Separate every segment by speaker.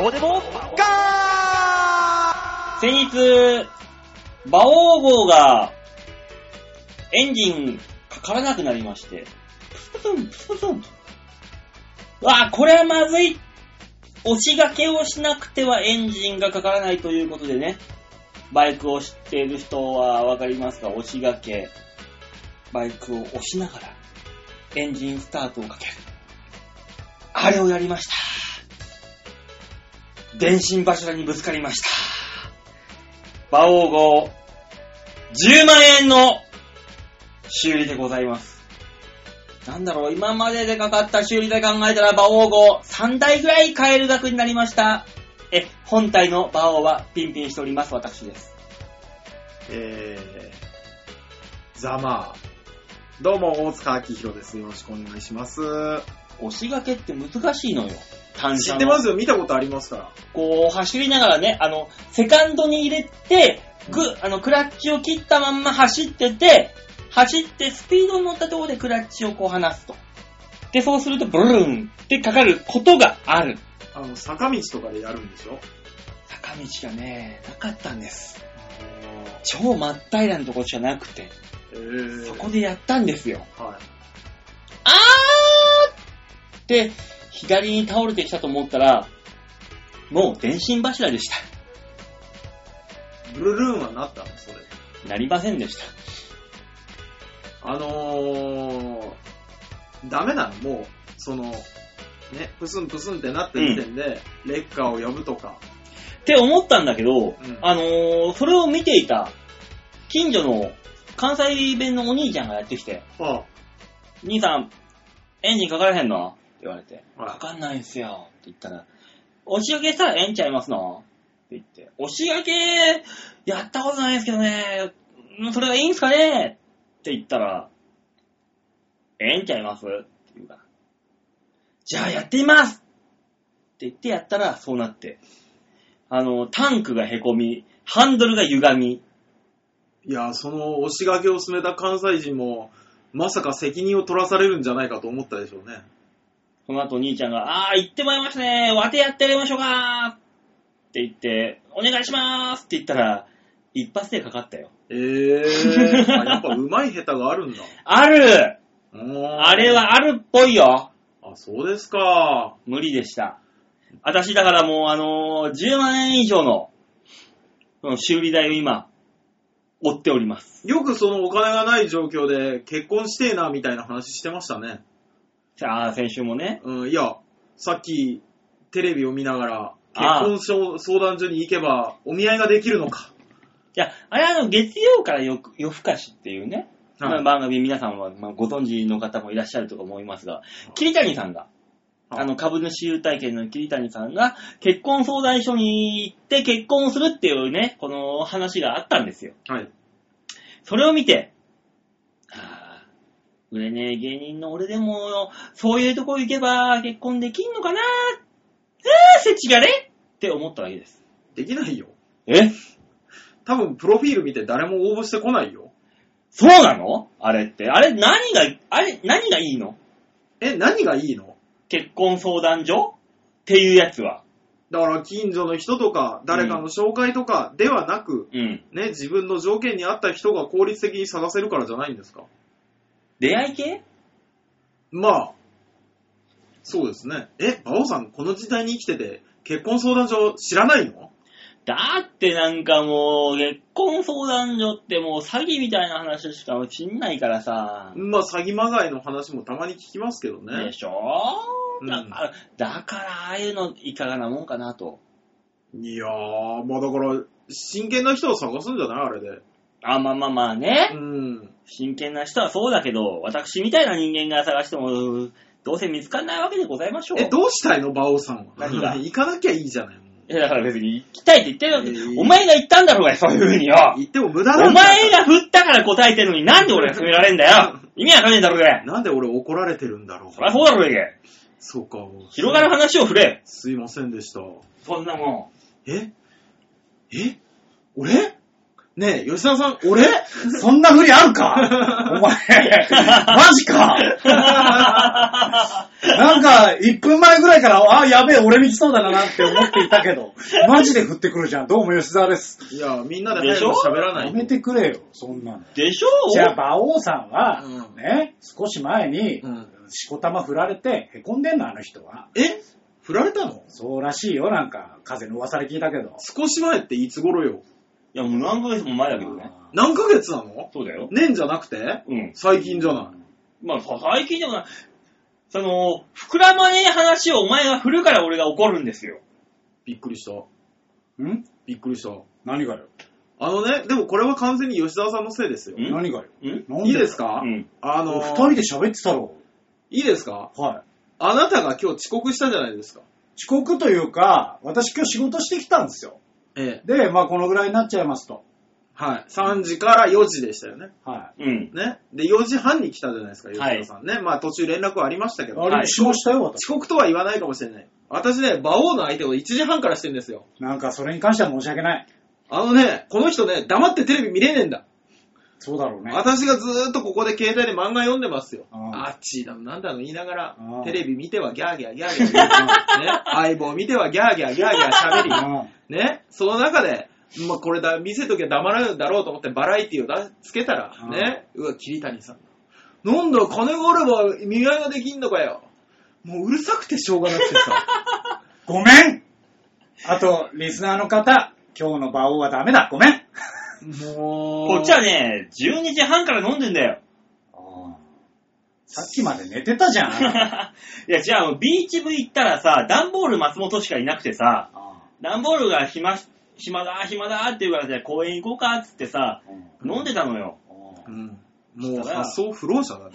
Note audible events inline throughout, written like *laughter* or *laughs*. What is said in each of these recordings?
Speaker 1: オデモガ
Speaker 2: 先日、馬王号が、エンジンかからなくなりまして、プスンプスンと。うわあ、これはまずい押し掛けをしなくてはエンジンがかからないということでね、バイクを知っている人はわかりますが、押し掛け、バイクを押しながら、エンジンスタートをかける。あれをやりました。電信柱にぶつかりました。馬王号、10万円の修理でございます。なんだろう、今まででかかった修理で考えたら馬王号3台ぐらい買える額になりました。え、本体の馬王はピンピンしております、私です。
Speaker 3: えー、ざまー。どうも、大塚明宏です。よろしくお願いします。
Speaker 2: 押し掛けって難しいのよ。単
Speaker 3: 知
Speaker 2: 車
Speaker 3: っ
Speaker 2: の
Speaker 3: てますよ見たことありますから。
Speaker 2: こう、走りながらね、あの、セカンドに入れて、ぐ、あの、クラッチを切ったまんま走ってて、走ってスピードに乗ったところでクラッチをこう離すと。で、そうすると、ブルーンってかかることがある。
Speaker 3: あの、坂道とかでやるんでしょ
Speaker 2: 坂道がね、なかったんです。超真っ平らなところじゃなくて、
Speaker 3: えー、
Speaker 2: そこでやったんですよ。
Speaker 3: はい。
Speaker 2: あーって、左に倒れてきたと思ったら、もう電信柱でした。
Speaker 3: ブルルーンはなったのそれ。
Speaker 2: なりませんでした。
Speaker 3: あのー、ダメなのもう、その、ね、プスンプスンってなってる時点で、レッカーを呼ぶとか。
Speaker 2: って思ったんだけど、
Speaker 3: ん
Speaker 2: あのー、それを見ていた、近所の関西弁のお兄ちゃんがやってきて、
Speaker 3: あ
Speaker 2: 兄さん、エンジンかからへんのって言われて、
Speaker 3: あ、
Speaker 2: かかんないんすよ。って言ったら、押し掛けしたらええんちゃいますのって言って、押し掛け、やったことないんですけどね、うんそれがいいんすかねって言ったら、ええんちゃいますって言うから、じゃあやってみますって言ってやったらそうなって、あの、タンクがへこみ、ハンドルが歪み、
Speaker 3: いや、その押し掛けを進めた関西人も、まさか責任を取らされるんじゃないかと思ったでしょうね。
Speaker 2: その後兄ちゃんが、あー、行ってもらいましたね。わてやってやりましょうかって言って、お願いしますって言ったら、一発でかかったよ。
Speaker 3: ええー、あやっぱ上手い下手があるんだ。
Speaker 2: ある *laughs* あ
Speaker 3: あ
Speaker 2: れ。はあるっぽいよ。
Speaker 3: あ、そうですか。
Speaker 2: 無理でした。私だからもうあのー、10万円以上の、その修理代を今、追っております。
Speaker 3: よくそのお金がない状況で結婚してえなみたいな話してましたね。
Speaker 2: あー、先週もね。
Speaker 3: うん、いや、さっきテレビを見ながら、
Speaker 2: ああ
Speaker 3: 結婚相談所に行けばお見合いができるのか。
Speaker 2: いや、あれあの、月曜から夜夜更かしっていうね、
Speaker 3: はい
Speaker 2: まあ番組皆さんは、まあ、ご存知の方もいらっしゃると思いますが、桐谷さんが、
Speaker 3: はい
Speaker 2: あの、株主優待券の桐谷さんが、結婚相談所に行って結婚をするっていうね、この話があったんですよ。
Speaker 3: はい。
Speaker 2: それを見て、ああ、売れねえ芸人の俺でも、そういうとこ行けば結婚できんのかなああ、せちがれって思ったわけです。
Speaker 3: できないよ。
Speaker 2: え
Speaker 3: 多分プロフィール見て誰も応募してこないよ。
Speaker 2: そうなのあれって。あれ何が、あれ何がいいの
Speaker 3: え、何がいいの
Speaker 2: 結婚相談所っていうやつは。
Speaker 3: だから近所の人とか、誰かの紹介とかではなく、
Speaker 2: うん。
Speaker 3: ね、自分の条件に合った人が効率的に探せるからじゃないんですか。
Speaker 2: 出会い系
Speaker 3: まあ、そうですね。え、馬王さん、この時代に生きてて、結婚相談所知らないの
Speaker 2: だってなんかもう、結婚相談所ってもう詐欺みたいな話しかしんないからさ。
Speaker 3: まあ、詐欺まがいの話もたまに聞きますけどね
Speaker 2: で。しょ、
Speaker 3: うん
Speaker 2: だから、だからああいうのいかがなもんかなと。
Speaker 3: いやー、まあだから、真剣な人を探すんじゃないあれで。
Speaker 2: あ、まあまあまあね。
Speaker 3: うん。
Speaker 2: 真剣な人はそうだけど、私みたいな人間が探しても、どうせ見つかんないわけでございましょう。
Speaker 3: え、どうしたいの馬王さんは。
Speaker 2: 何が
Speaker 3: 行かなきゃいいじゃない。
Speaker 2: いやだから別に行きたいって言ってるわけ、
Speaker 3: えー
Speaker 2: お前が言ったんだろうがよ、そういう風によ。
Speaker 3: 行っても無駄な
Speaker 2: お
Speaker 3: んだ。
Speaker 2: 前が振ったから答えてるのになんで俺が責められんだよ意味わかんねえだろうが
Speaker 3: なんで俺怒られてるんだろう
Speaker 2: そりゃそうだろうが
Speaker 3: そうか。
Speaker 2: 広がる話を振れ
Speaker 3: すいませんでした。
Speaker 2: そんなもん。
Speaker 3: ええ俺ねえ、吉沢さん、
Speaker 2: *laughs*
Speaker 3: 俺
Speaker 1: そんなふりあるかお前、マジかなんか、1分前ぐらいから、あ、やべえ、俺に来そうだなって思っていたけど、マジで振ってくるじゃん。どうも吉沢です。
Speaker 3: いや、みんなで
Speaker 2: でし
Speaker 3: 早
Speaker 2: ょ
Speaker 3: く喋らないと。
Speaker 1: やめてくれよ、そんなの。
Speaker 2: でしょ
Speaker 1: じゃあ、馬王さんは、
Speaker 3: うん
Speaker 1: ね、少し前に
Speaker 3: う、ん
Speaker 1: しこたま振られて、へこんでんの、あの人は。
Speaker 3: え振られたの
Speaker 1: そうらしいよ、なんか、風の噂で聞いたけど。
Speaker 3: 少し前っていつ頃よ
Speaker 2: いや、もう何ヶ月も前だけどね。
Speaker 1: あー
Speaker 3: 何ヶ月なの
Speaker 2: そうだよ。
Speaker 3: 年じゃなくて
Speaker 2: うん。
Speaker 3: 最近じゃない。
Speaker 2: まあ、さ最近でもな、その、膨らまねえ話をお前が振るから俺が怒るんですよ。
Speaker 3: びっくりした。
Speaker 1: ん
Speaker 3: びっくりした。
Speaker 1: 何がよ、
Speaker 3: あのね、でもこれは完全に吉沢さんのせいですよ。
Speaker 2: ん
Speaker 1: 何がよ
Speaker 2: ん
Speaker 1: なん
Speaker 3: いいです
Speaker 1: か
Speaker 3: か、
Speaker 2: うん。
Speaker 3: あ
Speaker 1: 二
Speaker 3: のー
Speaker 1: 人で喋ってたろ。
Speaker 3: いいですか
Speaker 1: はい。
Speaker 3: あなたが今日遅刻したじゃないですか。
Speaker 1: 遅刻というか、私今日仕事してきたんですよ。
Speaker 3: ええ。
Speaker 1: で、まあこのぐらいになっちゃいますと。
Speaker 3: はい。3時から4時でしたよね。
Speaker 1: は
Speaker 2: うん。
Speaker 3: ね。で、4時半に来たじゃないですか、吉田さんね。まあ途中連絡はありましたけ
Speaker 1: い。
Speaker 3: ど。
Speaker 1: あ
Speaker 3: は
Speaker 1: れ、
Speaker 3: い
Speaker 1: しましたよ、私。
Speaker 3: 遅刻とは言わないかもしれない。私ね、馬王の相手を1時半からしてるんですよ。
Speaker 1: なんかそれに関しては申し訳ない。
Speaker 3: あのね、この人ね、黙ってテレビ見れねえんだ。
Speaker 1: そうだろうね。
Speaker 3: 私がずーっとここで携帯で漫画読んでますよ。
Speaker 1: うん
Speaker 3: あっちだの、なんだの言いながら
Speaker 1: うん、
Speaker 3: テレビ見てはギャーギャーギャーギャー言
Speaker 2: *laughs*
Speaker 3: う。ね、相棒見てはギャーギャーギャーギャー喋り。
Speaker 1: う
Speaker 3: ね、その中で、まあ、これだ、見せときゃ黙らんだろうと思ってバラエティをだつけたら、ね、うわ、桐谷さん。なんだ、金があれば見合いができんのかよ。もううるさくてしょうがなくてさ。
Speaker 2: *laughs*
Speaker 1: んごめんあと、リスナーの方、今日の場王はダメだ、ごめん
Speaker 3: もう。
Speaker 2: こっちはね、12時半から飲んでんだよ。
Speaker 1: さっきまで寝てたじゃんあなた。
Speaker 3: *laughs*
Speaker 2: いや、じゃあ、ビーチ部行ったらさ、段ボール松本しかいなくてさ、段ボールが暇し、暇だ、暇だって言うから、じゃあ公園行こうかっつってさ、
Speaker 1: うん
Speaker 2: 飲んでたのよ。
Speaker 3: うん。もう
Speaker 2: したら
Speaker 3: 発想不老者
Speaker 2: *laughs*
Speaker 3: だ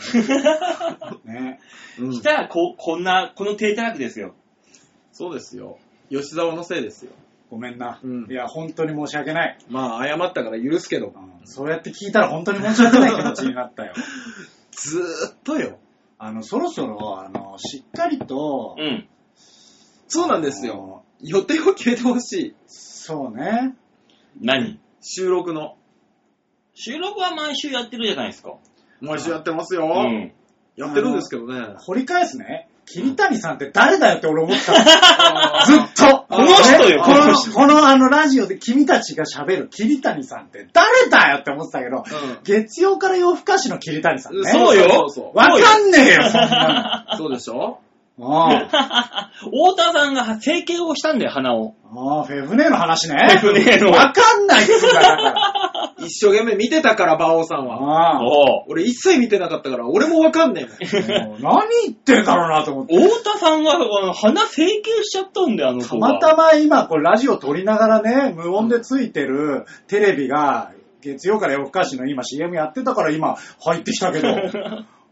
Speaker 3: ね。
Speaker 1: ね
Speaker 3: うん
Speaker 2: したら、こ、こんな、この低たらくですよ。
Speaker 3: そうですよ。吉沢のせいですよ。
Speaker 1: ごめんな、
Speaker 3: うん
Speaker 1: いや、本当に申し訳ない、
Speaker 3: まあ、謝ったから許すけど
Speaker 1: う、んそうやって聞いたら本当に申し訳ない気持ちになったよ。
Speaker 3: ずーっとよ。
Speaker 1: あの、そろそろ、あの、しっかりと、
Speaker 2: うん。
Speaker 3: そうなんです
Speaker 1: あ
Speaker 3: よ。
Speaker 1: の。
Speaker 3: 予定を決めてほしい。
Speaker 1: そうね。
Speaker 2: 何
Speaker 3: 収録の。
Speaker 2: 収録は毎週やってるじゃないですか。
Speaker 3: 毎週やってますよ。
Speaker 2: うん。
Speaker 3: やってるんですけどね。
Speaker 1: 掘り返すね。桐谷さんって誰だよって俺思ってたの。
Speaker 3: *laughs* あ
Speaker 1: ずっ *laughs* と。
Speaker 3: この人
Speaker 2: よ
Speaker 1: ねこ
Speaker 2: この
Speaker 1: の、
Speaker 2: 人
Speaker 1: このあのラジオで君たちが喋る桐谷さんって誰だよって思ってたけど、
Speaker 3: ー
Speaker 1: 月曜から夜更かしの桐谷さん
Speaker 3: うん
Speaker 1: ね。
Speaker 3: そうよ。そうそう
Speaker 1: わかんねえよ、そんな
Speaker 3: そうでしょ
Speaker 1: の。
Speaker 2: *laughs*
Speaker 1: ああ
Speaker 2: 太田さんが整形をしたんだよ、鼻を。
Speaker 1: ああ、フェフネの
Speaker 3: *laughs*
Speaker 1: 話ね。
Speaker 2: フェフネの
Speaker 1: わかんないっつうんだから。
Speaker 3: 一生懸命見てたから、馬王さんは。
Speaker 1: ああも
Speaker 2: *laughs* おう
Speaker 3: 俺一切見てなかったから、俺もわかんねえもん。
Speaker 1: う何言ってんだろうなと思って。
Speaker 2: 太田さんがあの鼻整形しちゃったんだよ、あの
Speaker 1: た
Speaker 2: 子
Speaker 1: ま
Speaker 2: が。
Speaker 1: たま今、こう、ラジオ撮りながらね、無音でついてるテレビが、月曜から夜更かしの今 CM やってたから今入ってきたけ
Speaker 3: *laughs*
Speaker 1: ど、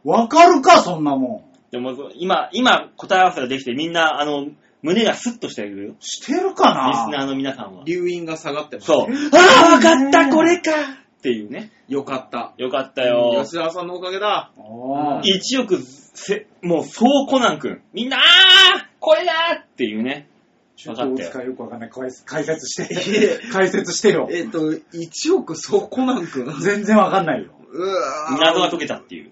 Speaker 1: わかるか、そんなもん。
Speaker 2: *laughs* でもそう今、今、答え合わせができて、みんな、あの、胸がスッとしてるよ。
Speaker 1: してるか
Speaker 2: リス
Speaker 1: な
Speaker 2: ナーの皆さんは。
Speaker 3: 留飲が下がってます。
Speaker 2: そう。ああ、わか *laughs* った、これかっていうね。
Speaker 3: よかった。
Speaker 2: よかったよ。
Speaker 3: 吉沢さんのおかげだ。
Speaker 1: ああ
Speaker 2: 一億せ、もう、そうコナン君。みんな、ああ、これだっていうね。
Speaker 1: ちょっと大塚よくわかんない。解解説し
Speaker 3: いえ *laughs*
Speaker 1: て。解説してよ。
Speaker 3: えっ、と、1億そうコナン君。う
Speaker 1: 全然わかんないよ。
Speaker 3: わー
Speaker 2: 謎が解けたっていう。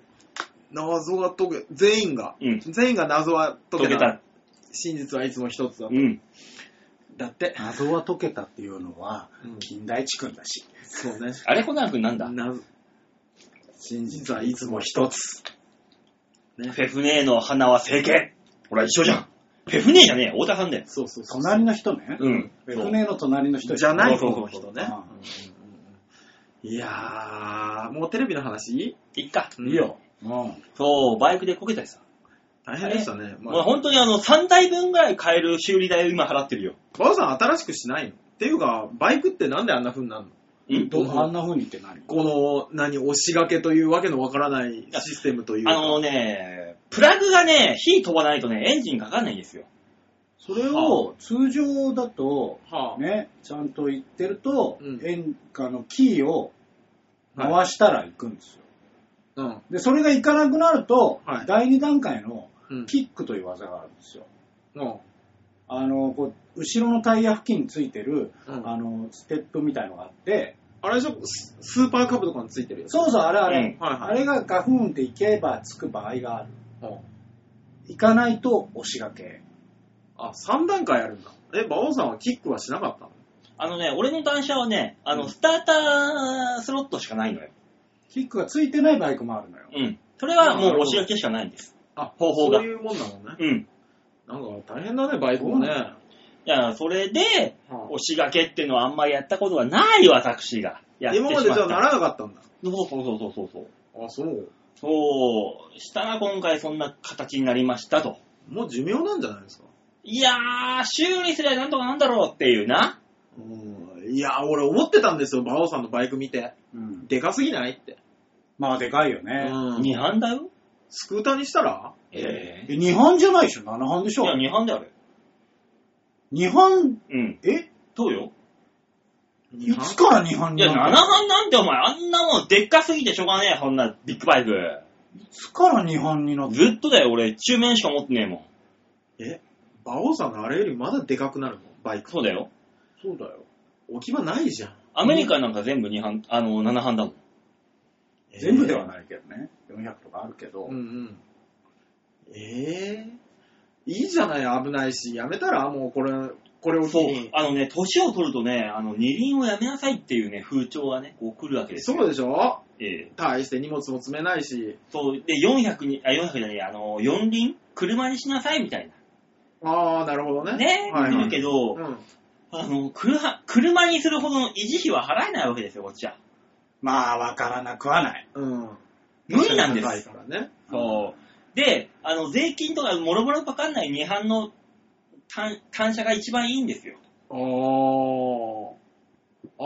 Speaker 3: 謎が解け、全員が。
Speaker 2: うん
Speaker 3: 全員が謎は
Speaker 2: 解
Speaker 3: 解け
Speaker 2: け
Speaker 3: た。
Speaker 2: た。
Speaker 3: 真実はいつも一つだ。
Speaker 2: うん。
Speaker 3: だって。
Speaker 1: 謎は解けたっていうのは
Speaker 3: うん、
Speaker 1: 金田一君だし。
Speaker 3: そうね。
Speaker 2: あれ、コナン君なんだ
Speaker 3: 謎。真実はいつも一つ。ね。
Speaker 2: フェフネーの花は整形。ほら、一緒じゃん。フェフネーじゃねえよ、太田さんだよ。
Speaker 3: そうそうそう。
Speaker 1: 隣の人ね。
Speaker 2: うん。
Speaker 1: フェフネの隣の人
Speaker 3: じゃない
Speaker 2: そう
Speaker 3: 方
Speaker 2: そ
Speaker 3: の
Speaker 2: うそう
Speaker 3: 人ね。
Speaker 1: ああ
Speaker 3: いやー、もうテレビの話いい
Speaker 2: いっか。
Speaker 1: いいよ。うん。
Speaker 2: そう、バイクでこけたりさ。
Speaker 3: 大変でしたね。ま
Speaker 2: もう
Speaker 3: あ、
Speaker 2: 本当にあの、3台分ぐらい買える修理代を今払ってるよ。
Speaker 3: バオさん新しくしないのっていうか、バイクってなんであんな風になるの
Speaker 2: ん
Speaker 1: どうあんな風にって何
Speaker 3: この、何、押し掛けというわけのわからないシステムというか。
Speaker 2: あのね、プラグがね、火飛ばないとね、エンジンかかんないんですよ。
Speaker 1: それを通常だと、
Speaker 3: はあ
Speaker 1: ね、ちゃんと言ってると、
Speaker 3: うん
Speaker 1: 演歌のキーを
Speaker 3: はい
Speaker 1: 回したら行くんですよ。
Speaker 3: うん。
Speaker 1: で、それが行かなくなると、
Speaker 3: はい
Speaker 1: 第2段階の
Speaker 3: うん。
Speaker 1: キックという技があるんですよ。
Speaker 3: うん。
Speaker 1: あの、こう、後ろのタイヤ付近についてる、
Speaker 3: うん
Speaker 1: あの、ステップみたいのがあって、
Speaker 3: あれでしょススーパーカブとかについてるやつ。
Speaker 1: そうそう、あれあれ。
Speaker 2: うん
Speaker 3: はいはい
Speaker 1: あれがガフーンって行けばつく場合がある。
Speaker 3: うん
Speaker 1: 行かないと押しがけ。
Speaker 3: あ、3段階あるんだ。え、馬王さんはキックはしなかったの
Speaker 2: あのね、俺の単車はね、あ
Speaker 3: う
Speaker 2: の、
Speaker 3: ん
Speaker 2: スタータースロットしかないのよ。
Speaker 1: キックがついてないバイクもあるのよ。
Speaker 2: うん。それはもう押し上けしかないんです。
Speaker 3: あ、
Speaker 2: 方法が
Speaker 3: そういうもんなのね。
Speaker 2: うん。
Speaker 3: なんか大変だね、バイクもね。
Speaker 1: そう
Speaker 3: は
Speaker 2: だから、それで、
Speaker 3: あ
Speaker 2: 押しがけっていうのはあんまりやったことがない私が。やってし
Speaker 3: 今
Speaker 2: まっ
Speaker 3: ま
Speaker 2: た。
Speaker 3: でじゃあならなかったんだ。
Speaker 2: そうそうそうそうそうそう。
Speaker 3: あ、そう。
Speaker 2: そう、したら今回そんな形になりましたと。
Speaker 3: もう寿命なんじゃないですか。
Speaker 2: いやー、修理すりゃなんとかなんだろうっていうな。
Speaker 3: うん。いや、俺思ってたんですよ、馬王さんのバイク見て。
Speaker 1: うん。
Speaker 3: でかすぎないって。
Speaker 1: まあ、でかいよね。
Speaker 3: うん。
Speaker 2: 二班だよ
Speaker 3: スクーターにしたら
Speaker 2: ええ
Speaker 1: え、2班じゃないでしょ ?7 班でし
Speaker 2: い
Speaker 1: ょ
Speaker 2: や、二班だよ、あれ。
Speaker 1: ?2 班、
Speaker 2: うん。
Speaker 1: え
Speaker 2: どうよ
Speaker 1: いつから2班
Speaker 2: い
Speaker 1: に
Speaker 2: や、
Speaker 1: な
Speaker 2: 七
Speaker 1: った
Speaker 2: 班なんてお前、あんなもんでっかすぎてしょうがねえ、そんなビッグバイク。
Speaker 1: いつから2班になった
Speaker 2: ずっとだよ、俺、中面しか持ってねえもん。
Speaker 3: え、馬王さんのあれよりまだでかくなるのバイク。
Speaker 2: そうだよ。
Speaker 3: そうだよ。置き場ないじゃん。
Speaker 2: アメリカなんか全部二班、あの、七班だもん。
Speaker 1: 全部ではないけどね。400とかあるけど。
Speaker 3: うんうん。ええいいじゃない、危ないし、やめたらもうこれ、これを機
Speaker 2: そう
Speaker 3: に。。
Speaker 2: あのね、年を取るとね、あの、二輪をやめなさいっていうね、風潮がね、こう来るわけですよ。
Speaker 3: そうでしょ
Speaker 2: ええ
Speaker 3: 大して荷物も積めないし。
Speaker 2: そう、で、400に、あ、400じゃない、あの、4輪車にしなさいみたい
Speaker 3: ああ、なるほどね。
Speaker 2: な。ね、
Speaker 3: はい
Speaker 2: 来
Speaker 3: はい
Speaker 2: るけど、
Speaker 3: うん。
Speaker 2: あの、車、車にするほどの維持費は払えないわけですよ、こっちは。
Speaker 1: まあ、わからなくはない。
Speaker 3: うん。
Speaker 2: 無理なんで
Speaker 3: 高い
Speaker 2: す。
Speaker 3: からね。
Speaker 2: そう。で、あの、税金とかもろもろかかんない2班の単単車が一番いいんですよ。
Speaker 3: あ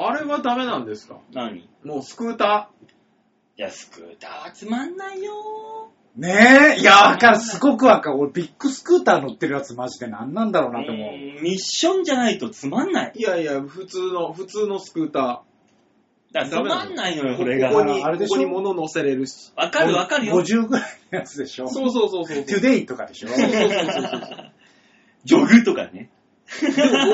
Speaker 3: あ。あれはダメなんですか
Speaker 2: 何い
Speaker 3: もうスクータ
Speaker 2: や、スクーターはつまんないよ
Speaker 1: ねえ、いや、わかる、すごくわかる。俺、ビッグスクーター乗ってるやつマジで何なんだろう
Speaker 2: ー。
Speaker 1: なと思う。
Speaker 2: うんミッションじゃないとつまんない。
Speaker 3: ー。いやいや、普通の、普通のスクータ
Speaker 2: だからつまんないの
Speaker 3: ー。
Speaker 2: よ、これが
Speaker 3: こ。こに、
Speaker 1: あれで
Speaker 3: こ
Speaker 1: しょ
Speaker 3: こに物乗せれるし。
Speaker 2: わかるわかるよ。
Speaker 1: 50ぐらいのやつでしょ。
Speaker 3: そうそうそう *laughs* そう
Speaker 1: トゥデイとかでしょ。
Speaker 2: ジョグとかね。
Speaker 3: で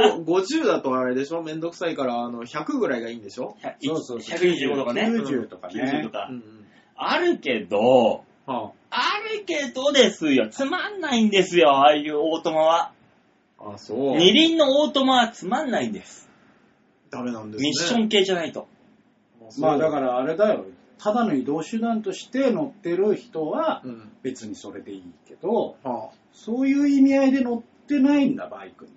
Speaker 3: もご50だとあれでしょめんどくさいから、あの、100ぐらいがいいんでしょ
Speaker 1: そうそうそう
Speaker 2: 125とかね。
Speaker 1: 90とか
Speaker 2: 90
Speaker 1: ね
Speaker 2: と。か
Speaker 3: う。ん
Speaker 2: あるけど、
Speaker 3: うん。は
Speaker 2: あるけどですよ。つまんないんですよ、ああいうオートマは。
Speaker 3: あ。あ、そう。
Speaker 2: 二輪のオートマはつまんないんです。
Speaker 3: ダメなんですね。。
Speaker 2: ミッション系じゃないと。
Speaker 1: まあ、だかららあれだよ。ただの移動手段として乗ってる人は
Speaker 3: うん。
Speaker 1: 別にそれでいいけど、
Speaker 3: はあ。
Speaker 1: そういう意味合いで乗ってないんだ、バイクに。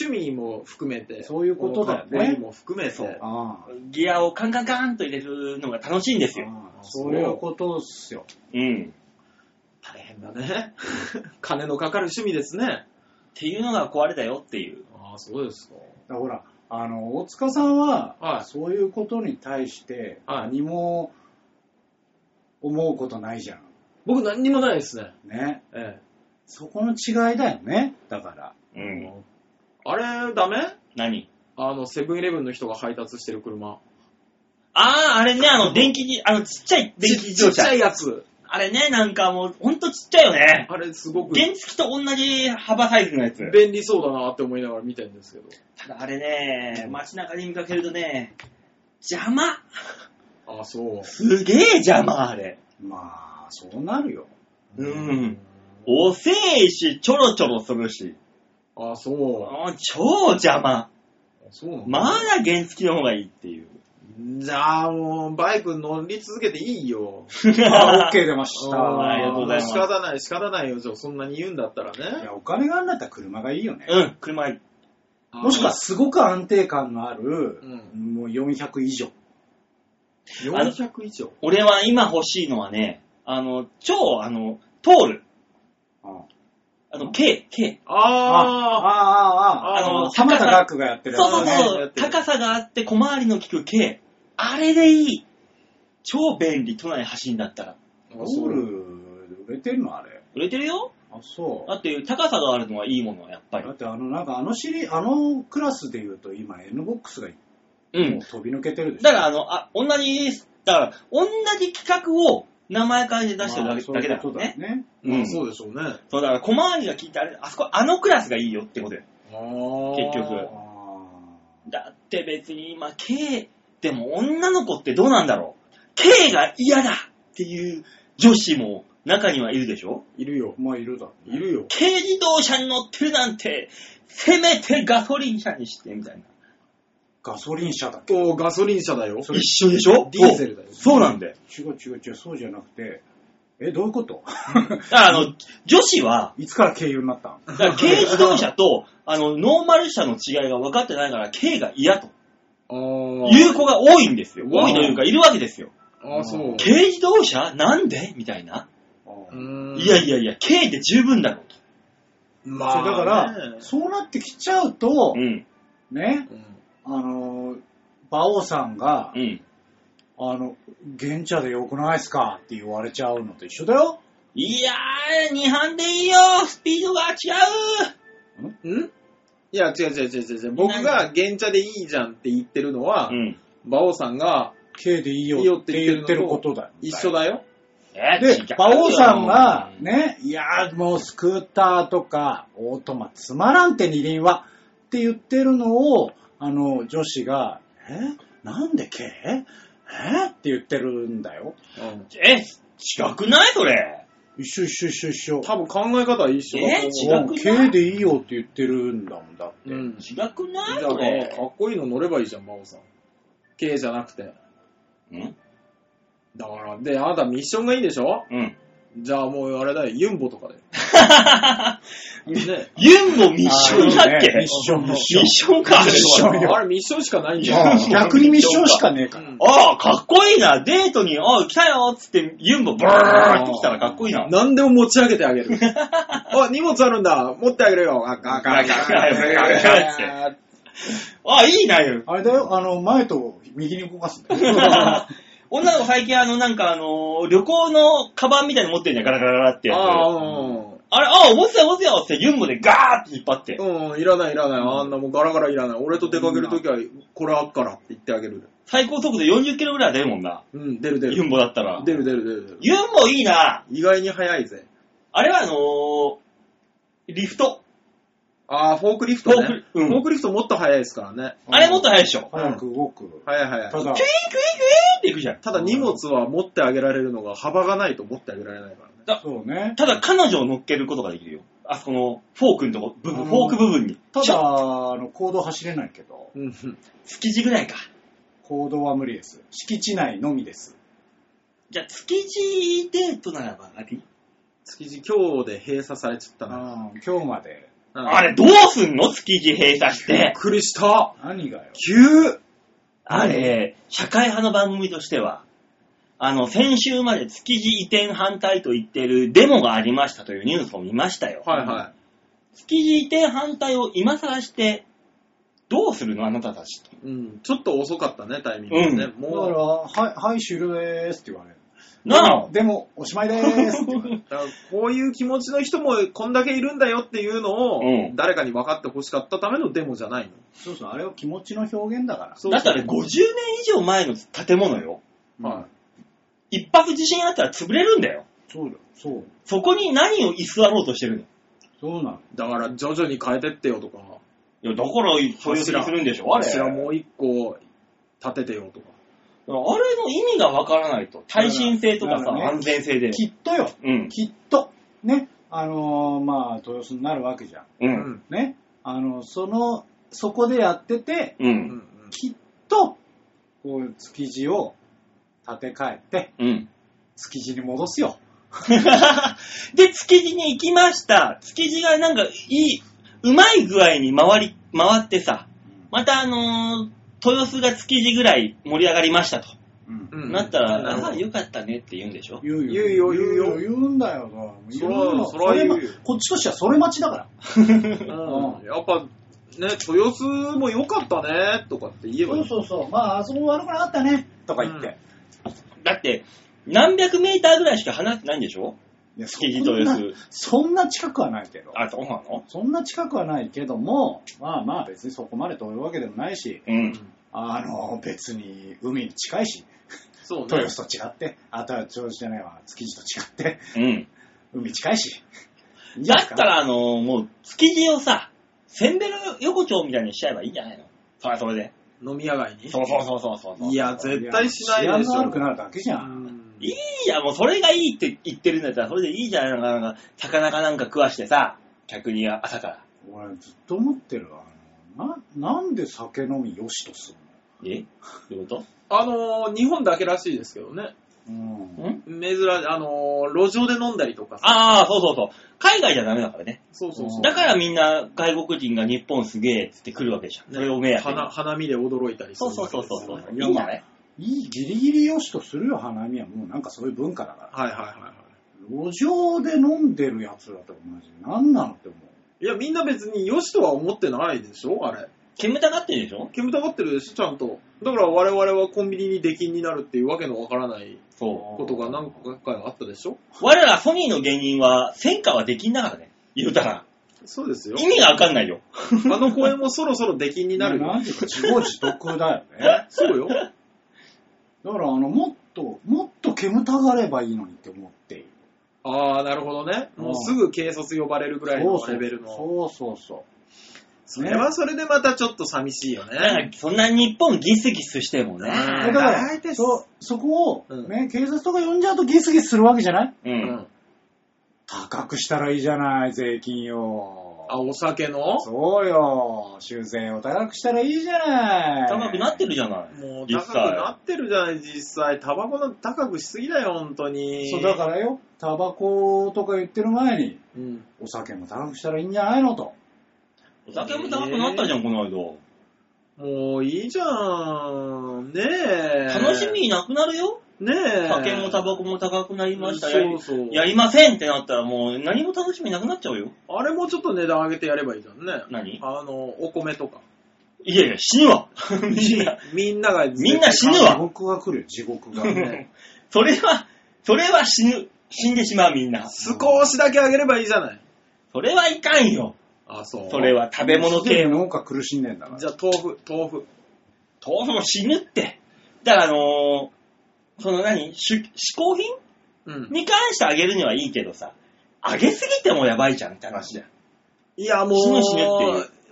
Speaker 3: 趣味も含めて。
Speaker 1: そういうことだよね
Speaker 3: かっこいいも含め
Speaker 2: そう
Speaker 3: て。
Speaker 1: ああ
Speaker 2: ギアをカンカンカンと入れるのが楽しいんですよ。
Speaker 1: ああそういうことっすよ。
Speaker 2: うん。
Speaker 3: 大変だ *laughs* ね。金のかかる趣味ですね。
Speaker 2: っていうのが壊れたよっていう。
Speaker 3: ああ、そうですか。
Speaker 1: だからほら、あの、大塚さんは、
Speaker 3: はい
Speaker 1: そういうことに対して
Speaker 3: はい
Speaker 1: 何も思うことないじゃん。
Speaker 3: 僕何にもないですね。
Speaker 1: ね。
Speaker 3: え
Speaker 1: そこの違いだよね。だから。
Speaker 2: う
Speaker 3: え
Speaker 2: ん。
Speaker 3: あれ、ダメ
Speaker 2: 何
Speaker 3: あの、セブンイレブンの人が配達してる
Speaker 2: あ
Speaker 3: 車。
Speaker 2: あ、あれね、あの、電気自、あの、ちっちゃい電気自動
Speaker 3: ちっち
Speaker 2: 車
Speaker 3: ゃ。いやつ。
Speaker 2: あれね、なんかもう、ほんとちっちゃいよね。
Speaker 3: あれ、すごく
Speaker 2: 原付と同じ幅サイズのやつ。
Speaker 3: 便利そうだなって思いながら見てるんですけど。
Speaker 2: ただあれね、街中で見かけるとね、邪魔
Speaker 3: ああ、そう。
Speaker 2: すげえ邪魔あれ。
Speaker 1: まあ、そう
Speaker 2: *laughs*
Speaker 1: なるよ。
Speaker 2: うん。遅えし、ちょろちょろするし。
Speaker 3: あ、そう。
Speaker 2: あー超邪魔。
Speaker 3: そうなの
Speaker 2: まだ原付の方がいいっていう。
Speaker 3: じゃあもう、バイク乗り続けていいよ。
Speaker 1: あ、OK 出ました。
Speaker 2: あーありがとうございます
Speaker 3: 仕方ない、仕方ないよ。じゃあそんなに言うんだったら
Speaker 1: い
Speaker 3: ね。
Speaker 1: や、お金があるんだったら車がいいよね。
Speaker 2: *laughs* うん、車いい。
Speaker 1: もしくは
Speaker 3: あ
Speaker 1: すごく安定感のある、
Speaker 3: う
Speaker 1: もう400以上。
Speaker 3: ー、400以上。
Speaker 2: 俺は今欲しいのはね、あの、超、あの、通る。
Speaker 1: あ
Speaker 2: あの、K、K。
Speaker 1: あ、
Speaker 3: ああ
Speaker 1: ああ、ああ、
Speaker 2: あの、
Speaker 1: サマタ
Speaker 2: さ
Speaker 1: ガックがやってるやつ
Speaker 2: そうそう
Speaker 1: ね。
Speaker 2: そ
Speaker 3: やっ
Speaker 2: う。
Speaker 3: てる
Speaker 2: 高さがあって小回りの利く K。あれでいい。超便利、都内走るんだったら。
Speaker 3: あそ
Speaker 1: オー
Speaker 3: う
Speaker 1: ル、売れてんのあれ。
Speaker 2: 売れてるよ
Speaker 1: あ、そう。
Speaker 2: だって高さがあるのはいいもの、やっぱり
Speaker 1: だ。ってあの、なんかあのシリあのクラスで言うと今 N ボックスがも
Speaker 2: う。
Speaker 1: うん飛び抜けてるでしょ。
Speaker 2: だから、あの、あ、同じ、だから、同じ企画を名前変えて出してるだけ,、
Speaker 1: まあ
Speaker 2: だけだ
Speaker 1: そ
Speaker 2: か
Speaker 1: うい
Speaker 2: ら
Speaker 1: うこ
Speaker 2: ね。
Speaker 1: とだね。
Speaker 2: う
Speaker 3: ま
Speaker 2: ん
Speaker 3: あそうでしょうね。
Speaker 2: そう、だから小回りが効いてあれ、あそこ、あのクラスがいいよってことよ。
Speaker 3: あー
Speaker 2: 結局
Speaker 1: あ
Speaker 2: だって別に今、K、でも女の子ってどうなんだろう ?K が嫌だっていう女子も中にはいるでしょ
Speaker 1: いるよ。まあいるだ。いるよ。
Speaker 2: 軽自動車に乗ってるなんて、せめてガソリン車にして、みたいな。
Speaker 1: ガソリン車だっけ
Speaker 3: おガソリン車だよ。
Speaker 1: それ
Speaker 2: 一緒でしょ
Speaker 3: ディーゼルだよ
Speaker 2: そうそうなんだよ。
Speaker 1: 違う違う違う、そうじゃなくて、え、どういうこと *laughs*
Speaker 2: あの、女子は、
Speaker 1: いつから軽油になったん
Speaker 2: だ *laughs* から軽自動車と、あの、ノーマル車の違いが分かってないから、軽が嫌と
Speaker 3: あ
Speaker 2: い
Speaker 3: ー
Speaker 2: う子が多いんですよ。
Speaker 3: わあ
Speaker 2: 多いというか、いるわけですよ。
Speaker 3: あー、そう。
Speaker 2: 軽自動車なんでみたいな。
Speaker 1: あ
Speaker 3: う
Speaker 1: あ
Speaker 3: ーん
Speaker 2: いや、いやいや、軽で十分だろうと。
Speaker 3: ま
Speaker 1: そうだから、そうなってきちゃうと
Speaker 2: う、ん、
Speaker 1: ね、あのー、馬王さんが
Speaker 2: う、ん。
Speaker 1: あの、現茶でよくないっすかって言われちゃうのと一緒だよ。
Speaker 2: いやー、2班でいいよスピードが違う
Speaker 3: うんいや、違う違う違う違う違う。僕が、現茶でいいじゃんって言ってるのは、
Speaker 2: ん。
Speaker 3: 馬王さんが、
Speaker 1: 軽でいい
Speaker 3: いいよ
Speaker 1: よっ
Speaker 3: って
Speaker 1: て
Speaker 3: 言
Speaker 1: 言
Speaker 3: っ
Speaker 1: ってて
Speaker 3: る
Speaker 1: る
Speaker 3: の
Speaker 1: こととだよ。
Speaker 3: 一緒だよ。
Speaker 2: え
Speaker 1: で
Speaker 2: 違うよ、
Speaker 1: 馬王さんが、ね、いやーもうスクーターとか、オートマつまらんって二輪は、って言ってるのを、あの、女子が、えなんでけえって言ってるんだよ。
Speaker 3: うん
Speaker 2: え、違くないそれ。
Speaker 1: 一緒一緒一緒一緒。
Speaker 3: 多分考え方は一緒だと
Speaker 2: 違
Speaker 3: 思う。
Speaker 2: くない
Speaker 1: 軽でいいよって言ってるんだもんだって。
Speaker 3: うん。じ
Speaker 2: 違くな
Speaker 3: ゃ
Speaker 2: い
Speaker 3: あ、か
Speaker 2: それ。
Speaker 3: っこいいの乗ればいいじゃん、馬王さん。K じゃなくて。
Speaker 2: うん
Speaker 3: だから、で、あなたミッションがいいでしょ
Speaker 2: うん。
Speaker 3: じゃあもうあれだよ、ユンボとかで。ね。
Speaker 2: *laughs* ユンボミッションだっけ
Speaker 1: あーいいねミッション、ミッショ
Speaker 2: ミッ
Speaker 1: ン。
Speaker 2: ションか。
Speaker 1: ミッションよ
Speaker 3: あれミッションしかないんじゃ
Speaker 1: あ
Speaker 3: ん。
Speaker 1: ー逆にミッションしかねえから。
Speaker 2: ああ、かっこいいな。デートに、ああ、来たよっつって、ユンボブーって来たらかっこいいな。
Speaker 3: 何でも持ち上げてあげる。あ、荷物あるんだ。持ってあげるよ。あかんあかんあかんあかんあかん
Speaker 2: ああ、いいなよ。
Speaker 1: あれだよ、あの、前と右に動かすんだ
Speaker 2: *laughs*
Speaker 1: よ。
Speaker 2: 女の子最近あの、なんかあの、旅行のカバンみたいに持ってるじゃん、ガラガラガラってやつ。
Speaker 3: あ
Speaker 2: あ
Speaker 3: ー
Speaker 2: れ、ああ、持つよ持つよってユンボでガーって引っ張って。
Speaker 3: うん。うん、いらないいらない。あんなもうガラガラいらない。俺と出かけるときは、これあっからって言ってあげる。
Speaker 2: 最高速度40キロぐらいは出るもんな。
Speaker 3: うん、出る出
Speaker 2: ユ
Speaker 3: る。
Speaker 2: ンボだったら。
Speaker 3: 出る出る出る出る。
Speaker 2: ユンボいいな。
Speaker 3: 意外に早いぜ。
Speaker 2: あれはあのー、リフト。
Speaker 3: あー、フォークリフト
Speaker 2: フォー
Speaker 3: ね。
Speaker 2: ク
Speaker 3: フ
Speaker 2: うん
Speaker 3: ォークリフトもっと早いですからね。
Speaker 2: あれもっと速いでしょ。
Speaker 1: 早く動く。
Speaker 3: 早い早い
Speaker 1: た。だ
Speaker 2: クイーンクイーンクイーン、っていくじゃん。
Speaker 3: ただ荷物は持ってあげられるのが幅がないと持ってあげられないからね。
Speaker 1: そうね。
Speaker 2: ただ彼女を乗っけることができるよ。あそこのフォークのとこ、部分、
Speaker 1: うん
Speaker 2: フォーク部分に。
Speaker 1: た
Speaker 2: ち
Speaker 1: だ、
Speaker 2: ょ、
Speaker 1: あの、行動走れないけど。
Speaker 3: うん。
Speaker 2: 築地ぐらいか。
Speaker 1: 行動は無理です。敷地内のみです。
Speaker 2: じゃあ、築地デートならばあり、
Speaker 3: 築地今日で閉鎖されちゃったな。
Speaker 1: うん今日まで。
Speaker 3: うん
Speaker 2: あれどうすんの築地閉鎖し。
Speaker 3: びってくりした
Speaker 1: 何がよ。
Speaker 3: 急
Speaker 2: あれ、社会派の番組としては、あの、先週まで築地移転反対と言ってるデモがありましたというニュースを見ましたよ。
Speaker 3: はいは
Speaker 2: 築地移転反対を今更して、どうするのあなたたちと。
Speaker 3: い。うん。ちょっと遅かったね、タイミングがね。
Speaker 1: だから、
Speaker 3: も
Speaker 1: はい、はい、終了でーすって言われる。
Speaker 2: なあ
Speaker 1: でも、おしまいでーすって言われる。
Speaker 3: う、だからこういう気持ちの人もこんだけいるんだよっていうのを
Speaker 2: うん、
Speaker 3: 誰かに分かってほしかったためのデモじゃないの。
Speaker 1: *laughs* そうそう、あれは気持ちの表現だから。
Speaker 3: そう
Speaker 2: だってあれ50年以上前の建物よ。
Speaker 3: は
Speaker 2: 一発地震あったら潰れるんだよ。
Speaker 1: そうだよ、そう。
Speaker 2: そこに何を居座ろうとしてるの
Speaker 1: そうなの。
Speaker 3: い。だから、徐々に変えてってよとか、
Speaker 2: いや、だから、そういうふうにするんでしょあれ。
Speaker 3: 柱
Speaker 2: あれの
Speaker 3: もう一個立ててよとか。
Speaker 2: 意味がわからないと。耐震性とか
Speaker 1: だ
Speaker 2: さ、
Speaker 1: からね
Speaker 2: 安全性で。
Speaker 1: きっとよ、
Speaker 2: うん。
Speaker 1: きっと、ね、あのーまあ、豊洲になるわけじゃん。
Speaker 2: う。
Speaker 3: うんん。
Speaker 1: ね、あの、その、そこでやってて、
Speaker 2: う。
Speaker 3: うんん。
Speaker 1: きっと、こう、築地を建て替えて、
Speaker 2: うん。
Speaker 1: 築地に戻すよ。
Speaker 2: *laughs* で、築地に行きました。築地がなんか、いい、うまい具合に回り、回ってさ、またあのー豊洲が築地ぐらい盛り上がりましたと。
Speaker 1: うん
Speaker 3: うん
Speaker 2: なったら、
Speaker 3: なるほ
Speaker 2: ああ、
Speaker 3: ど
Speaker 2: よかったねって言うんでしょ
Speaker 1: 言う
Speaker 3: 言うよ
Speaker 1: 言う
Speaker 3: 言うよ
Speaker 1: 言うんだよな。
Speaker 3: そ
Speaker 1: 言
Speaker 3: ら
Speaker 1: うの
Speaker 3: そら言うよ
Speaker 1: れまこっちとしてはそれ待ちだから。
Speaker 3: うんやっぱ、ね、豊洲も良かったね、とかって言えばいい。
Speaker 1: そうそう。まあ、あそこ悪くなかったね。とか言って。
Speaker 3: うん
Speaker 2: だって、何百メーターぐらいしか離れてないんでしょ
Speaker 1: いや
Speaker 2: 築地と豊洲。
Speaker 1: そんな近くはないけど。
Speaker 2: あ、そうなの
Speaker 1: そんな近くはないけども、まあまあ別にそこまで遠いわけでもないし、
Speaker 2: う。
Speaker 3: うんん
Speaker 1: あの、別に海に近いし、
Speaker 3: そうね
Speaker 1: 豊。洲と違って、あとは豊洲じゃないわ、築地と違って、
Speaker 2: うん。
Speaker 1: 海近いし。いいんじゃ
Speaker 2: だ
Speaker 1: ない
Speaker 2: っ
Speaker 1: ですか
Speaker 2: たら、あのーもう、築地をさ、センベロ横丁みたいにしちゃえばいいんじゃないのそれはそれで。
Speaker 3: 飲み屋街に。
Speaker 2: そうそうそうそうそうそう。
Speaker 3: いや、絶対しないでしょ。
Speaker 1: 治安が悪くなるだけじゃ。
Speaker 3: うんん
Speaker 2: いいや、もうそれがいいって言ってるんだったら、それでいいじゃん。なんか、魚かなんか食わしてさ、客に朝から。
Speaker 1: 俺ずっと思ってるわ。あのな、なんで酒飲みよしとす
Speaker 2: えどういうこ
Speaker 3: あのー、日本だけらしいですけどね。
Speaker 1: るの
Speaker 2: と
Speaker 1: うん。
Speaker 2: ん
Speaker 3: 珍しい、あのー、路上で飲んだりとかさ。
Speaker 2: ああ、そうそうそう。海外じゃダメだからね。
Speaker 3: そうそうそう。
Speaker 2: だからみんな外国人が日本すげえっつって来るわけじゃん。それを目当てに
Speaker 3: 花花見で驚いたりす
Speaker 2: そ
Speaker 3: る
Speaker 2: うそうそうそう
Speaker 3: わ
Speaker 2: そう。
Speaker 3: け
Speaker 2: い
Speaker 3: で
Speaker 2: い
Speaker 3: すよね
Speaker 2: んじゃない
Speaker 1: いい、ギリギリよしとするよ、花見は。もうなんかそういう文化だから。
Speaker 3: はいはいはいはい。
Speaker 1: 路上で飲んでるやつだとマジで何なのって思う。
Speaker 3: いや、みんな別に良しとは思ってないでしょあれ。
Speaker 2: 煙たがってるでしょ
Speaker 3: 煙たがってるでしょちゃんと。だから我々はコンビニに出禁になるっていうわけのわからない
Speaker 2: そ
Speaker 3: ことが何回かあったでしょ
Speaker 2: う。我らソニーの芸人は、戦火はできんながらね。言うたら。
Speaker 3: そうですよ。
Speaker 2: 意味がわかんないよ。
Speaker 3: あの公園もそろそろ出禁になるよ。
Speaker 1: んていうか、自業自得だよね。
Speaker 3: そうよ。
Speaker 1: だから、あの、もっと、もっと煙たがればいいのにって思っている。
Speaker 3: ああ、なるほどね。もうすぐ警察呼ばれるぐらいのレベルの。
Speaker 1: そうそうそ
Speaker 3: それはそれでまたちょっと寂しいよ
Speaker 2: なん
Speaker 3: ね。
Speaker 2: かそんな日本ギスギスしてもね。
Speaker 1: う。
Speaker 3: う
Speaker 1: だ
Speaker 3: ん
Speaker 1: から
Speaker 3: 大体、
Speaker 1: そそこ
Speaker 3: う
Speaker 1: を、
Speaker 3: ん
Speaker 1: ね、警察とか呼んじゃうとギスギスするわけじゃない
Speaker 2: うん。
Speaker 3: うん。
Speaker 1: 高くしたらいいじゃない、税金よ。
Speaker 3: あ、お酒の
Speaker 1: そうよ。修正を高くしたらいいじゃない。
Speaker 2: 高くなってるじゃない。
Speaker 3: もう
Speaker 2: 実
Speaker 3: 高く
Speaker 2: 際
Speaker 3: なってるじゃない、実際。タバコの高くしすぎだよ、本当に。
Speaker 1: そう、だからよ、タバコとか言ってる前に、
Speaker 3: うん。
Speaker 1: お酒も高くしたらいいんじゃないのと。
Speaker 2: お酒も高くなったじゃん、この間。
Speaker 3: もういいじゃん。ねえ。
Speaker 2: 楽しみなくなるよ。
Speaker 3: ねえ。
Speaker 2: 酒もタバコも高くなりましたや
Speaker 3: そ
Speaker 2: り
Speaker 3: うそう。
Speaker 2: やりませんってなったらもう何も楽しみなくなっちゃうよ。
Speaker 3: あれもちょっと値段上げてやればいいじゃんね。
Speaker 2: 何
Speaker 3: あの、お米とか。
Speaker 2: いやいや、死ぬ *laughs* わ。みんな。
Speaker 3: みんなが。
Speaker 2: みんな死ぬ
Speaker 1: 地
Speaker 2: わ
Speaker 1: 獄が来るよ、地獄
Speaker 2: *laughs*
Speaker 1: が。
Speaker 3: ね
Speaker 2: それは、それは死ぬ。死んでしまうみんな。
Speaker 3: 少しだけ上げればいいじゃない。
Speaker 2: それはいかんよ。
Speaker 3: あ、そう。
Speaker 2: それは食べ物系。
Speaker 1: 農家苦しんでんだから。
Speaker 3: じゃあ、豆腐、豆腐。
Speaker 2: 豆腐も死ぬって。だからあのーその何し嗜好品
Speaker 3: うん。
Speaker 2: に関してあげるにはいいけどさ、あげすぎてもやばいじゃんって話だよ。
Speaker 3: いや、もう、
Speaker 2: 死ぬ死ぬっ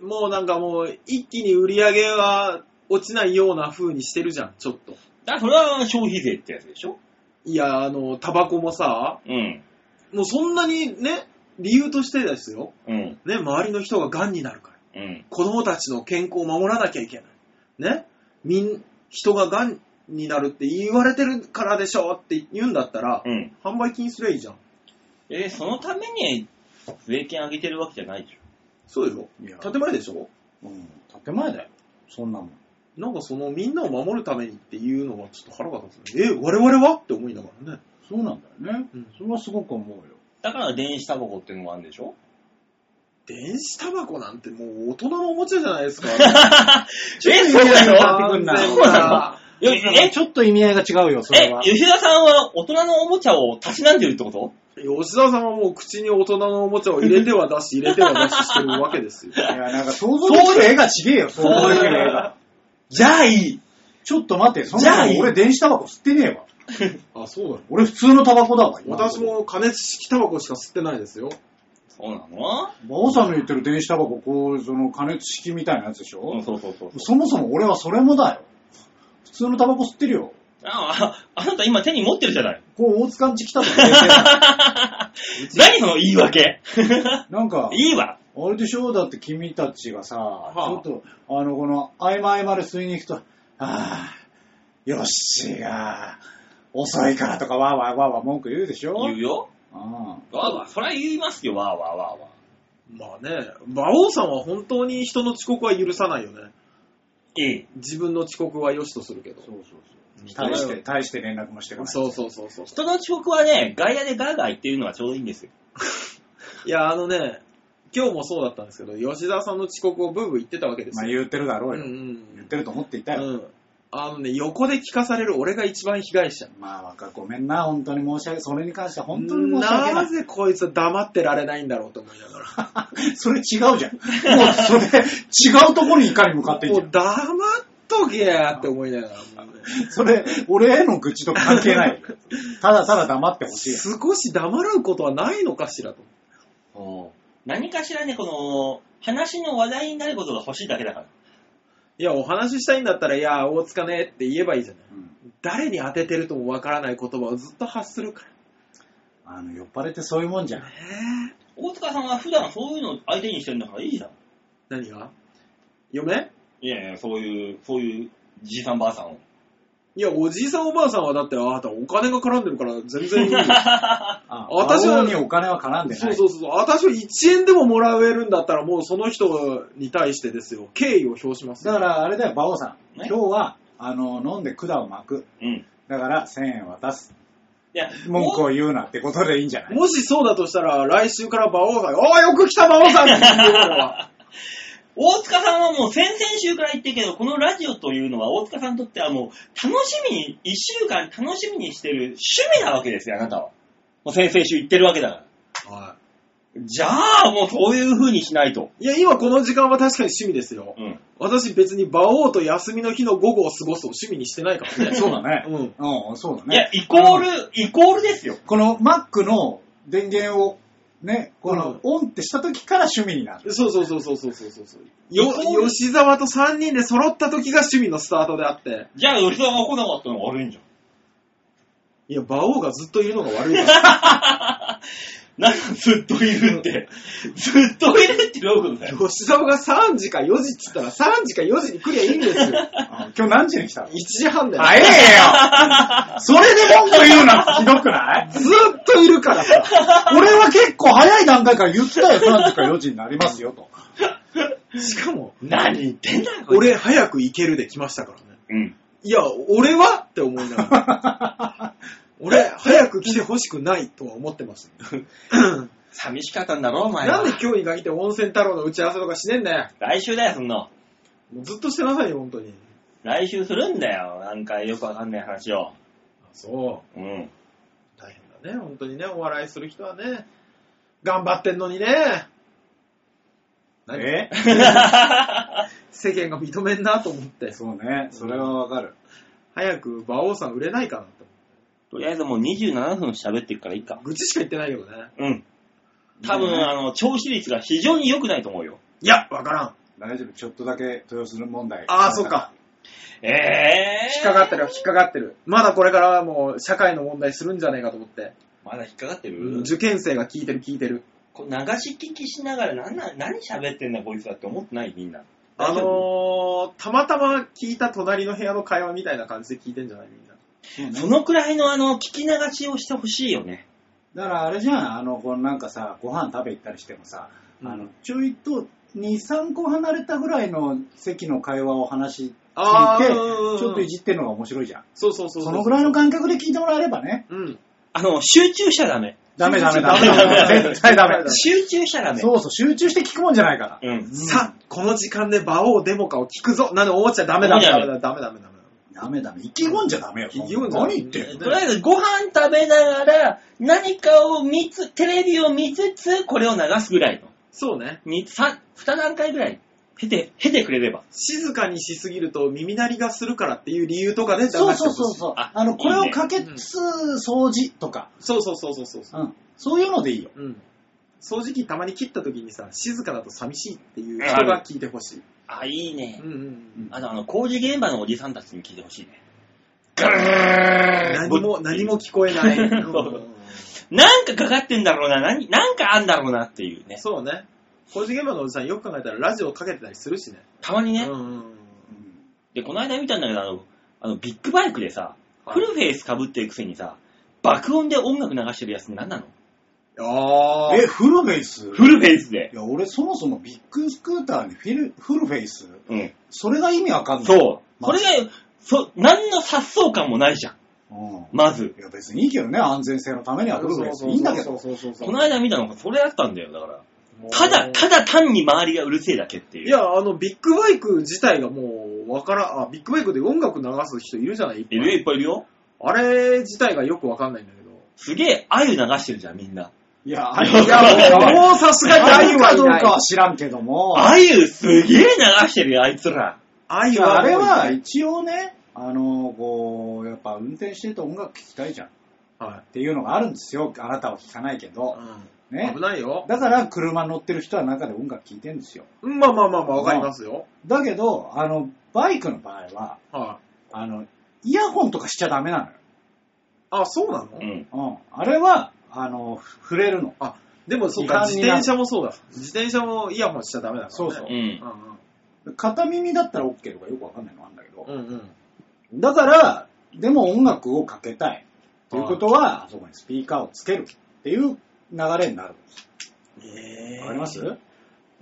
Speaker 3: もうなんかもう、一気に売り上げは落ちないような風にしてるじゃん、ちょっと。
Speaker 2: だからそれは消費税ってやつでしょ
Speaker 3: いや、あの、タバコもさ、
Speaker 2: うん。
Speaker 3: もうそんなにね、理由としてですよ。
Speaker 2: うん。
Speaker 3: ね、周りの人が癌になるから。
Speaker 2: うん。
Speaker 3: 子供たちの健康を守らなきゃいけない。ね。みん、人が癌になるって言われてるからでしょって言うんだったら、
Speaker 2: うん。
Speaker 3: 販売禁止すりゃいいじゃん。
Speaker 2: えーそのために税金上げてるわけじゃないでしょ。
Speaker 3: そうよ。
Speaker 1: いや
Speaker 3: 建前でしょ
Speaker 1: うん、建前だよ。そんなもん。
Speaker 3: なんかそのみんなを守るためにっていうのはちょっと腹が立つね。え、我々はって思いながらね。
Speaker 1: そうなんだよね。
Speaker 3: うん
Speaker 1: それはすごく思うよ。
Speaker 2: だから電子タバコっていうのがあるんでしょ
Speaker 3: 電子タバコなんてもう大人のおもちゃじゃないですか。
Speaker 2: え、そうな
Speaker 1: ちょっと
Speaker 2: の
Speaker 1: やってくんな
Speaker 3: 完全な
Speaker 2: え、え、
Speaker 1: ちょっと意味合いが違うよ、それ
Speaker 2: え
Speaker 1: は、。
Speaker 2: 吉田さんは大人のおもちゃをたしなんでるってこと
Speaker 3: 吉田さんはもう口に大人のおもちゃを入れては出し、入れては出ししてるわけですよ。
Speaker 1: いや、なんか想像できる絵が違えよ、想像できる絵が。
Speaker 2: じゃあいい。
Speaker 1: ちょっと待て、そも
Speaker 2: じ
Speaker 1: そ
Speaker 2: ゃあいい
Speaker 1: も俺電子タバコ吸ってねえわ。
Speaker 3: あ、そうだよ。
Speaker 1: 俺普通のタバコだわ。今
Speaker 3: 私。も加熱式タバコしか吸ってないですよ。
Speaker 2: そうなの
Speaker 1: 馬王さんの言ってる電子タバコ、こう、その加熱式みたいなやつでしょ、
Speaker 2: うん、そうそうそうそう。
Speaker 1: そもそも俺はそれもだよ。普通のタバコ吸ってるよ。
Speaker 2: ああ、あなた今手に持ってるじゃない。
Speaker 1: こう、大塚んち来たとか言って
Speaker 2: 何その言い訳。
Speaker 1: なんか、
Speaker 2: いいわ。
Speaker 1: あれでしょだって君たちがさ、
Speaker 3: あ
Speaker 1: ちょっと、あの、この、合間合間で吸いに行くと、ああ、よっしーが、遅いからとか、わーわーわーわー文句言うでしょ
Speaker 2: 言うよ。
Speaker 1: ああ
Speaker 2: わーわー、そりゃ言いますよ、わーわーわーわ
Speaker 3: まあね、馬王さんは本当に人の遅刻は許さないよね。
Speaker 2: ー。いい。
Speaker 3: 自分の遅刻は良しとするけど。
Speaker 1: そうそうそう。
Speaker 3: 人の
Speaker 1: 対して、対して連絡もしてこない。
Speaker 3: そうそうそうそう。
Speaker 2: 人の遅刻はね、外野でガーガー言ってるのはちょうどいいんですよ。
Speaker 3: いや、あのね、今日もそうだったんですけど、吉田さんの遅刻をブーブー言ってたわけです
Speaker 1: まあ
Speaker 3: よ。
Speaker 1: 言ってるだろうよ。
Speaker 3: うん
Speaker 1: 言ってると思っていた
Speaker 3: うん
Speaker 1: よ。
Speaker 3: うん。あのね、横で聞かされる俺が一番被害者。
Speaker 1: まあ、若ごめんな、本当に申し訳、それに関しては本当に申し訳ない。
Speaker 3: ぜこいつは黙ってられないんだろうと思いながら。
Speaker 1: それ違うじゃん。もうそれ、違うところに怒り向かっていい
Speaker 3: も
Speaker 1: じゃ
Speaker 3: う黙っとけやって思いながら、もうね
Speaker 1: ん。それ、俺への愚痴とか関係ない。ただただ黙ってほしい。
Speaker 3: 少し黙ることはないのかしらと。
Speaker 2: 何かしらね、この、話の話題になることが欲しいだけだから。
Speaker 3: いや、お話ししたいんだったら、いや、大塚ねって言えばいいじゃない。
Speaker 1: うん
Speaker 3: 誰に当ててるともわからない言葉をずっと発するか
Speaker 1: あの、酔っ払いってそういうもんじゃん
Speaker 3: ら。。ねえ
Speaker 2: 大塚さんは普段そういうの相手にしてるんだからいいじゃん。
Speaker 3: 何が嫁
Speaker 2: いやいや、そういう、そういうじいさんばあさんを。
Speaker 3: いや、おじいさんおばあさんはだって、あなたお金が絡んでるから全然いいよ。
Speaker 1: あ
Speaker 3: 私は
Speaker 1: 馬王にお金は絡んでな
Speaker 3: *laughs*
Speaker 1: い。
Speaker 3: そうそうそう。私は1円でももらえるんだったら、もうその人に対してですよ、敬意を表しますよ。
Speaker 1: だから、あれだよ、馬王さん。
Speaker 2: ね
Speaker 1: 今日は、あの、飲んで管を巻く。
Speaker 2: うん。い
Speaker 1: だから、1000円渡す。
Speaker 2: や、
Speaker 1: 文句を言うなってことでいいんじゃない
Speaker 3: もしそうだとしたら、来週から馬王さん、おーよく来た馬王さんって言ってくれれば
Speaker 2: 大塚さんはもう先々週から言ってるけど、このラジオというのは大塚さんにとってはもう楽しみに、一週間楽しみにしてる趣味なわけですよ、あなたは。もう先々週言ってるわけだから。
Speaker 3: は
Speaker 2: じゃあ、もうそういう風にしないと。
Speaker 3: い。いや、今この時間は確かに趣味ですよ。
Speaker 2: うん。
Speaker 3: 私別に馬王と休みの日の午後を過ごすを趣味にしてないからね。
Speaker 1: そうだね。
Speaker 3: うん
Speaker 1: うん、そうだ
Speaker 2: いや
Speaker 1: ね。、
Speaker 2: イコール、イコールですよ。
Speaker 1: この Mac の電源を、ね、こ
Speaker 3: うん
Speaker 1: の、オンってした時から趣味になる。
Speaker 3: そうそうそうそうそうそうそうそう。よ
Speaker 2: イコール
Speaker 3: 吉沢と3人で揃った時が趣味のスタートであって、
Speaker 2: じゃあ、吉田が来なかったのが悪いんじゃん。
Speaker 3: いや、馬王がずっと言うのが悪いから。
Speaker 2: なんかずっといるって。ずっといるってどういうことだよ。
Speaker 3: *laughs* 吉沢が3時か4時っつったら3時か4時に来りゃいいんですよ。 *laughs*
Speaker 1: うん今日何時に来たの
Speaker 3: 1時半だよ。
Speaker 1: 早えよそれで文句言うな *laughs* ってひどくない
Speaker 3: ずっといるから *laughs* さ。
Speaker 1: 俺は結構早い段階から言ってたよ、3時から4時になりますよと。
Speaker 3: しかも、
Speaker 2: *laughs* 何言ってんだよ、こいつ
Speaker 3: 俺早く行けるで来ましたからね。
Speaker 2: うん。
Speaker 3: いや、俺はって思いながら。 *laughs* 俺、早く来てほしくないとは思ってます。 *laughs*
Speaker 2: 寂しかったんだろ、お前は。
Speaker 3: なんで今日に限って温泉太郎の打ち合わせとかしねえんだよ。
Speaker 2: 来週だよ、そんなの。
Speaker 3: もうずっとしてなさいよ、本当に。
Speaker 2: 来週するんだよ。なんかよくわかんない話を。
Speaker 3: そ
Speaker 2: うん。
Speaker 3: う。大変だね、本当にね。お笑いする人はね。頑張ってんのにね。何
Speaker 1: え
Speaker 3: 世間が認めんなと思って。
Speaker 1: そうね、それはわかる。
Speaker 3: 早く馬王さん売れないかなと思
Speaker 2: *laughs* とりあえずもう27分喋ってるからいいか
Speaker 3: って。。愚痴しか言ってないけどね。
Speaker 2: うん。多分、あの、調子率が非常に良くないと思うよ。
Speaker 3: いや、わからん。
Speaker 1: 大丈夫、ちょっとだけ豊洲の問題。
Speaker 3: ああ、そうか。
Speaker 2: ええー。
Speaker 3: 引っかかってる、引っかかってる。まだこれからはもう社会の問題するんじゃないかと思って。
Speaker 2: まだ引っかかってる、
Speaker 3: 受験生が聞いてる、聞いてる。
Speaker 2: こう流し聞きしながら何な、何喋ってんだこいつだって思ってないみんな。
Speaker 3: あのー、たまたま聞いた隣の部屋の会話みたいな感じで聞いてんじゃないみんな。
Speaker 1: そうね
Speaker 2: そのくらいのあの、聞き流しをしてほしいよね。
Speaker 1: だからあれじゃん、あの、こうなんかさ、ご飯食べ行ったりしてもさ、あ
Speaker 3: う
Speaker 1: の
Speaker 3: ん、
Speaker 1: ちょいと2、3個離れたぐらいの席の会話を話し
Speaker 3: あ
Speaker 1: 聞いて、ち
Speaker 3: ー
Speaker 1: ょっといじってるのが面白いじゃん。
Speaker 3: そうそうそうう。
Speaker 1: そのぐらいの感覚で聞いてもらえればね。
Speaker 3: うん。
Speaker 2: あの、集中しちゃダメ。
Speaker 1: ダメダメダメ
Speaker 3: ダメダメダ
Speaker 1: ダ
Speaker 3: メ
Speaker 1: メ。絶対ダメ。
Speaker 2: 集中しちゃダメ。
Speaker 1: そうそう、集中して聞くもんじゃないから。
Speaker 2: うん。
Speaker 3: さあ、この時間で馬王デモかを聞くぞなんで思っちゃダメダメダメダメダメダメダメ。
Speaker 1: ダメダメ。意気込んじゃダメよ。
Speaker 3: 意気込んじゃダメ
Speaker 1: 何言ってんの
Speaker 2: とりあえずご飯食べながら何かを見つ、テレビを見つつこれを流すぐらいの。
Speaker 3: そうね。
Speaker 2: にさ二段階ぐらい、へて、へてくれれば。
Speaker 3: 静かにしすぎると耳鳴りがするからっていう理由とかで流して
Speaker 1: そう
Speaker 3: ほしい
Speaker 1: そうそうそう。
Speaker 2: あ
Speaker 1: あの、これ
Speaker 2: いい
Speaker 1: を
Speaker 2: ね
Speaker 1: かけつつ掃除とか、
Speaker 3: そうそうそうそうそうそう。
Speaker 1: うん。そういうのでいいよ。
Speaker 3: うん。掃除機たまに切った時にさ、静かだと寂しいっていう人が聞いてほしい。
Speaker 2: あ、いいね
Speaker 3: う。んうんうん。
Speaker 2: あと、あの、工事現場のおじさんたちに聞いてほしいね。
Speaker 3: 何も、何も聞こえない。うん
Speaker 2: なんかかかってんだろうな、何、なんかあんだろうなっていうね。
Speaker 3: そうね。工事現場のおじさんよく考えたらラジオかけてたりするしね。
Speaker 2: たまにね。
Speaker 3: うんうんうん。
Speaker 2: で、この間見たんだけど、あの、あのビッグバイクでさ、
Speaker 3: はい
Speaker 2: フルフェイス被ってるくせにさ、爆音で音楽流してるやつ何なの
Speaker 3: あ
Speaker 1: え、フルフェイス
Speaker 2: フルフェイスで。
Speaker 1: いや、俺そもそもビッグスクーターにフィルフルフェイス
Speaker 2: うん。
Speaker 1: それが意味わかんない。
Speaker 2: そう。
Speaker 1: ま
Speaker 2: これが、そ、何の殺傷感もないじゃん。
Speaker 1: うん。
Speaker 2: まず。
Speaker 1: いや、別にいいけどね、安全性のためにはフルフェイスでいいんだけど。
Speaker 3: そうそうそうそう
Speaker 2: この間見たのがそれだったんだよ、だから。
Speaker 3: もう
Speaker 2: ただ、ただ単に周りがうるせえだけっていう。
Speaker 3: いや、あの、ビッグバイク自体がもう、わからん、あ、ビッグバイクで音楽流す人いるじゃないいっぱ
Speaker 2: い
Speaker 3: い
Speaker 2: るよ、いっぱいいるよ。
Speaker 3: あれ自体がよくわかんないんだけど。
Speaker 2: すげえ、あゆ流してるじゃん、みんな。
Speaker 1: いや、
Speaker 2: あ
Speaker 1: あ
Speaker 2: れ
Speaker 1: れ
Speaker 2: いや
Speaker 1: は、
Speaker 3: うさす
Speaker 1: あるか
Speaker 3: は
Speaker 1: どうか
Speaker 3: か
Speaker 1: は。知らんけども。
Speaker 2: あゆすげえ流してるよ、あいつら。
Speaker 3: あ
Speaker 1: い
Speaker 3: ゆ
Speaker 1: や
Speaker 3: は
Speaker 1: あれは
Speaker 3: もういない
Speaker 1: 一応ね、あの、こう、やっぱ運転してると音楽聴きたいじゃん。
Speaker 3: は
Speaker 1: っていうのがあるんですよ。あなたは聞かないけ
Speaker 3: い。
Speaker 1: ど。
Speaker 3: うん。
Speaker 1: ね
Speaker 3: 危。ないよ。
Speaker 1: だから車乗ってる人は中で音楽聴いてるんですよ。
Speaker 3: うんまあまあまあまあ、わかりますよ。
Speaker 1: だけど、あの、バイクの場合は、
Speaker 3: はい。
Speaker 1: あの、イヤホンとかしちゃダメな
Speaker 3: あ、そうなの
Speaker 2: うん。
Speaker 1: のよ。うん。あれは、あの、ふ触れるの。
Speaker 3: あ、でもそっ
Speaker 1: 違
Speaker 3: か、
Speaker 1: 反
Speaker 3: 自
Speaker 1: になる
Speaker 3: 転車もそうだ。自転車もイヤホンしちゃダメだからね。
Speaker 1: そうそ
Speaker 2: う
Speaker 1: う
Speaker 3: うん
Speaker 2: ん。
Speaker 1: 片耳だったら OK とかよくわかんないのあるんだけど。
Speaker 3: うん。うんうん。
Speaker 1: だから、でも音楽をかけたい。ということは、あそこにスピーカーをつけるっていう流れになるんです。
Speaker 3: え
Speaker 1: わかります
Speaker 3: も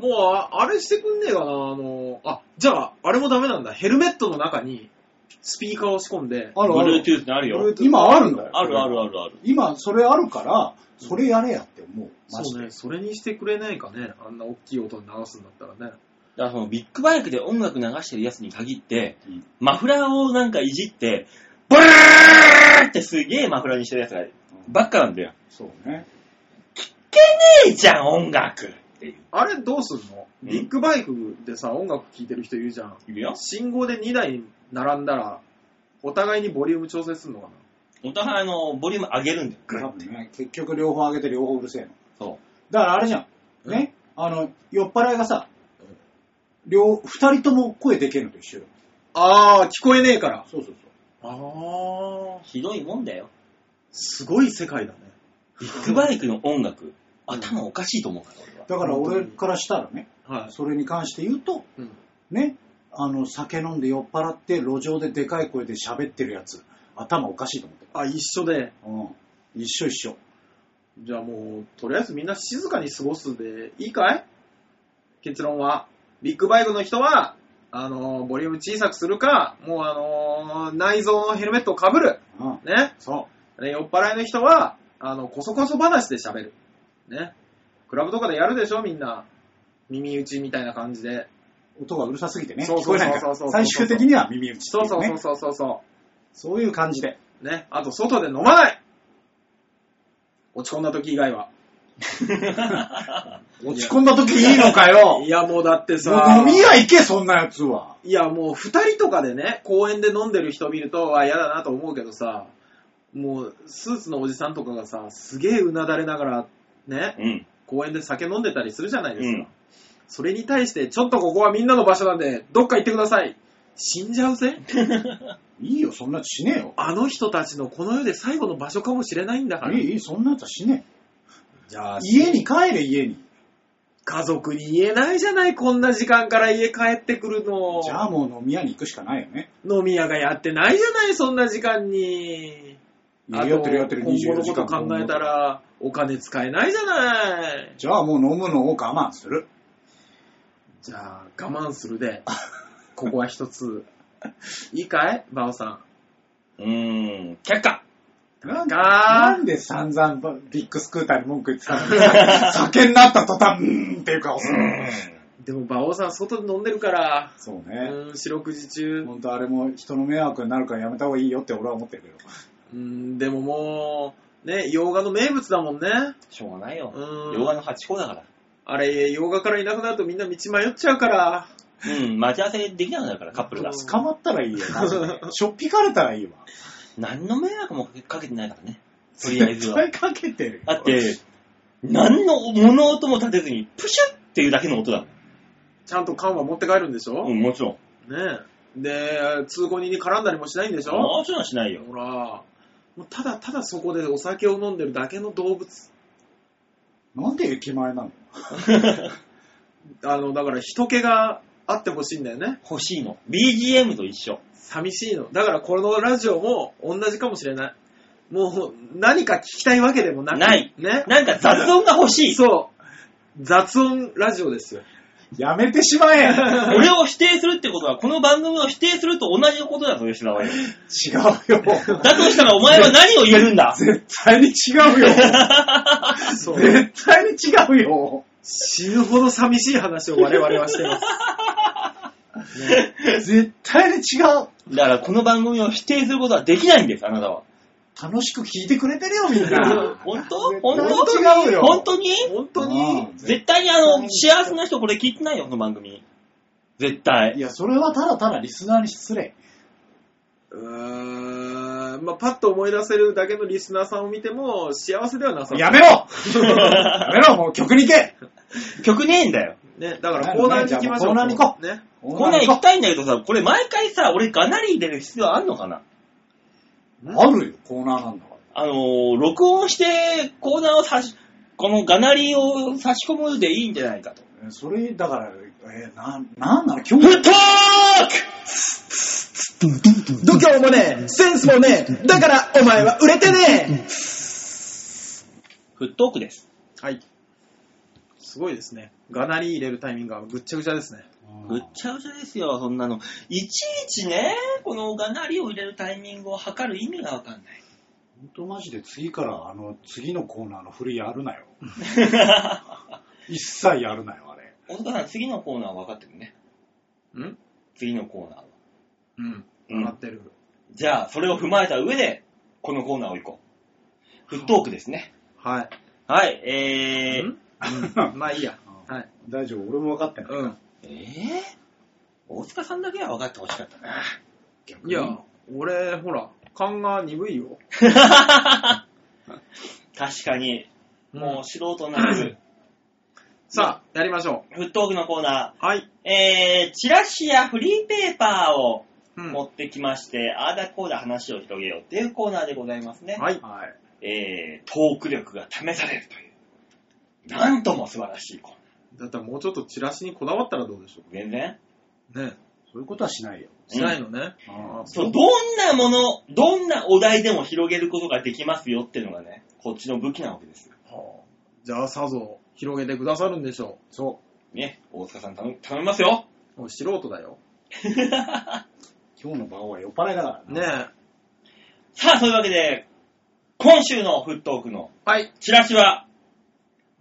Speaker 3: うあ、あれしてくんねえかな、あの、あ、じゃあ、あれもダメなんだ。ヘルメットの中に、スピーカーを仕込んで、
Speaker 1: あるある。
Speaker 2: Bluetooth ってあるよ。
Speaker 3: Bluetooth
Speaker 1: 今あるのよ
Speaker 2: あるあるあるある。
Speaker 1: 今それあるから、それやれやって思う。マジ
Speaker 3: そう
Speaker 1: で。
Speaker 3: ね、それにしてくれないかね、あんな大きい音に流すんだったらね。
Speaker 2: だからそのビッグバイクで音楽流してるやつに限って、
Speaker 1: うん
Speaker 2: マフラーをなんかいじって、ブーってすげえマフラーにしてるやつがばっかなんだよ。
Speaker 1: そうね。
Speaker 2: ねえじゃん、音楽っていう。
Speaker 3: あれどうすんの
Speaker 2: うん
Speaker 3: ビッグバイクでさ、音楽聴いてる人いるじゃん。
Speaker 2: いるよ。
Speaker 3: 信号で2台並んだら、お互いにボリューム調整するのかな
Speaker 2: お互いあのボリューム上げるんだよ。
Speaker 1: 多分ね、結局両方上げて両方うるせえの。
Speaker 2: そ
Speaker 1: だからあれじゃん。ね。あの、酔っ払いがさ、両、二人とも声でけるのと一緒よ。
Speaker 3: あー、聞こえねえから。
Speaker 1: そうそうそう。
Speaker 3: あ
Speaker 2: う。、
Speaker 3: ー
Speaker 2: ひどいもんだよ。
Speaker 3: すごい世界だね。
Speaker 2: ビッグバイクの音楽、頭おかしいと思うから、俺は。
Speaker 1: だから俺からしたらね、
Speaker 3: はい。
Speaker 1: それに関して言うと、
Speaker 3: うん
Speaker 1: ね、あの、酒飲んで酔っ払って路上ででかい声で喋ってるやつ、頭おかしいと思って
Speaker 3: あ、一緒で。
Speaker 1: る。うん。一緒一緒。
Speaker 3: じゃあもう、とりあえずみんな静かに過ごすでいいかい結論は。ビッグバイクの人は、あのーボリューム小さくするか、もうあのー内臓のヘルメットをかぶる。
Speaker 1: うん。
Speaker 3: ね。
Speaker 1: そ
Speaker 3: ね酔っ払いの人は、あの、こそこそ話で喋る。ね。クラブとかでやるでしょ、みんな。耳打ちみたいな感じで。
Speaker 1: う。音がうるさすぎてね、
Speaker 3: そう
Speaker 1: 聞こ
Speaker 3: そう
Speaker 1: え
Speaker 3: そう
Speaker 1: ないから。
Speaker 3: そうそうそう
Speaker 1: 最終的には耳打ちってい
Speaker 3: そう
Speaker 1: ね
Speaker 3: そうそうそうそうそ
Speaker 1: そういう感じで。
Speaker 3: う。ね。あと、外で飲まない落ち込んだ時以外は。
Speaker 2: *laughs*
Speaker 1: 落ち込んだ時いいのかよ
Speaker 3: いや、もうだってさ。
Speaker 1: 飲み屋行け、そんなやつは。
Speaker 3: いや、もう二人とかでね、公園で飲んでる人見ると、あ、嫌だなと思うけどさ、もう、スーツのおじさんとかがさ、すげえうなだれながら、ね、
Speaker 2: うん。
Speaker 3: 公園で酒飲んでたりするじゃないですか。
Speaker 2: うん
Speaker 3: それに対して、ちょっとここはみんなの場所なんで、どっか行ってください。死んじゃうぜ。
Speaker 1: いいよ、そんなやつしねえよ。
Speaker 3: あの人たちのこの世で最後の場所かもしれないんだから。
Speaker 1: いい、いい、そんなやつはしね
Speaker 3: じゃ
Speaker 1: え
Speaker 3: あ。
Speaker 1: 家に帰れ、家に。
Speaker 3: 家族に言えないじゃない、こんな時間から家帰ってくるの。
Speaker 1: じゃあもう飲み屋に行くしかないよね。
Speaker 3: 飲み屋がやってないじゃない、そんな時間に。
Speaker 1: やってるやってる
Speaker 3: あと今後
Speaker 1: 24
Speaker 3: の
Speaker 1: 時
Speaker 3: こ
Speaker 1: 間
Speaker 3: と考えたら、お金使えないじゃない。
Speaker 1: じゃあもう飲むのを我慢する。
Speaker 3: じゃあ、我慢する *laughs* で。ここは一つ。いいかいバオさ
Speaker 2: うーん。却下
Speaker 1: なん
Speaker 3: ん。
Speaker 1: で
Speaker 3: が
Speaker 1: なんで散々ビッグスクーターに文句言ってたの *laughs* に酒になった途端、うーんっていう顔するの。
Speaker 3: でもバオさん、外で飲んでるから、
Speaker 1: そう
Speaker 3: う
Speaker 1: ね。
Speaker 3: ん、四六時中。
Speaker 1: 本当あれも人の迷惑になるからやめた方がいいよって俺は思ってるけど。
Speaker 3: うん、でももう、ね、洋画の名物だもんね。
Speaker 2: しょうがないよ。
Speaker 3: うん
Speaker 2: 洋画の8個だから。
Speaker 3: あれ、洋画からいなくなるとみんな道迷っちゃうから。
Speaker 2: うん、待ち合わせできなくなるから、カップルが。
Speaker 3: うん
Speaker 1: 捕まったらいいよ。マジでしょっぴかれたらいいわ。
Speaker 2: 何の迷惑もかけかけてないからね。とりあえず
Speaker 1: 絶
Speaker 2: *laughs* は。
Speaker 1: 対かけてるよ。
Speaker 2: だって、何の物音も立てずに、プシュッっていうだけの音だ
Speaker 3: ちゃんと缶は持って帰るんでしょ、
Speaker 2: もん。うん、もちろん。
Speaker 3: ねえ。で、通行人に絡んだりもしないんでしょ
Speaker 2: もちろんしない *laughs* よ。
Speaker 3: ほら、もうただただそこでお酒を飲んでるだけの動物。
Speaker 1: なんで駅前なの
Speaker 3: あの、だから人気があってほしいんだよね。
Speaker 2: 欲しいの。BGM と一緒。
Speaker 3: 寂しいの。だからこのラジオも同じかもしれない。もう何か聞きたいわけでもなく。
Speaker 2: ない
Speaker 3: ね。
Speaker 2: なんか雑音が欲しい。
Speaker 3: そう。雑音ラジオですよ。
Speaker 1: やめてしまえ
Speaker 2: 俺を否定するってことは、この番組を否定すると同じことだぞ、吉田はよ。
Speaker 1: 違うよ。
Speaker 2: だとしたらお前は何を言えるん *laughs* だ
Speaker 1: 絶対に違うよ。
Speaker 3: そう。
Speaker 1: 絶対に違うよ。
Speaker 3: 死ぬほど寂しい話を我々はしてます。
Speaker 1: 絶対に違う。
Speaker 2: だからこの番組を否定することはできないんです、あなたは。。
Speaker 1: 楽しく聞いてくれてるよ、みんな
Speaker 2: 本当
Speaker 1: 絶対
Speaker 2: 本当
Speaker 1: に違うよ。
Speaker 2: 本当に
Speaker 3: 本当に
Speaker 1: う。ん
Speaker 2: 絶対にあの、幸せな人これ聞いてないよ、この番組。絶対
Speaker 1: い。や、それはただただリスナーに失礼。
Speaker 3: うーん、うん、まあ、パッと思い出せるだけのリスナーさんを見ても、幸せではなさそう。
Speaker 1: やめろやめろもう曲に行け
Speaker 2: 曲ねえんだよ。
Speaker 3: ね、だからコーナーに行きましょう。
Speaker 1: コーナーに行こ
Speaker 3: う。ね。
Speaker 2: こんなに行きたいんだけどさ、これ毎回さ、俺がなり入れる必要あんのかな
Speaker 1: あるよ、コーナーなんだか
Speaker 2: あのー、録音してコーナーを差し、このがなりを差し込むでいいんじゃないかと。
Speaker 1: ら。えそれ、だから、えー、な、なんなの今
Speaker 2: フ
Speaker 1: 日
Speaker 2: ットーク
Speaker 3: 度胸もねえ、センスもねえ、だからお前は売れてねえ。
Speaker 2: フットークです。
Speaker 3: はい。すごいですね。がなり入れるタイミングがぐっちゃぐちゃですね。
Speaker 2: ぐっちゃぐちゃですよ、そんなの。いちいちね、このがなりを入れるタイミングを測る意味がわかん *laughs* ない。
Speaker 1: 本当マジで次から、あの、次のコーナーの振りやるなよ。一切やるなよ、あれ。
Speaker 2: 大塚さん、次のコーナーは分かってるね。
Speaker 3: ん
Speaker 2: 次のコーナーは。
Speaker 3: うん。
Speaker 2: うん
Speaker 3: なってる。
Speaker 2: じゃあ、それを踏まえた上で、このコーナーを行こう。フットークですね。
Speaker 3: はい。
Speaker 2: はい、えー
Speaker 3: ん、 *laughs* まあいいや。はい。
Speaker 1: 大丈夫、俺も分かってない。
Speaker 3: うん。
Speaker 2: えー、大塚さんだけは分かってほしかったな。
Speaker 3: いや、俺、ほら、勘が鈍いよ。
Speaker 2: *laughs* 確かに、も
Speaker 3: う
Speaker 2: う素人なら *clears throat* ず、
Speaker 3: さあ、やりましょ
Speaker 2: フットークのコーナ
Speaker 3: う。はい。
Speaker 2: ー、えー、チラシやフリーペーパーを
Speaker 3: うん
Speaker 2: 持ってきまして、ああだこうだ話を広げようっていうコーナーでございますね。
Speaker 3: はい。
Speaker 1: はい。
Speaker 2: えー、トーク力が試されるという。なんとも素晴らしいコーナ
Speaker 3: だったらもうちょっとチラシにこだわったらどうでしょ
Speaker 2: ー。全然
Speaker 3: う。ね。
Speaker 1: そういうことはしないよ。
Speaker 3: しないのね。
Speaker 1: うん
Speaker 3: あ
Speaker 2: そう、どんなもの、どんなお題でも広げることができますよっていうのがね、こっちの武器なわけですよ。
Speaker 3: はあじゃあさぞ広げてくださるんでしょ
Speaker 1: そ
Speaker 2: ね、大塚さん頼み頼みますよ。 *laughs*
Speaker 3: う。もう素人だよ。
Speaker 1: う。今日の場は酔っ払いだから
Speaker 3: ねえ。
Speaker 1: な。
Speaker 2: さあ、そういうわけで、今週のフットオークの
Speaker 3: はい。
Speaker 2: チラシは、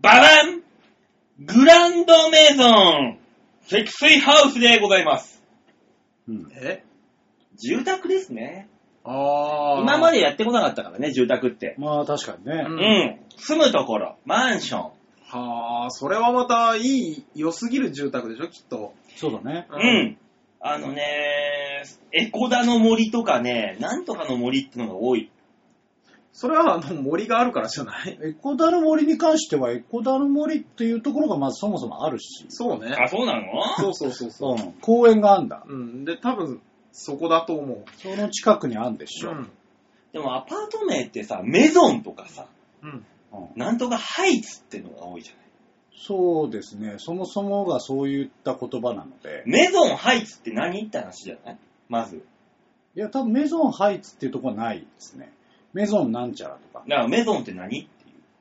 Speaker 2: ババングランドメゾン積水ハウスでございます。
Speaker 1: うん。
Speaker 3: え
Speaker 2: 住宅ですね。
Speaker 3: ああ。
Speaker 2: 今までやってこなかったからね、住宅って。
Speaker 1: まあ確かにね。
Speaker 3: う
Speaker 2: うんん。住むところ、マンション。
Speaker 3: はあ、それはまたいい、良すぎる住宅でしょ、きっと。
Speaker 1: そうだね。
Speaker 2: う。ん。あのね、エコダの森とかね、なんとかの森ってのが多い。
Speaker 3: それはあの森があるからじゃない *laughs*
Speaker 1: エコダル森に関しては、エコダル森っていうところがまずそもそもあるし、
Speaker 3: そうね。
Speaker 2: あ、そうなの
Speaker 3: そうそうそうそう。
Speaker 1: うん、公園があんだ。
Speaker 3: うん。で、多分、そこだと思
Speaker 1: その近くにあんでし
Speaker 3: う。
Speaker 1: ょ。
Speaker 3: ん。
Speaker 2: でもアパート名ってさ、メゾンとかさ、
Speaker 3: うん。
Speaker 1: うん
Speaker 2: なんとかハイツってのが多いじゃない。
Speaker 1: そうですね。そもそもがそういった言葉なので。
Speaker 2: メゾンハイツって何って話じゃないまず。
Speaker 1: いや、多分メゾンハイツっていうとこはないですね。メゾンなんちゃらとか。
Speaker 2: だからメゾンって何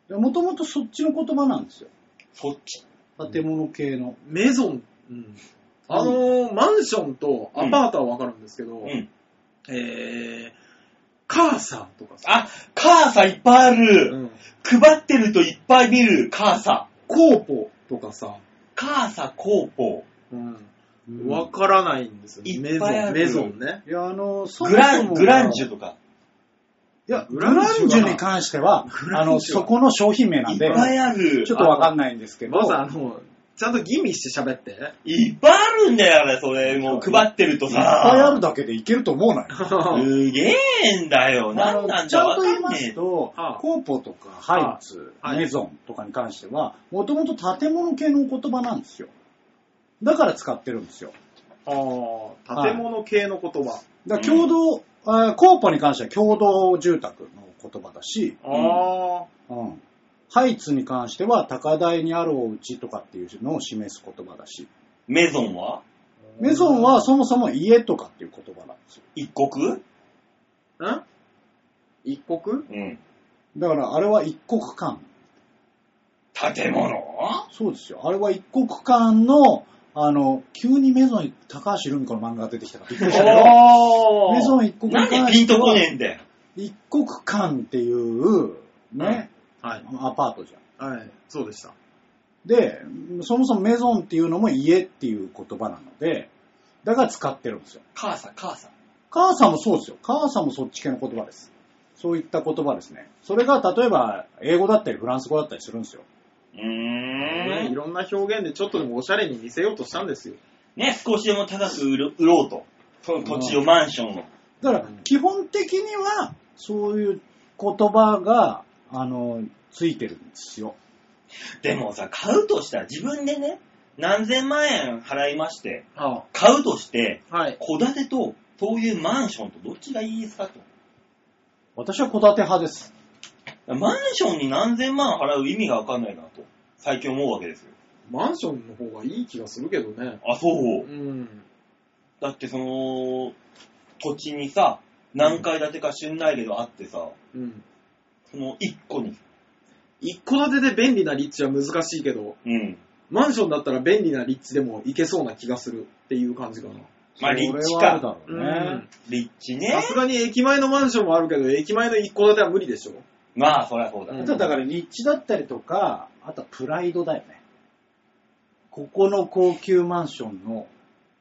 Speaker 1: もともとそっちの言葉なんですよ。
Speaker 2: そっち。
Speaker 1: 建物系の。
Speaker 3: メゾン。うん。あのーマンションとアパートはわかるんですけど、
Speaker 2: うん。
Speaker 3: えー、母さんとかさ、
Speaker 2: あ、カーサいっぱいあ
Speaker 3: う
Speaker 2: る。
Speaker 3: ん、
Speaker 2: 配ってるといっぱい見る、カーサ。
Speaker 3: コーポとかさ、
Speaker 2: カーサコーポ。
Speaker 3: うん、
Speaker 1: うん
Speaker 3: わからないんですよ、ね。
Speaker 2: いっぱいある
Speaker 3: メゾンメゾンね。
Speaker 1: いや、あの、そもそも
Speaker 2: グラン、グランジュとか。
Speaker 1: いや、グ
Speaker 3: グ
Speaker 1: ラ
Speaker 3: ラ
Speaker 1: ン
Speaker 3: ン
Speaker 1: ジ
Speaker 3: ジ
Speaker 1: ュ
Speaker 3: ュは
Speaker 1: に関しては、
Speaker 3: グラ
Speaker 1: あ
Speaker 3: ンジュは
Speaker 1: の、そこの商品名ないん
Speaker 2: っ
Speaker 1: で、
Speaker 2: ぱいある
Speaker 1: ちょ。っとわかんないんですけど、
Speaker 3: まずあの、ちゃんと吟味して喋って。
Speaker 2: いっぱいあるんだよ、あれ、それ。もう配ってると
Speaker 1: いっ
Speaker 2: さ。
Speaker 1: ぱいあるだけでいけると思うなよ。
Speaker 2: すげえんだよ。
Speaker 1: あ
Speaker 2: な
Speaker 1: の
Speaker 2: んなん
Speaker 1: ち
Speaker 2: だ
Speaker 1: ゃん
Speaker 2: わ
Speaker 1: と言い
Speaker 2: かん
Speaker 1: ま
Speaker 2: ね
Speaker 1: す
Speaker 2: え。
Speaker 1: と
Speaker 3: あ、
Speaker 1: コーポとかハイツ、
Speaker 3: はい
Speaker 1: メゾンとかに関しては、もともと建物系の言葉なんですよ。だから使ってるんですよ。
Speaker 3: ああ、建物系の言葉。
Speaker 1: だから共同、あーコーポに関しては共同住宅の言葉だし、
Speaker 3: ああ、
Speaker 1: うんハイツに関しては高台にあるお家とかっていうのを示す言葉だし、
Speaker 2: メゾンは
Speaker 1: メゾンはそもそも家とかっていう言葉なんですよ。
Speaker 2: 一国
Speaker 3: ん一国
Speaker 2: うん。
Speaker 1: だからあれは一国間。
Speaker 2: 建物
Speaker 1: そうですよ。あれは一国間の、あの、急にメゾンに高橋留美子の漫画が出てきたからびっく
Speaker 2: *laughs*
Speaker 1: りしたけど、
Speaker 3: あ
Speaker 1: メゾン一国
Speaker 2: な
Speaker 1: に
Speaker 2: んで
Speaker 1: 関
Speaker 2: ピ
Speaker 1: し
Speaker 2: ン
Speaker 1: て
Speaker 2: とこ
Speaker 1: は、
Speaker 2: ねえんだよ。
Speaker 1: 一国間っていう、ね、
Speaker 3: はい。
Speaker 1: アパートじゃん。
Speaker 3: はい。そうでした。
Speaker 1: で、そもそもメゾンっていうのも家っていう言葉なので、だから使ってるんですよ。
Speaker 2: 母さん、母さん。
Speaker 1: 母さんもそうですよ。母さんもそっち系の言葉です。そういった言葉ですね。それが例えば英語だったりフランス語だったりするんですよ。
Speaker 2: う
Speaker 3: ね
Speaker 2: ー
Speaker 3: い
Speaker 2: ん。
Speaker 3: ろんな表現でちょっとでもおしゃれに見せようとしたんですよ。
Speaker 2: ね、少しでも高く売ろ売ろうと。その土地を、マンションを。
Speaker 1: だから基本的にはそういう言葉が、あの、ついてるんですよ。
Speaker 2: でもさ、買うとしたら自分でね、何千万円払いまして、
Speaker 3: あ
Speaker 2: 買うとして、
Speaker 3: あはい。
Speaker 2: 戸建てと、そういうマンションとどっちがいいですかと。
Speaker 1: 私は戸建て派です。
Speaker 2: マンションに何千万払う意味がわかんないなと、最近思うわけですよ。
Speaker 3: マンションの方がいい気がするけどね。
Speaker 2: あ、そう
Speaker 3: う。ん。
Speaker 2: だってその、土地にさ、何階建てか知んないけどあってさ、
Speaker 3: うん。
Speaker 2: その1個に。
Speaker 3: 一戸建てで便利な立地は難しいけど、
Speaker 2: うん。
Speaker 3: マンションだったら便利な立地でもいけそうな気がするっていう感じかな。
Speaker 2: まあ、
Speaker 1: それは
Speaker 2: 立地
Speaker 1: ある
Speaker 2: か。
Speaker 1: だろうね。
Speaker 2: 立地ね
Speaker 3: さ。すがに駅前のマンションもあるけど、駅前の一戸建ては無理でしょ。
Speaker 2: まあ、そりゃそうだ。
Speaker 3: う
Speaker 1: あ
Speaker 3: ん
Speaker 1: とだから立地だったりとか、あとはプライドだよね。ここの高級マンションの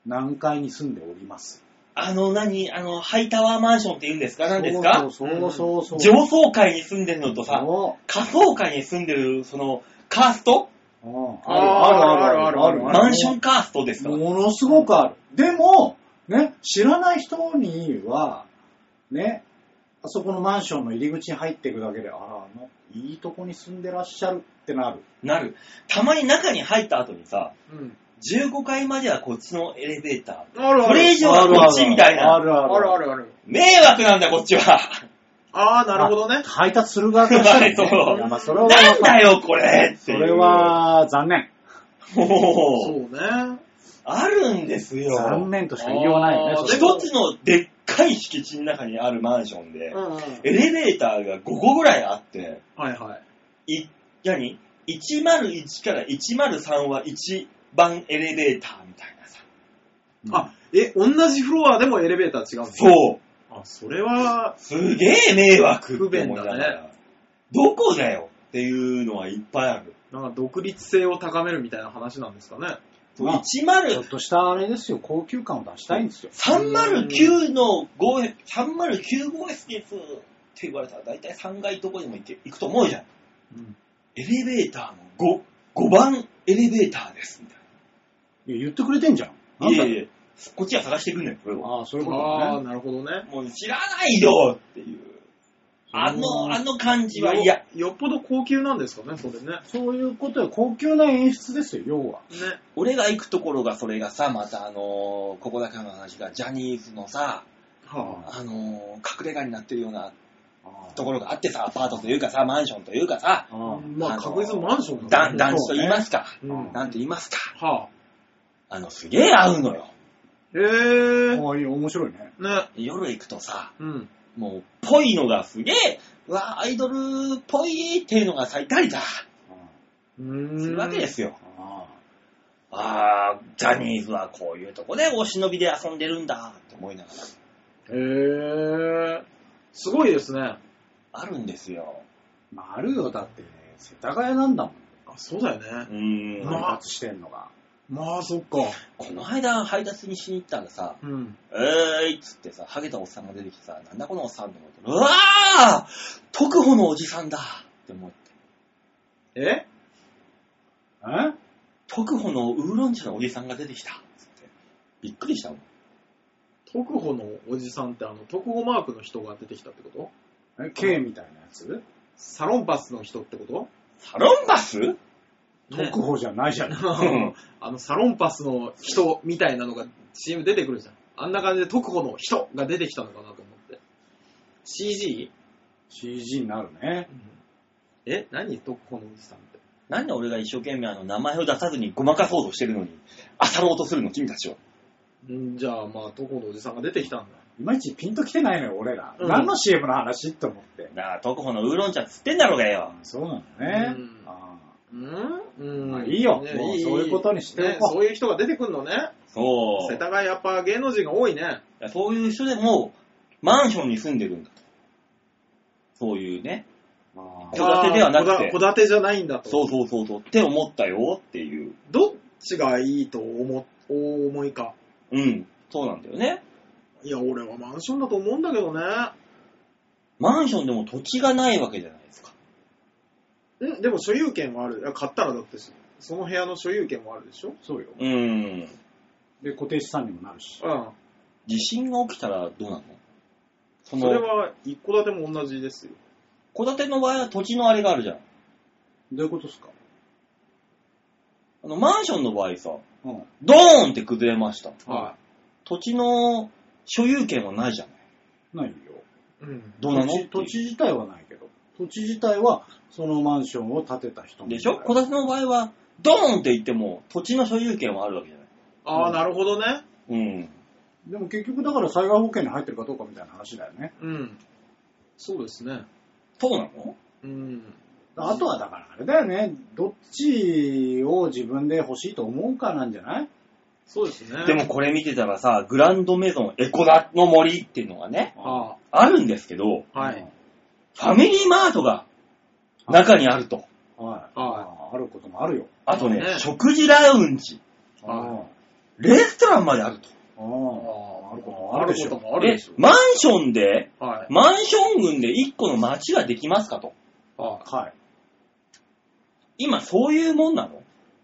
Speaker 1: 何階に住んでおります。
Speaker 2: あの、何あの、ハイタワーマンションって言うんですか何ですか
Speaker 1: そうそうそうそう。
Speaker 2: 上層階に住んでるのとさ、
Speaker 1: そ
Speaker 2: 下層階に住んでる、その、カースト
Speaker 1: ううん
Speaker 3: あー
Speaker 1: あるあるあるある
Speaker 3: あるあるある
Speaker 2: マンションカーストですから。
Speaker 1: ものすごくある。でも、ね、知らない人には、ね、あそこのマンションの入り口に入っていくだけで、あら、あの、いいとこに住んでらっしゃるってなる。
Speaker 2: なる。たまに中に入った後にさ、
Speaker 3: うん。
Speaker 2: 15階まではこっちのエレベータ
Speaker 3: あるある。
Speaker 2: これ以上はこっちみたいな
Speaker 1: あるあ
Speaker 3: あ
Speaker 1: る。
Speaker 3: るあるある。
Speaker 2: ー。迷惑なんだ、こっちは。
Speaker 3: ああ、なるほどね。
Speaker 1: 配達する側からしたら、ね、
Speaker 2: はいそう
Speaker 1: いやまあそれは
Speaker 2: なんだ
Speaker 1: よ
Speaker 2: よ、これって
Speaker 1: そ
Speaker 2: いう
Speaker 1: れ、は残念。
Speaker 3: そ
Speaker 2: もう、
Speaker 3: うね。
Speaker 2: あるんですよ。
Speaker 1: 残念としか言いようないよね
Speaker 3: あー
Speaker 1: それ。
Speaker 2: 一つのでっかい敷地の中にあるマンションで、
Speaker 3: うんうん。
Speaker 2: エレベーターが5個ぐらいあって、
Speaker 3: はいはい。
Speaker 2: い、何 ?101 から103は1番エレベーターみたいなさ。
Speaker 3: あ、え、同じフロアでもエレベーター違うんだ
Speaker 2: そう。
Speaker 3: あ、それは、
Speaker 2: すげえ迷惑
Speaker 3: 不
Speaker 2: って
Speaker 3: 便
Speaker 2: 思い
Speaker 3: だ
Speaker 2: な
Speaker 3: ね
Speaker 2: がら。どこだよっていうのはいっぱいある。
Speaker 3: なんか独立性を高めるみたいな話なんですかね。
Speaker 1: まあちょ
Speaker 2: 103
Speaker 1: っとしたあれですよ、高級感を出したいんですよ。
Speaker 2: 309の 5S、3095S ですって言われたら大体3階どこでも行け行くと思うじゃん。
Speaker 3: うん
Speaker 2: エレベーターの5、5番エレベーターですみたい
Speaker 1: いや言ってくれてんじゃん。
Speaker 2: な。
Speaker 1: なん
Speaker 2: い
Speaker 1: だ
Speaker 2: やいや、こっちは探してくんねん、これを。
Speaker 1: ああ、そういうこと
Speaker 3: あ
Speaker 1: だ
Speaker 3: あ、
Speaker 1: ね。
Speaker 3: なるほどね。
Speaker 2: もう知らないよっていう。あ
Speaker 1: う
Speaker 2: の、
Speaker 1: ん
Speaker 2: あの感じは嫌。
Speaker 3: よ。よっぽど高級なんですかね、それね。
Speaker 1: そういうことで高級な演出ですよ、要は。
Speaker 3: ね。
Speaker 2: 俺が行くところがそれがさ、またあのーここだけの話が、ジャニーズのさ、
Speaker 3: は
Speaker 2: あのー隠れ家になってるようなと
Speaker 1: こ
Speaker 2: ころがあってさ、アパートというかさ、マンションというかさ、
Speaker 3: あ。
Speaker 1: あ
Speaker 3: まあ、
Speaker 2: あの
Speaker 3: 確実にマンションだ
Speaker 2: だ
Speaker 3: ね。
Speaker 1: ん
Speaker 2: 団地と言いますか、
Speaker 3: うん
Speaker 2: なんて言いますか、
Speaker 3: はあ。
Speaker 2: あの、すげえ合うのよ。
Speaker 3: へえ。
Speaker 1: ああいい面白いね。
Speaker 3: ね。
Speaker 2: 夜行くとさ、
Speaker 3: うん。
Speaker 2: もう、ぽいのがすげえ、うわ、アイドルっぽいっていうのがさ、いたりさ、
Speaker 3: う
Speaker 2: す
Speaker 3: ーん。
Speaker 2: るわけですよ。
Speaker 1: あ
Speaker 2: あー、ジャニーズはこういうとこでお忍びで遊んでるんだって思いながら、
Speaker 3: へえ。すごいですね。あ、
Speaker 2: あるんですよ。
Speaker 1: まあ、あるよ、だってね、世田谷なんだもん。
Speaker 3: そうだよね
Speaker 2: う。ーん。
Speaker 3: まあ
Speaker 1: 配達してんのが。
Speaker 3: まあ、そっか。
Speaker 2: この間、配達にしに行ったらさ、
Speaker 3: うん。
Speaker 2: えーいっつってさ、ハゲたおっさんが出てきてさ、なんだこのおっさんって思って、うわー特保のおじさんだって思って、
Speaker 3: え
Speaker 1: え
Speaker 2: 特保のウーロン茶のおじさんが出てきたっつって、びっくりしたもん。
Speaker 3: 特保のおじさんってあの、特保マークの人が出てきたってこと
Speaker 1: え ?K みたいなやつ、
Speaker 3: サロンパスの人ってこと
Speaker 2: サロンバス、
Speaker 3: ね
Speaker 1: *laughs* 特報じゃないじゃん。
Speaker 3: あの、サロンパスの人みたいなのが CM 出てくるじゃん。あんな感じで特保の人が出てきたのかなと思って。CG?
Speaker 1: CG になるね。
Speaker 3: え何特保のおじさんって。
Speaker 2: なんで俺が一生懸命あの名前を出さずにごまかそうとしてるのに、あさろうとするの、君たちは。
Speaker 3: んじゃあ、まあ、特保のおじさんが出てきたんだ。
Speaker 1: いまいちピンときてないのよ、俺ら。
Speaker 3: うん
Speaker 1: 何の CM の話って思って。
Speaker 2: なあ、特保のウーロン茶っつってんだろうがよ。
Speaker 1: そうなのね。
Speaker 3: うん
Speaker 1: あ
Speaker 3: うんうん
Speaker 1: まあいいよもうそういうことにしておこう
Speaker 3: ねそういう人が出てくるのね。
Speaker 2: そ
Speaker 3: 世
Speaker 2: う。
Speaker 3: 田谷やっぱ芸能人が多いね。
Speaker 2: そういう人でも、マンションに住んでるんだと。そういうね。
Speaker 1: ーあ
Speaker 2: 戸建てではなくて
Speaker 3: あー戸建てじゃないんだと。
Speaker 2: そうそうそうそう。って思ったよっていう。
Speaker 3: どっちがいいと思、お思いか。
Speaker 2: うん。そうなんだよね。
Speaker 3: いや、俺はマンションだと思うんだけどね。
Speaker 2: マンションでも土地がないわけじゃないですか。
Speaker 3: んでも所有権はある。いや買ったらだってし、その部屋の所有権もあるでしょ
Speaker 1: そうよ。
Speaker 2: うーん。
Speaker 1: で、固定資産にもなるし。
Speaker 3: うん。
Speaker 2: 地震が起きたらどうなのそ
Speaker 3: それ
Speaker 2: の、
Speaker 3: は一戸建ても同じですよ。
Speaker 2: 戸建ての場合は土地のあれがあるじゃん。
Speaker 1: どういうことですか
Speaker 2: あの、マンションの場合さ、
Speaker 1: うん。
Speaker 2: ドーンって崩れました。
Speaker 3: は
Speaker 2: 土地の所有権はないじゃない。
Speaker 1: ないよ。
Speaker 3: い。うん。
Speaker 2: どうなの
Speaker 1: 土地土地自体はないけど。土地自体は、そのマンションを建てた人の
Speaker 2: でしょ戸建ての場合は、ドーンって言っても、土地の所有権はあるわけじゃない。
Speaker 3: ああ、なるほどね。
Speaker 2: うん。
Speaker 1: でも結局だから災害保険に入ってるかどうかみたいな話だよね。
Speaker 3: うん。そうですね。
Speaker 2: そうなの
Speaker 3: うん。
Speaker 1: あとはだからあれだよね。どっちを自分で欲しいと思うかなんじゃない
Speaker 3: そうですね。
Speaker 2: でも、これ見てたらさ、グランドメゾンエコダの森っていうのがね、
Speaker 3: あ
Speaker 2: あるんですけど、
Speaker 3: あ、はい。。
Speaker 2: ファミリーマートが中にあると。
Speaker 1: うんはい。
Speaker 3: は
Speaker 1: ああることもあるよ。
Speaker 2: あとね、
Speaker 3: ね
Speaker 2: 食事ラウンジ、
Speaker 3: は
Speaker 2: レストランまであると。
Speaker 1: ああ、あることもあるでし
Speaker 3: ある
Speaker 1: ょ
Speaker 3: こと。もあるでしょ
Speaker 2: え。マンションで、
Speaker 3: はい。
Speaker 2: マンション群で1個の街ができますかと。
Speaker 3: は
Speaker 1: はい。
Speaker 2: 今そういうもんなの
Speaker 3: い。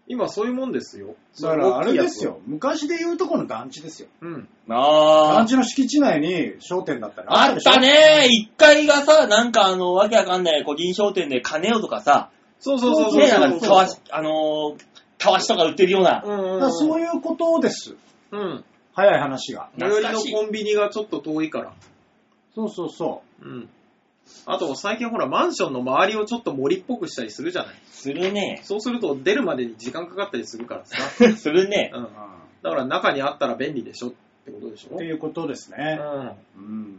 Speaker 3: 今そういうもんですよ。
Speaker 1: だからあれですよ。昔で言うとこの団地ですよ。
Speaker 3: うん。
Speaker 2: あー。
Speaker 1: 団地の敷地内に商店だったら
Speaker 2: あ
Speaker 1: で
Speaker 2: っ
Speaker 1: しょ
Speaker 2: た。ね1階がさ、なんかあの、わけわかんない個人商店で金をとかさ、
Speaker 3: そうそうそうそう。
Speaker 2: ね、なんかたわ
Speaker 3: そ
Speaker 2: し、あのー、たわしとか売ってるような、
Speaker 3: う
Speaker 1: だ
Speaker 3: ん
Speaker 1: か
Speaker 3: う
Speaker 1: ら
Speaker 3: ん。
Speaker 1: そう
Speaker 3: い
Speaker 1: いうことです。
Speaker 3: うん。うん。
Speaker 1: 早い話が。
Speaker 3: 最寄
Speaker 2: 懐
Speaker 3: り
Speaker 2: か
Speaker 3: の
Speaker 2: しい
Speaker 3: コンビニがちょっと遠いから。
Speaker 1: そうそうそ
Speaker 3: うん。あと、最近ほら、マンションの周りをちょっと森っぽくしたりするじゃない。
Speaker 2: するね。
Speaker 3: そうすると、出るまでに時間かかったりするから
Speaker 2: *laughs*
Speaker 3: さ。
Speaker 2: するね。
Speaker 3: うん
Speaker 1: う。。
Speaker 3: だから中にあったら便利でしょってことでしょ
Speaker 1: っていうことですね。
Speaker 3: う
Speaker 1: うん。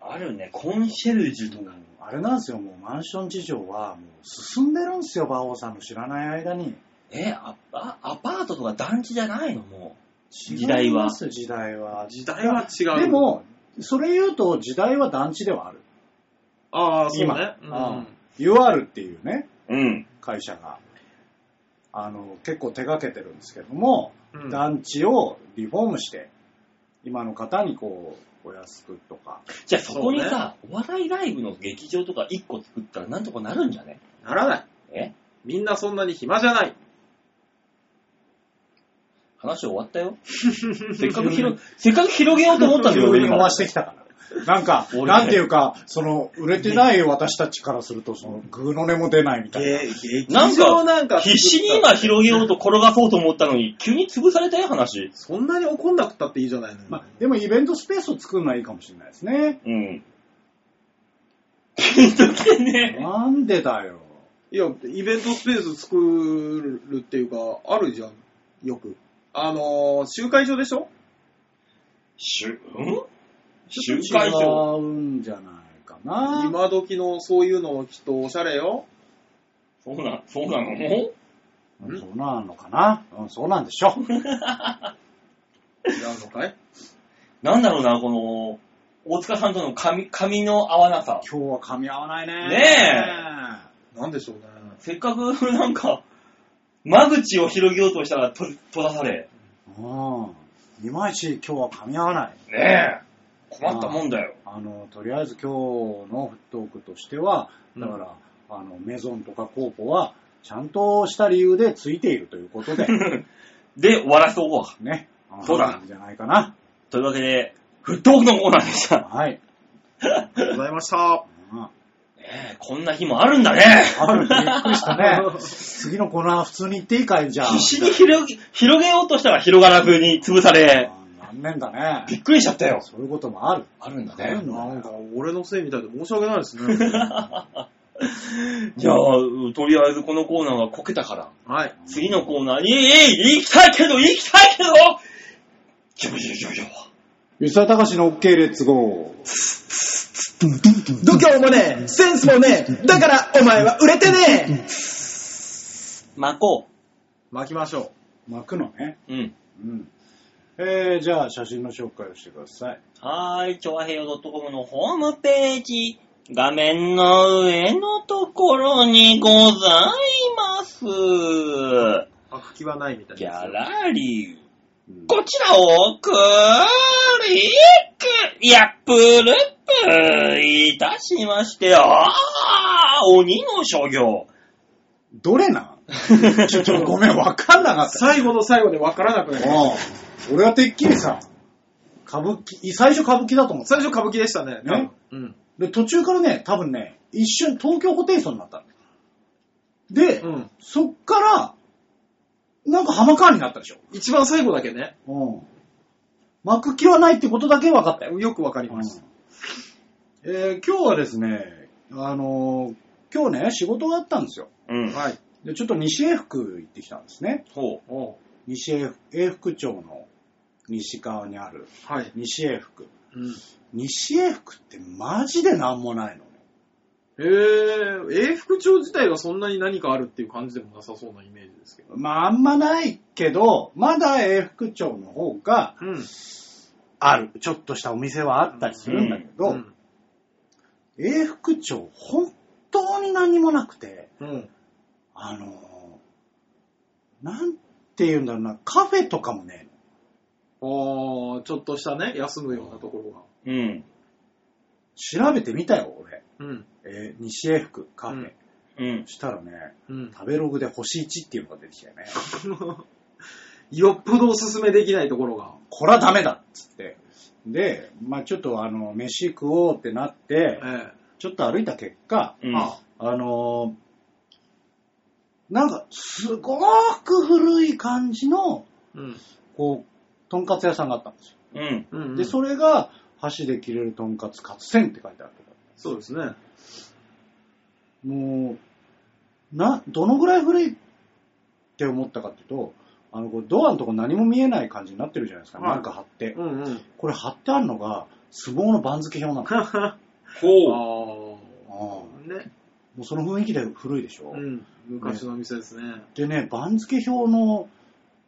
Speaker 2: あるね、コンシェルジュとか。
Speaker 1: あれなんですよ、もうマンション事情は、もう進んでるんですよ、馬王さんの知らない間に。
Speaker 2: え、アパアパートとか団地じゃないのもう。時代
Speaker 1: 違い
Speaker 2: は
Speaker 1: ま。す時代は
Speaker 3: ん。。時代は違う。
Speaker 1: で、も、それ言うと、時代は団地ではある。
Speaker 3: ああ、そうね。う
Speaker 1: 今
Speaker 3: ん。
Speaker 1: UR っていうね、
Speaker 2: うん。
Speaker 1: 会社が、あの、結構手掛けてるんですけども、
Speaker 3: うん
Speaker 1: 団地をリフォームして、今の方にこう、お安くとか。
Speaker 2: じゃあそこにさ、お笑いライブの劇場とか1個作ったらなんとかなるんじゃね
Speaker 3: ならない。
Speaker 2: え
Speaker 3: みんなそんなに暇じゃない。
Speaker 2: 話終わった *laughs* よ。せっかく広、せっかく広げようと思ったんだよ、
Speaker 1: 急
Speaker 2: 俺
Speaker 1: に
Speaker 2: 今。
Speaker 1: 回してきたから。なんか、
Speaker 2: 俺ね
Speaker 1: なんていうか、その、売れてない私たちからすると、その、グーの音も出ないみたいな。
Speaker 3: 劇
Speaker 2: なん
Speaker 3: 場なん
Speaker 2: か、
Speaker 3: か
Speaker 2: *laughs* 必死に今広げようと転がそうと思ったのに、急に潰されたよ、話。
Speaker 3: そんなに怒んなくたっていいじゃないのよ
Speaker 1: まあ、でもイベントスペースを作るのはいいかもしれないですね。
Speaker 2: うん。ピンときてね。
Speaker 1: なんでだよ。
Speaker 3: いや、イベントスペース作るっていうか、あるじゃん。よく。あのー、集会所でしょ
Speaker 2: しゅ、ん集会所。
Speaker 1: 違うんじゃないかな。
Speaker 3: 今時のそういうのきっとおしゃれよ。
Speaker 2: そうな、そうなの
Speaker 1: うんそうなのかな。うん、そうなんでしょ。
Speaker 2: *laughs*
Speaker 3: 違うのかい *laughs*
Speaker 2: なんだろうな、この、大塚さんとの髪、髪の合わなさ。
Speaker 1: 今日は噛み合わないね。
Speaker 2: ね
Speaker 3: なんでしょうね。
Speaker 2: せっかく、なんか、間口を広げようとしたら、と、閉ざされ。
Speaker 1: え。うん。いまいち今日は噛み合わない。
Speaker 2: ねえ。困ったもんだよ。
Speaker 1: あの、とりあえず今日のフットークとしては、
Speaker 3: うん
Speaker 1: だから、あの、メゾンとかコーポは、ちゃんとした理由でついているというこ
Speaker 2: *laughs*
Speaker 1: とで、
Speaker 2: で、終わらせておこうか。
Speaker 1: ね。
Speaker 2: そうだ
Speaker 1: あのじゃないかな。
Speaker 2: というわけで、フットオフのコーナーでした。
Speaker 1: はい。
Speaker 3: ありがとうございました。
Speaker 1: うん
Speaker 2: ねえ、こんな日もあるんだね。
Speaker 1: あるね。びっくりした *laughs* ね。次のコーナー普通に行っていいかいじゃあ。
Speaker 2: 必死に広げ、広げようとしたら広がらずに潰され、
Speaker 1: あー残念だね。
Speaker 2: びっくりしちゃったよ。
Speaker 1: そういうこともある。
Speaker 2: あるんだ
Speaker 1: ある
Speaker 2: ね。
Speaker 1: んだ
Speaker 3: なん
Speaker 1: よ
Speaker 3: か、俺のせいみたいで申し訳ないです *laughs* ね。
Speaker 2: *laughs* じゃあ、うんとりあえずこのコーナーはこけたから、
Speaker 3: はい。
Speaker 2: 次のコーナーに、えい、行きたいけど、行きたいけどジョブジョブジョブジョ
Speaker 1: 吉田隆の OK レッツゴー。
Speaker 3: 度胸もねえ、センスもねえ、だからお前は売れてねえ
Speaker 2: ブ巻こ
Speaker 3: *laughs* 巻きましょ
Speaker 1: 巻くのね。
Speaker 2: う。うん。
Speaker 1: うん。えー、じゃあ写真の紹介をしてください。
Speaker 2: はーい、ちょわへよ .com のホームページ、画面の上のところにございます。
Speaker 3: う。あ、吹きはないみたい
Speaker 2: ギ
Speaker 3: です
Speaker 2: ャ
Speaker 3: よ。
Speaker 2: ラリー。
Speaker 1: うん
Speaker 2: こちらをクリック、やプルップいたしまして、ああ、鬼の所業。
Speaker 1: どれなんちょ、ちょ、ごめん、わかんなかった。
Speaker 3: 最後の最後で分からなくなりまし
Speaker 1: うん俺はてっきりさ、歌舞伎、最初歌舞伎だと思って
Speaker 3: 最初歌舞伎でしたね。
Speaker 1: ね
Speaker 3: うん。
Speaker 1: で、途中からね、多分ね、一瞬東京ホテイソンになったんだよで、
Speaker 3: うん。
Speaker 1: そっから、なんか浜川になったでしょ。
Speaker 3: 一番最後だけね。
Speaker 1: うん。幕切はないってことだけ分かったよ。
Speaker 3: よくわかります。
Speaker 1: うんえー今日はですね、あのー今日ね、仕事があったんですよ。
Speaker 2: *laughs* うん。
Speaker 3: はい。
Speaker 1: で、ちょっと西英福行ってきたんですね。
Speaker 2: ほ
Speaker 3: おう
Speaker 1: 西英福永福町の西側にある
Speaker 3: はい。
Speaker 1: 西英福。
Speaker 3: うん。
Speaker 1: 西英福ってマジでなんもないのね。
Speaker 3: えー、永福町自体はそんなに何かあるっていう感じでもなさそうなイメージですけど。
Speaker 1: まああんまないけど、まだ永福町の方が
Speaker 3: うん。
Speaker 1: ある。ちょっとしたお店はあったりするんだけ
Speaker 3: う
Speaker 1: ど、
Speaker 3: ん。
Speaker 1: 永福町本当に何もなくて、
Speaker 3: うん。
Speaker 1: あのーなんて言うんだろうな、カフェとかもね、
Speaker 3: おーちょっとしたね、休むようなところ
Speaker 2: う。うん。
Speaker 1: 調べてみたよ、俺。
Speaker 3: が。うん。
Speaker 1: えー西英福カフェ。
Speaker 3: うん
Speaker 2: うん。
Speaker 1: したらね、
Speaker 3: うん。 *laughs*
Speaker 1: 食べログで星1っていうのが出てきてね、
Speaker 3: よっぽどおすすめできないところが。
Speaker 1: こらダメだっつって。で、まあちょっとあの、飯食おうってなって、
Speaker 3: え
Speaker 1: ちょっと歩いた結果、
Speaker 2: うん。
Speaker 3: あ
Speaker 1: あのーなんか、すごーく古い感じの、
Speaker 3: え。うん。
Speaker 1: こう、とんかつ屋さんがあったんですよ。
Speaker 2: うん。
Speaker 3: うん、うん。
Speaker 1: で、それが、箸で切れるとんかつカツセンって書いてあるとこ
Speaker 3: そうですね。
Speaker 1: もう、な、どのぐらい古いって思ったかっていうと、あの、こうドアのとこ何も見えない感じになってるじゃないですか、
Speaker 3: はい
Speaker 1: なんか貼って。
Speaker 3: うんうん。
Speaker 1: これ貼ってあるのが、相撲の番付表な
Speaker 3: *laughs*
Speaker 1: の。
Speaker 3: あ
Speaker 2: ほう。
Speaker 1: あ
Speaker 3: あ。
Speaker 1: ー
Speaker 3: ね。
Speaker 1: もうその雰囲気で古いでしょ、
Speaker 3: うん。昔の店ですね。
Speaker 1: でね、番付表の、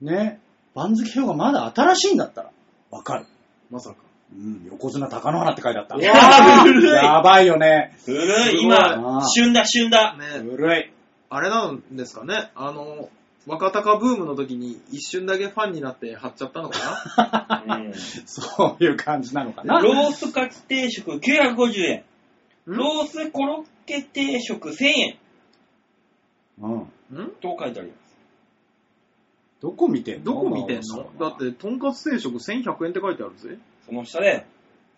Speaker 1: ね、番付表がまだ新しいんだったら、わかる。
Speaker 3: まさか。
Speaker 1: うん、横綱貴乃花って書いてあった。
Speaker 2: うわー古い
Speaker 1: やばいよね。
Speaker 2: 古い。
Speaker 1: すごい
Speaker 2: 今
Speaker 1: な、
Speaker 2: 旬だ、旬だ。
Speaker 3: ね
Speaker 1: 古い。
Speaker 3: あれなんですかね。あの、若隆ブームの時に一瞬だけファンになって貼っちゃったの
Speaker 1: *laughs*
Speaker 3: か
Speaker 2: うん
Speaker 1: *laughs* そういう感じなのかな。
Speaker 2: ロースカツ定食950円。
Speaker 3: な
Speaker 2: ロースコロッケ定食1000円。
Speaker 1: うん。
Speaker 3: ん
Speaker 2: と書いてあります。
Speaker 1: どこ見てんの
Speaker 3: どこ見てんのだ
Speaker 1: だ
Speaker 3: って、とんかつ定食1100円って書いてあるぜ。
Speaker 2: その下で、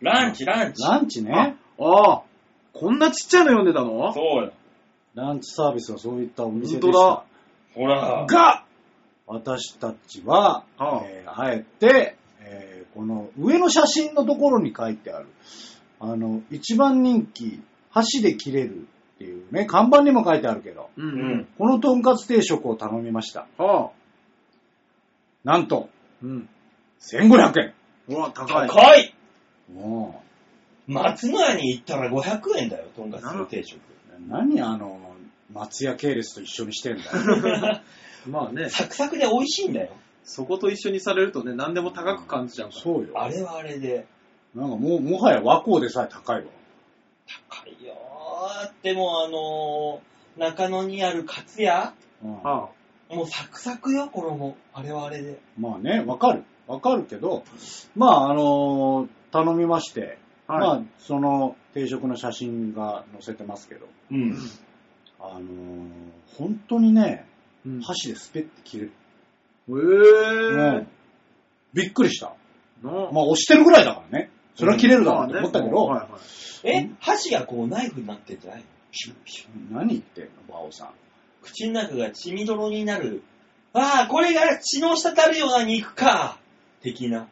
Speaker 2: ランチ、ランチ。
Speaker 1: ランチね。
Speaker 3: ああ、こんなちっちゃいの読んでたの
Speaker 2: そうよ。
Speaker 1: ランチサービスはそういったお店でし
Speaker 3: 本当
Speaker 1: た。
Speaker 2: ほら。
Speaker 1: が、私たちは、
Speaker 3: ああ
Speaker 1: えーあえて、えーこの上の写真のところに書いてある、あの、一番人気、箸で切れるっていうね、看板にも書いてあるけど、
Speaker 3: う
Speaker 2: うん
Speaker 3: うん
Speaker 2: ん。
Speaker 1: このとんかつ定食を頼みました。
Speaker 3: ああ。
Speaker 1: なんと、
Speaker 3: うん。
Speaker 1: 1500円。
Speaker 3: うわ、高い。
Speaker 2: 高い
Speaker 1: おう
Speaker 2: 松野屋に行ったら500円だよ、とんかつの定食。
Speaker 1: 何あの、松屋系列と一緒
Speaker 3: *laughs*
Speaker 1: にしてんだよ。
Speaker 3: まあね、
Speaker 2: サクサクで美味しいんだよ。
Speaker 3: そこと一緒にされるとね、何でも高く感じちゃうから。
Speaker 1: そうよ。
Speaker 2: あれはあれで。
Speaker 1: なんかもう、もはや和光でさえ高いわ。
Speaker 2: 高いよー。でもあのー、中野にあるカツ屋
Speaker 1: うん
Speaker 3: ああ。
Speaker 2: もうサクサクよ、衣。あれはあれで。
Speaker 1: まあね、わかる。わかるけど、まあ、あの頼みまして、
Speaker 3: は
Speaker 1: まあ、その定食の写真が載せてますけど、
Speaker 2: う
Speaker 3: い。
Speaker 2: ん。
Speaker 1: あの本当にね、
Speaker 3: うん。
Speaker 1: 箸でスペッて切れ
Speaker 3: う
Speaker 1: る。
Speaker 3: ん。へ
Speaker 1: うんびっくりした。
Speaker 3: え。な
Speaker 1: まあ、押してるぐらいだからね。それは切れるだろうと思ったけど、
Speaker 3: まあねはいはい
Speaker 2: え箸がこうナイフになってんじゃないのピュッピュッ
Speaker 1: 何言ってんの、馬オさん。
Speaker 2: 口の中が血みどろになる。ああ、これが血の滴るような肉か的な。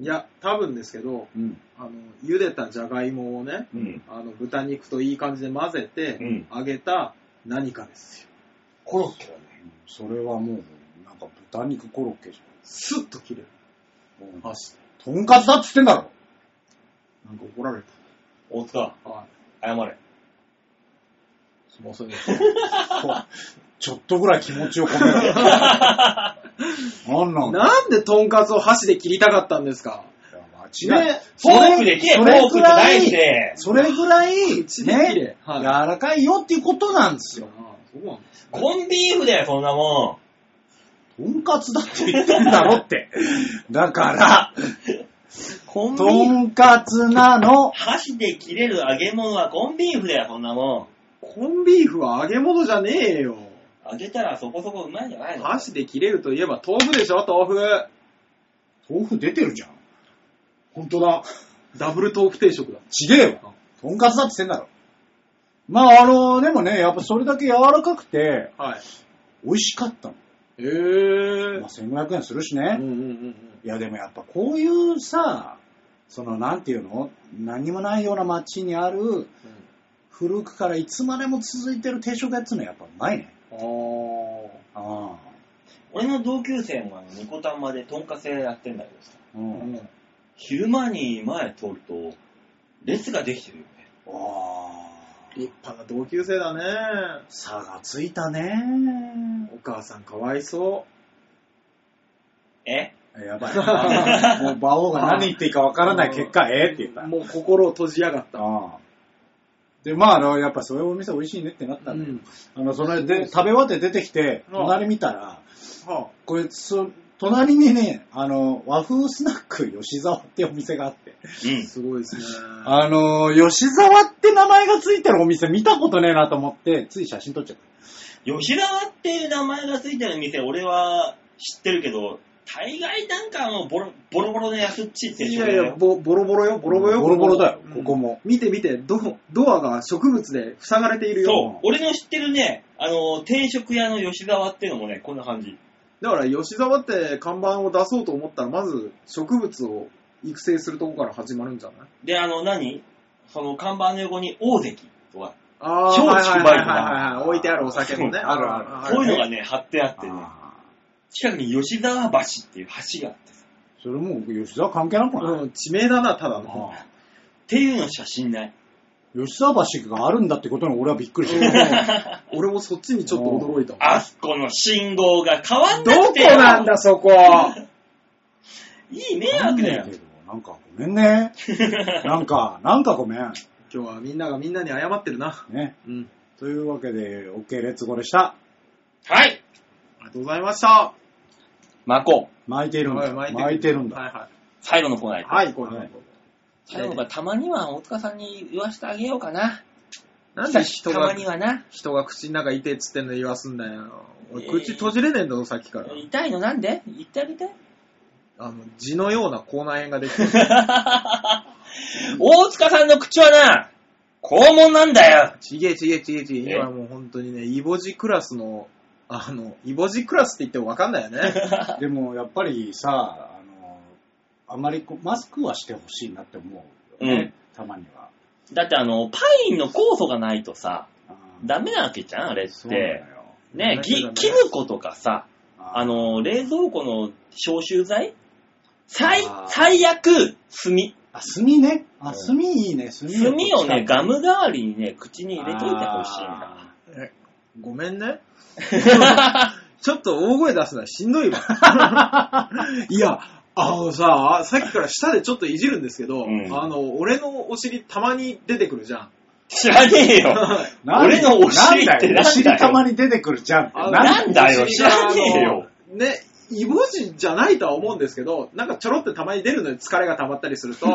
Speaker 3: いや、多分ですけど、
Speaker 1: うん。
Speaker 3: あの、茹でたじゃがいもをね、
Speaker 2: うん。
Speaker 3: あの、豚肉といい感じで混ぜて、
Speaker 2: うん
Speaker 3: 揚げた何かですよ。
Speaker 2: コロッケだね。
Speaker 1: それはもう、なんか豚肉コロッケじ
Speaker 3: スッと切れる。
Speaker 1: ゃん。
Speaker 3: あ、
Speaker 1: とんかつだっつってんだろ。
Speaker 3: なんか怒られ
Speaker 2: 大塚、
Speaker 3: た。はい。
Speaker 2: 謝 *laughs* れ。
Speaker 3: すいません。
Speaker 1: ちょっとぐらい気持ちを込めろ。
Speaker 3: *laughs*
Speaker 1: なんなんだ
Speaker 3: *laughs* なんでとんかつを箸で切りたかったんですか
Speaker 1: よ間違い
Speaker 3: ね。
Speaker 2: フォークで切れ、
Speaker 1: そ
Speaker 2: フ
Speaker 1: れ
Speaker 2: ォークとナイフで。
Speaker 1: それぐらい、
Speaker 3: 口で切れ
Speaker 1: ね、
Speaker 3: はい
Speaker 1: 柔らかいよっていうことなんです
Speaker 3: そう
Speaker 1: よ。
Speaker 3: なんですね
Speaker 2: コンビーフだよ、そんなも
Speaker 1: とんかつだって言ってんだろって。だから、
Speaker 2: ん。コンビ
Speaker 1: と
Speaker 2: ーフ
Speaker 1: んかつなの。
Speaker 2: 箸で切れる揚げ物はコンビーフだよ、そんなも
Speaker 3: コンビーフは揚げ物じゃねえよ。
Speaker 2: ん。揚げたらそこそこうまいんじゃないの
Speaker 3: 箸で切れるといえば豆腐でしょ、豆腐。
Speaker 1: 豆腐出てるじゃん。本当だ。
Speaker 3: ダブルトーク定食だ。
Speaker 1: ちげえよ。とんかつだって言ってんだろ。まあ、あの、でもね、やっぱそれだけ柔らかくて、
Speaker 3: はい。
Speaker 1: 美味しかったの。
Speaker 3: へぇ
Speaker 1: まあ、1500円するし
Speaker 3: うん
Speaker 1: ね。
Speaker 3: うんうん
Speaker 1: いや、でもやっぱこういうさ、その、なんていうの何もないような街にある、古くからいつまでも続いてる定食屋っつうのはやっぱうまいね。
Speaker 2: あ
Speaker 1: ああ。
Speaker 2: 俺の同級生もあのニコタンまでとんかつ屋やってんだけどさ、
Speaker 1: う。
Speaker 3: うんん。
Speaker 1: あ
Speaker 3: うん
Speaker 2: 昼間に前通ると、列ができてるよね。
Speaker 1: あ。
Speaker 3: 立派な同級生だね。
Speaker 1: 差がついたね。
Speaker 3: お母さんかわいそ
Speaker 2: え
Speaker 1: やばい。もう、馬王が何言っていいかわからない結果、ええって言った
Speaker 3: う。。もう心を閉じやがった。
Speaker 1: ああ。で、まあ、あの、やっぱそういうお店美味しいねってなったんだよ。あの、それで、食べ終わって出てきて、
Speaker 3: ああ
Speaker 1: 隣見たら、
Speaker 3: は
Speaker 1: これ、そ隣にね、あの、和風スナック吉沢ってお店があって、
Speaker 2: うん
Speaker 3: あ、。すごいですね。
Speaker 1: あの、吉沢って名前がついてるお店見たことねえなと思って、つい写真撮っちゃった。
Speaker 2: 吉沢っていう名前がついてる店、俺は知ってるけど、大概なんかもうボロボロボロで安っちいって
Speaker 3: い
Speaker 2: しょ
Speaker 3: やいや、ボボロボロよ、ボロボロよ。
Speaker 1: ボロボロだよ
Speaker 3: うん
Speaker 1: ここも
Speaker 3: 見て見て、ドドアが植物で塞がれているよ。
Speaker 2: そう、俺の知ってるね、あの、定食屋の吉沢っていうのもね、こんな感じ。
Speaker 3: だから吉沢って看板を出そうと思ったら、まず植物を育成するとこから始まるんじゃない
Speaker 2: で、あの、何その看板の横に大関とか、
Speaker 3: あ
Speaker 2: 超
Speaker 3: はい
Speaker 2: 近い
Speaker 3: はい
Speaker 2: な
Speaker 3: はいはいはい。置いてあるお酒もね。
Speaker 1: そうあるある
Speaker 2: こういうの
Speaker 3: が。
Speaker 2: がね、貼ってあってね、
Speaker 1: ああ
Speaker 2: 近くに吉沢橋っていう橋があってさ、
Speaker 1: それもう吉沢関係なくない、
Speaker 3: うん、地名だな、ただの。
Speaker 1: あ
Speaker 2: っていうの写真ない。
Speaker 1: あ吉沢橋があるんだってことに俺はびっくりした。
Speaker 3: 俺もそっちにちょっと驚いたわ。
Speaker 2: あそこの信号が変わん
Speaker 3: ど
Speaker 2: なく
Speaker 3: こ
Speaker 2: てよ
Speaker 3: なんだ、そこ。
Speaker 2: いい迷惑だよ
Speaker 1: け。どなんかごめんね。なんか、なんかごめん。
Speaker 3: 今日はみんながみんなに謝ってるな。
Speaker 1: ね。
Speaker 3: うん。
Speaker 1: というわけで、OK レッツゴーでした。
Speaker 2: はい
Speaker 3: ありがとうございました。
Speaker 2: 巻こう。
Speaker 1: 巻いているんだ。
Speaker 3: はい
Speaker 1: 巻いてるんだ。
Speaker 3: はいは
Speaker 2: 最後のコーナー
Speaker 3: い。
Speaker 2: 行こう
Speaker 3: はい、これ、
Speaker 1: はい
Speaker 2: 最後がたまには大塚さんに言わせてあげようかな。
Speaker 3: なんで人
Speaker 2: たま
Speaker 3: が、
Speaker 2: にはな。
Speaker 3: 人が口の中いてっつってんの言わすんだよ。俺、
Speaker 2: えー
Speaker 3: 口閉じれねえんだぞ、さっきから。
Speaker 2: 痛いのなんで言ってあげて。
Speaker 3: あの、字のような口内炎ができてる。
Speaker 2: *laughs* 大塚さんの口はな、肛門なんだよ。
Speaker 3: *laughs* ちげえちげえちげえちげ
Speaker 2: え
Speaker 3: え。*laughs* 今もう本当にね、イボジクラスの、あの、イボジクラスって言ってもわかんないよ *laughs* ね。
Speaker 1: でも、やっぱりさ、あの、あまりこうマスクはしてほしいなって思うよね。たまには。
Speaker 2: だってあの、パインの酵素がないとさ、
Speaker 1: あー
Speaker 2: ダメなわけじゃん、あれっ
Speaker 1: そうなの
Speaker 2: て
Speaker 1: よ。。
Speaker 2: ね、
Speaker 3: ダメだ
Speaker 2: ぎ
Speaker 3: ね
Speaker 2: キムコとかさ、
Speaker 1: あ
Speaker 2: あ
Speaker 1: の、
Speaker 2: の、冷蔵庫の消臭剤最
Speaker 3: あー、
Speaker 2: 最悪、炭。
Speaker 1: あ、炭ね。
Speaker 2: う
Speaker 1: あ、
Speaker 2: ん
Speaker 1: 炭いいね。炭
Speaker 2: 炭をね、ガ
Speaker 1: ム
Speaker 2: ム代わりにね、口に入れといてほしいんだ。
Speaker 3: えごめんね。ちょっと大声出すのはしんどいわ。 *laughs* いや、あのさ、さっきから舌でちょっといじるんですけど、
Speaker 2: うん
Speaker 3: あの、俺のお尻たまに出てくるじゃ *laughs* ん。
Speaker 2: *laughs* 知らねえよ。俺のお尻って
Speaker 1: なんだよ
Speaker 2: なんだよ
Speaker 1: お尻たまに出てくるじゃんって。
Speaker 3: あの
Speaker 1: なんだ
Speaker 2: なんだよ
Speaker 3: お尻が
Speaker 2: 知らねえよ
Speaker 3: あのね、イボジじゃないとは思うんですけど、なんかちょろってたまに出るのに疲れが溜まったりする
Speaker 2: *laughs*
Speaker 3: と、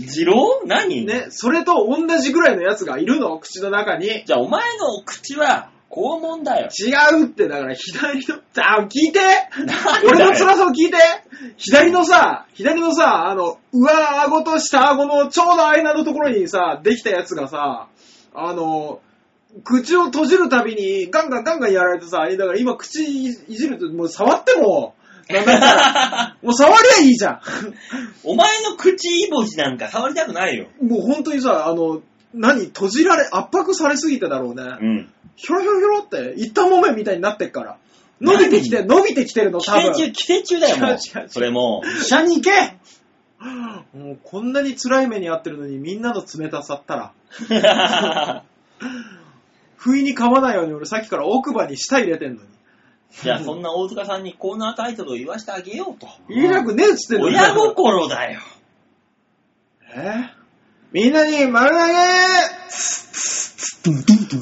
Speaker 2: 二郎何
Speaker 3: ね、それと同じぐらいのやつがいるの、口の中に。違
Speaker 2: じゃあお前の口は肛門だよ。
Speaker 3: うって、だから左の、あ、聞いて
Speaker 2: なんだよ
Speaker 3: 俺の辛さを聞いて左のさ、左のさ、あの、上顎と下顎のちょうど間のところにさ、できたやつがさ、あの、口を閉じるたびにガンガンガンガンやられてさ、だから今口いじると、もう触っても、なんだったら、もう触りゃいいじゃ
Speaker 2: *laughs* お前の口いぼじなんか触りたくないよ。
Speaker 3: ん。もう本当にさ、あの、何閉じられ、圧迫されすぎてだろうね。
Speaker 2: うん。
Speaker 3: ひょろひょろひょろって、一旦もめみたいになってっから。伸びてきて、伸びてきてるの、
Speaker 2: 寄
Speaker 3: 多
Speaker 2: 生虫、
Speaker 3: 分。
Speaker 2: 寄生虫だよ、も
Speaker 3: 違う違う違
Speaker 2: う。
Speaker 3: う
Speaker 2: それもう。
Speaker 1: 医者に行け
Speaker 3: もうこんなに辛い目に遭ってるのに、みんなの冷たさったら。不意に噛まないように、俺さっきから奥歯に舌入れてんのに。
Speaker 2: *laughs* じゃあそんな大塚さんにコーナータイトルを言わしてあげようと。
Speaker 3: 言いたくねえっつってんのに
Speaker 2: 親心だよ。
Speaker 3: えーみんなに丸投げ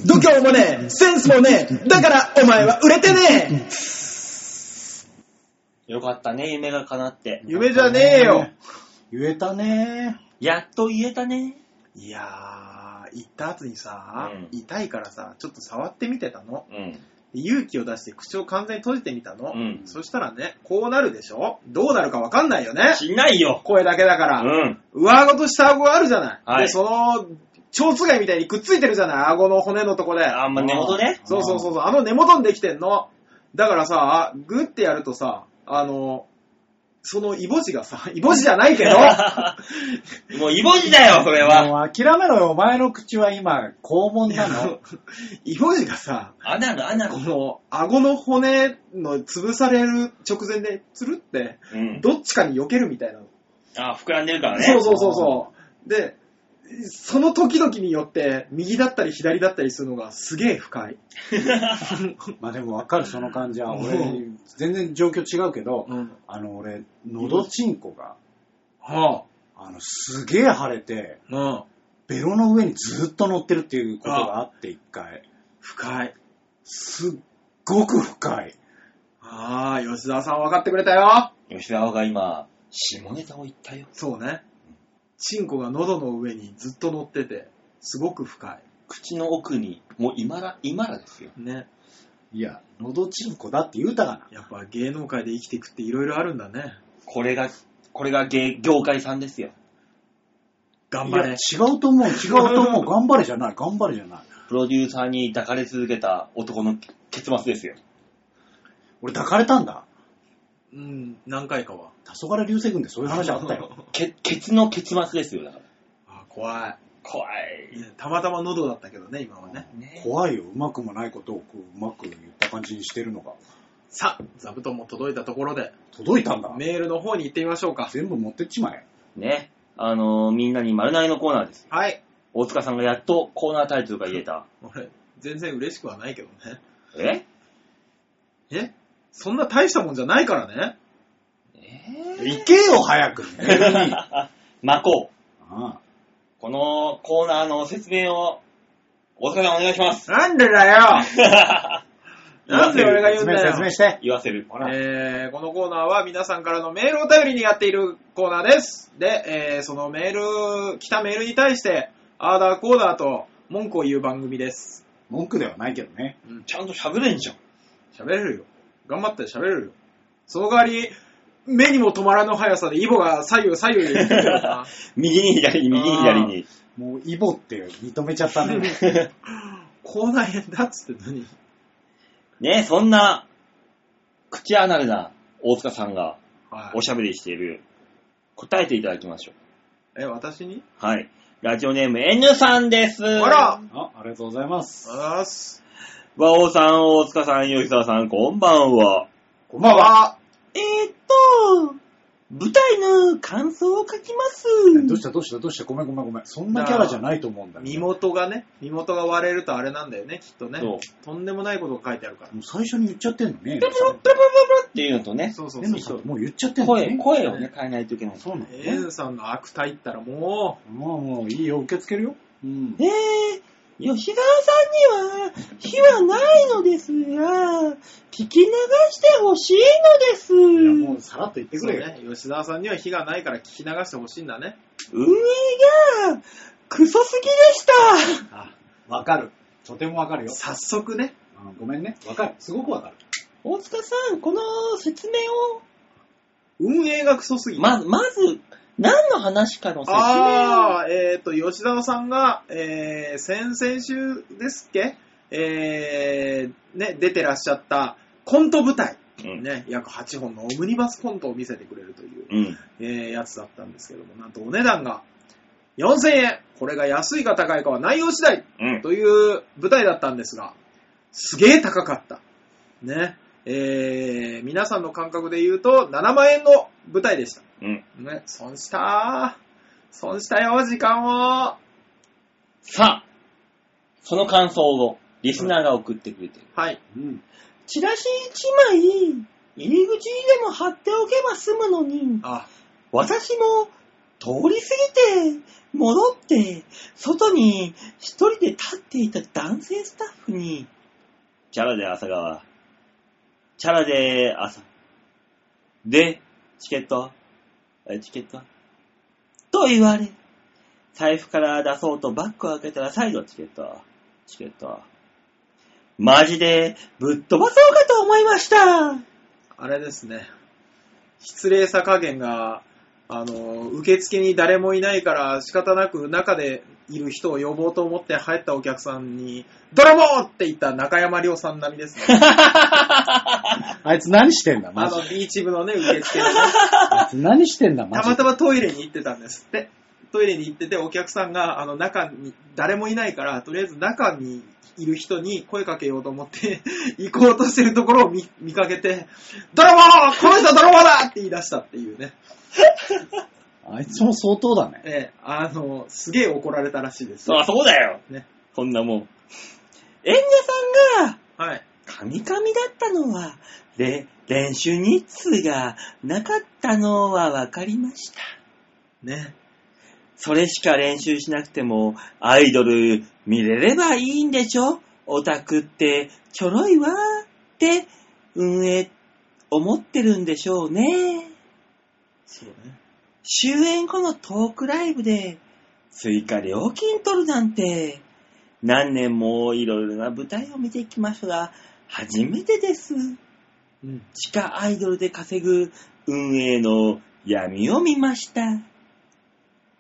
Speaker 3: 度胸もねえ、センスもねえ、だからお前は売れてねえ
Speaker 2: よかったね、夢が叶って。
Speaker 3: 夢じゃねえよ。
Speaker 1: 言えたね。
Speaker 2: やっと言えたね。
Speaker 3: いやー、行った後にさ
Speaker 2: うん
Speaker 3: 痛いからさ、ちょっと触ってみてたの。
Speaker 2: うん。
Speaker 3: 勇気を出して口を完全に閉じてみたの。
Speaker 2: うん
Speaker 3: そしたらね、こうなるでしょどうなるかわかんないよね。
Speaker 2: しないよ。
Speaker 3: 声だけだか
Speaker 2: う
Speaker 3: ら。
Speaker 2: ん。
Speaker 3: 上顎と下顎があるじゃない。
Speaker 2: はい
Speaker 3: で、その、蝶つがいみたいにくっついてるじゃない。顎の骨のとこで。
Speaker 2: あんま根元ね。
Speaker 3: そうそうそうそう。あの根元にできてんの。だからさ、あグってやるとさ、あの、そのイボジがさ、イボジじゃな
Speaker 2: *laughs*
Speaker 3: いけど、
Speaker 2: もうイボジだよ、それは。
Speaker 1: もう諦めろよ、お前の口は今、肛門なの。 *laughs*
Speaker 3: イボジがさ、
Speaker 2: アナル、アナル
Speaker 3: こ。の顎の骨の潰される直前でつるって、
Speaker 2: うん。
Speaker 3: どっちかに避けるみたいなの。
Speaker 2: あ、膨らんでるからね。
Speaker 3: そう
Speaker 2: *laughs*
Speaker 3: そうそうそう。で、その時々によって、右だったり左だったりするのがすげえ不快。
Speaker 1: まあでもわかる、その感じは。
Speaker 3: うん
Speaker 1: 俺、全然状況違うけど、
Speaker 3: うん。
Speaker 1: あの、俺、喉チンコが、
Speaker 3: は
Speaker 1: あの、すげえ腫れて、
Speaker 3: あ。うん。
Speaker 1: ベロの上にずっと乗ってるっていうことがあって、一回。
Speaker 3: 不快。
Speaker 1: すっごく深い。
Speaker 3: ああ、吉沢さん分かってくれたよ。
Speaker 2: 吉沢が今、下ネタを言ったよ。
Speaker 3: そうね。チンコが喉の上にずっと乗ってて、すごく深い。
Speaker 2: 口の奥に、もう今ら、今らですよ。
Speaker 3: ね。
Speaker 1: いや、喉チンコだって言うたがな。
Speaker 3: やっぱ芸能界で生きていくって色々あるんだね。
Speaker 2: これが、これが芸業界さんですよ。
Speaker 3: 頑張
Speaker 1: いや
Speaker 3: れ。
Speaker 1: 違うと思う、違うと思う。 *laughs* 頑張れじゃない、頑張れじゃない。
Speaker 2: プロデューサーに抱かれ続けた男の結末 *laughs* ですよ。
Speaker 1: 俺抱かれたんだ。
Speaker 3: うん、何回かは。
Speaker 1: 黄昏流星群でそういう話あったよ。
Speaker 2: け、ケツの結末ですよ、だから。
Speaker 3: あー怖い。
Speaker 2: 怖
Speaker 3: い
Speaker 2: い。
Speaker 3: やたまたま喉だったけどね、今はね。
Speaker 2: ね
Speaker 1: 怖いよ、うまくもないことをこううまく言った感じにしてるのが。
Speaker 3: さあ、座布団も届いたところで、
Speaker 1: 届いたんだ。
Speaker 3: メールの方に行ってみましょうか。
Speaker 1: 全部持ってっちまえ。
Speaker 2: ね。あのーみんなに丸投げのコーナーですよ。
Speaker 3: はい。
Speaker 2: 大塚さんがやっとコーナータイトルが言えた。
Speaker 3: 俺、全然嬉しくはないけどね。
Speaker 2: *laughs* え
Speaker 3: えそんな大したもんじゃないからね。
Speaker 2: え
Speaker 1: 行けよ、
Speaker 3: *laughs*
Speaker 1: 早く。
Speaker 2: ー、
Speaker 1: あ
Speaker 2: まこう。
Speaker 1: あ
Speaker 2: このコーナーの説明を、大塚さんお願いし *laughs* ます。
Speaker 3: なんでだよなんで俺が言うん
Speaker 1: 説明
Speaker 3: だよ
Speaker 1: 説明して。
Speaker 2: *laughs* 言わせる。
Speaker 1: ほら、
Speaker 3: えーこのコーナーは皆さんからのメールを頼りにやっているコーナーです。で、えーそのメール、来たメールに対して、アーダーコーダーと文句を言う番組です。
Speaker 1: 文句ではないけどね。
Speaker 2: ちゃんと喋れんじゃん。
Speaker 3: 喋れるよ。頑張って喋れるよ。その代わり、目にも止まらぬ速さでイボが左右左右に行ってるよな。
Speaker 2: 右に左に、右に左に。
Speaker 1: もう、イボって認めちゃったね。
Speaker 3: *laughs* 口内炎だっつって何
Speaker 2: ね、そんな、口アナルな大塚さんが
Speaker 3: は
Speaker 2: おしゃべりしている、答えていただきましょう。
Speaker 3: い。え、私に
Speaker 2: はい。ラジオネーム N さんです。
Speaker 3: あら
Speaker 1: あ、ありがとうございます。
Speaker 3: あーす。
Speaker 2: 和王さん、大塚さん、吉沢さん、こんばんは。
Speaker 1: こんばんは。
Speaker 3: あ
Speaker 2: えー、っと、舞台の感想を書きます。
Speaker 1: どうしたどうしたどうしたごめんごめんごめん。そんなキャラじゃないと思うんだよね
Speaker 3: 身元がね、身元が割れるとあれなんだよね、きっとね。
Speaker 2: そう。
Speaker 3: とんでもないことが書いてあるから。
Speaker 1: もう最初に言っちゃってんのね。
Speaker 2: プルプルプルプルプルっていうのとね、
Speaker 3: そうそう
Speaker 1: で
Speaker 3: そう
Speaker 1: も
Speaker 3: そ
Speaker 1: さ
Speaker 3: う。、
Speaker 1: もう言っちゃってんの
Speaker 2: 声、
Speaker 1: ね。
Speaker 2: 声をね、変えないといけない。
Speaker 1: そうなの
Speaker 3: エン
Speaker 1: ね。
Speaker 3: さんの悪態言ったらも
Speaker 1: もうもういいよ、受け付けるよ。うん。
Speaker 2: えー、吉沢さんには火はないのですが、聞き流してほしい
Speaker 1: いや、
Speaker 2: の
Speaker 1: もうさらっと言っ
Speaker 3: う、
Speaker 1: て
Speaker 3: そ
Speaker 1: く
Speaker 3: う
Speaker 1: れよ。
Speaker 3: ね、吉沢さんには火がないから聞き流してほしいんだね。
Speaker 2: 運営が、クソすぎでした。
Speaker 3: あ
Speaker 1: わかる。とてもわかるよ。
Speaker 3: 早速ね、
Speaker 1: うんごめんね。わかる。すごくわかる。
Speaker 2: 大塚さん、この説明を。
Speaker 3: 運営がクソすぎて。
Speaker 2: ま、まず、何の話かの説明を。
Speaker 3: ああ、えっ、と、吉沢さんが、えー、先々週ですっけえー、ね、出てらっしゃったコント舞台。
Speaker 2: うん
Speaker 3: ね、約8本のオムニバスコントを見せてくれるという、
Speaker 2: うん。
Speaker 3: えー、やつだったんですけども、なんとお値段が4000円これが安いか高いかは内容次第
Speaker 2: うん。
Speaker 3: という舞台だったんですが、すげえ高かった。ね。えー、皆さんの感覚で言うと、7万円の舞台でした。
Speaker 2: うん。
Speaker 3: ね、損したー。損したよ、時間を。
Speaker 2: さあ、その感想を、リスナーが送ってくれてる。
Speaker 3: はい。
Speaker 1: うん。
Speaker 2: チラシ1枚、入り口にでも貼っておけば済むのに、
Speaker 3: あ、
Speaker 2: 私も通り過ぎて、戻って、外に一人で立っていた男性スタッフに、チャラで朝川、チャラで朝、で、チケットは、えチケットは、と言われ、財布から出そうとバッグを開けたら再度チケットは、チケットは、マジで、ぶっ飛ばそうかと思いました。
Speaker 3: あれですね。失礼さ加減が、あの、受付に誰もいないから仕方なく中でいる人を呼ぼうと思って入ったお客さんに、泥棒って言った中山亮さん並みですね。
Speaker 1: あいつ何してんだ、
Speaker 3: あ
Speaker 1: マジ
Speaker 3: の、
Speaker 1: で。
Speaker 3: ビーチ部のね、受付にね、
Speaker 1: あいつ何してんだ、マ
Speaker 3: た
Speaker 1: ジ
Speaker 3: ま
Speaker 1: で。
Speaker 3: たまトイレに行ってたんですって。トイレに行ってて、お客さんが、あの、中に、誰もいないから、とりあえず中にいる人に声かけようと思って、 *laughs* 行こうとしてるところを見見かけて、泥棒この人泥棒だって言い出したっていうね。
Speaker 1: あいつも相当だね。
Speaker 3: ええ、あの、すげえ怒られたらしいです
Speaker 2: そ
Speaker 3: よ。
Speaker 2: う、そうだよ。
Speaker 3: ね
Speaker 2: そんなもん。演者さんが、
Speaker 3: はい。
Speaker 2: 神々だったのは、れ、練習日数がなかったのはわかりました。
Speaker 3: ね。
Speaker 2: それしか練習しなくても、アイドル見れればいいんでしょオタクってちょろいわーって、運営、思ってるんでしょうね。
Speaker 3: そうね。
Speaker 2: 終演後のトークライブで追加料金取るなんて、何年もいろいろな舞台を見てきましたが、初めてです。
Speaker 3: うん。
Speaker 2: 地下アイドルで稼ぐ運営の闇を見ました。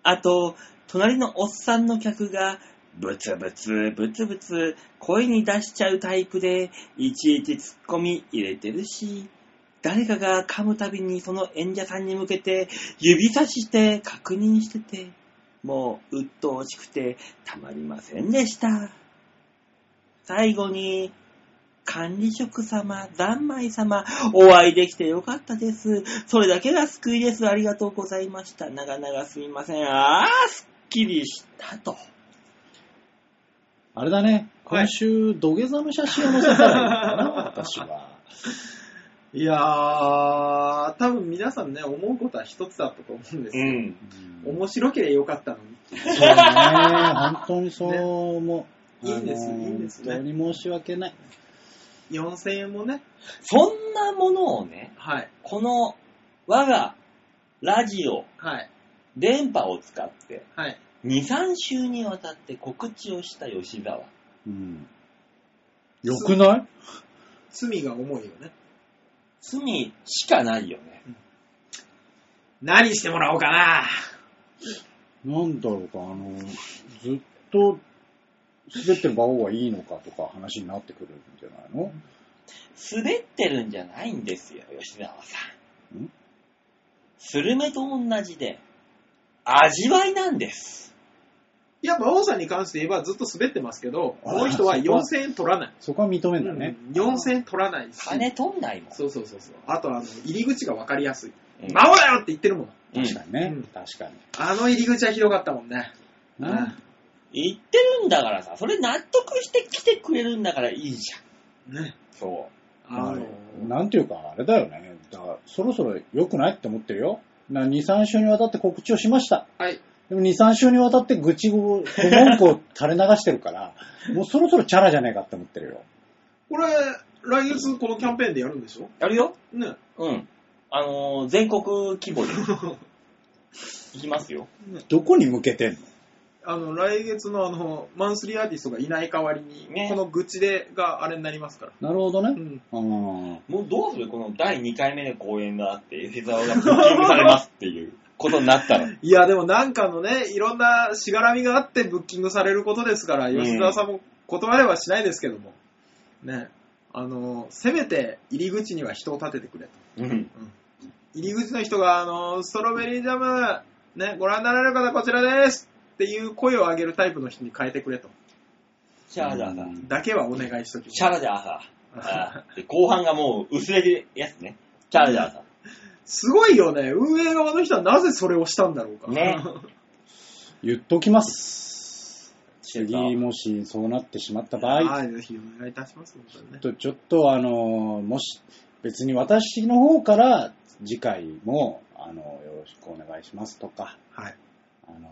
Speaker 2: あと、隣のおっさんの客が、ブツブツ、ブツブツ、声に出しちゃうタイプで、いちいち突っ込み入れてるし、誰かが噛むたびにその演者さんに向けて指さして確認してて、もう鬱陶しくてたまりませんでした。最後に、管理職様、三昧様、お会いできてよかったです。それだけが救いです。ありがとうございました。長々すみません。あー、すっきりしたと。
Speaker 1: あれだね、
Speaker 3: はい
Speaker 1: 今週、土下座の写真を載せたらいいの *laughs* かな、私は。
Speaker 3: いやー、多分皆さんね、思うことは一つだったと思うんですよ。
Speaker 2: ん。
Speaker 1: うん
Speaker 3: 面白ければよかったのに。
Speaker 1: そうね、本当にそう思う。
Speaker 3: ねいいんです
Speaker 1: あのー
Speaker 3: いいんですね
Speaker 1: 本当に申し訳ない。
Speaker 3: 4000円もね、
Speaker 2: そんなものをね、
Speaker 3: はい。
Speaker 2: この我がラジオ、
Speaker 3: はい。
Speaker 2: 電波を使って、
Speaker 3: はい。
Speaker 2: 2、3週にわたって告知をした吉沢。
Speaker 1: うん。よくない
Speaker 3: 罪が重いよね。
Speaker 2: 罪しかないよね。
Speaker 3: 何してもらおうかな。
Speaker 1: なんだろうか、あの、ずっと滑ってる馬王はいいのかとか話になってくるんじゃないの
Speaker 2: 滑ってるんじゃないんですよ、吉沢さん。
Speaker 1: ん
Speaker 2: スルメと同じで、味わいなんです。
Speaker 3: いや、馬王さんに関して言えばずっと滑ってますけど、
Speaker 1: あ
Speaker 3: この人は
Speaker 1: そこは
Speaker 3: 4000円取らない。
Speaker 1: そこは認めんだね。
Speaker 3: うん4000円取らないし。
Speaker 2: 金取んないもん。
Speaker 3: そうそうそうそう。あと、あの、入り口が分かりやすい。
Speaker 2: うん
Speaker 3: 魔王だよって言ってるもん。
Speaker 2: うん
Speaker 1: 確かにね。
Speaker 3: うん
Speaker 1: 確かに。
Speaker 3: あの入り口はひどかったもんね。
Speaker 1: な
Speaker 2: 言ってるんだからさ、それ納得して来てくれるんだからいいじゃん。
Speaker 3: ね。
Speaker 2: そ
Speaker 3: あの、
Speaker 1: なんていうか、あれだよね。だからそろそろ良くないって思ってるよ。な2、3週にわたって告知をしました。
Speaker 3: はい。
Speaker 1: でも2、3週にわたって愚痴を、小文句を垂れ流してる *laughs* から、もうそろそろチャラじゃねえかって思ってるよ。
Speaker 3: これ、来月このキャンペーンでやるんでしょ
Speaker 2: う。やるよ
Speaker 3: ね。 *laughs*
Speaker 2: うん。あのー全国規 *laughs* 模で。行きますよ。
Speaker 1: どこに向けてんの
Speaker 3: あの、来月のあの、マンスリーアーティストがいない代わりに、
Speaker 2: ね
Speaker 3: この愚痴で、があれになりますから。
Speaker 1: なるほど
Speaker 3: う
Speaker 1: ね。
Speaker 3: ん。
Speaker 1: うん。
Speaker 2: もうどうするこの第2回目の公演があって、吉沢がブッキングされますっていうことになったら。
Speaker 3: いや、でもなんかのね、いろんなしがらみがあってブッキングされることですから、
Speaker 2: ん
Speaker 3: 吉沢さんも断れはしないですけども。ね。あの、せめて入り口には人を立ててくれと。
Speaker 2: *laughs* うん。
Speaker 3: 入り口の人が、あの、ストロベリージャム、ね、ご覧になられる方こちらですっていう声を上げるタイプの人に変えてくれと。
Speaker 2: シャーダーさん。
Speaker 3: だけはお願いしときます
Speaker 2: チャラジャーさん。で後半がもう薄れてるやつね。チャラジャーさ
Speaker 3: すごいよね。運営側の人はなぜそれをしたんだろうか。
Speaker 2: ね
Speaker 1: 言っときます。
Speaker 2: してた
Speaker 1: 次、もしそうなってしまった場合、
Speaker 3: *laughs* はい、ぜひお願いいたします。本当にね
Speaker 1: ちょっとちょっとあの、もし、別に私の方から次回も、あの、よろしくお願いしますとか、
Speaker 3: はい。
Speaker 1: あの、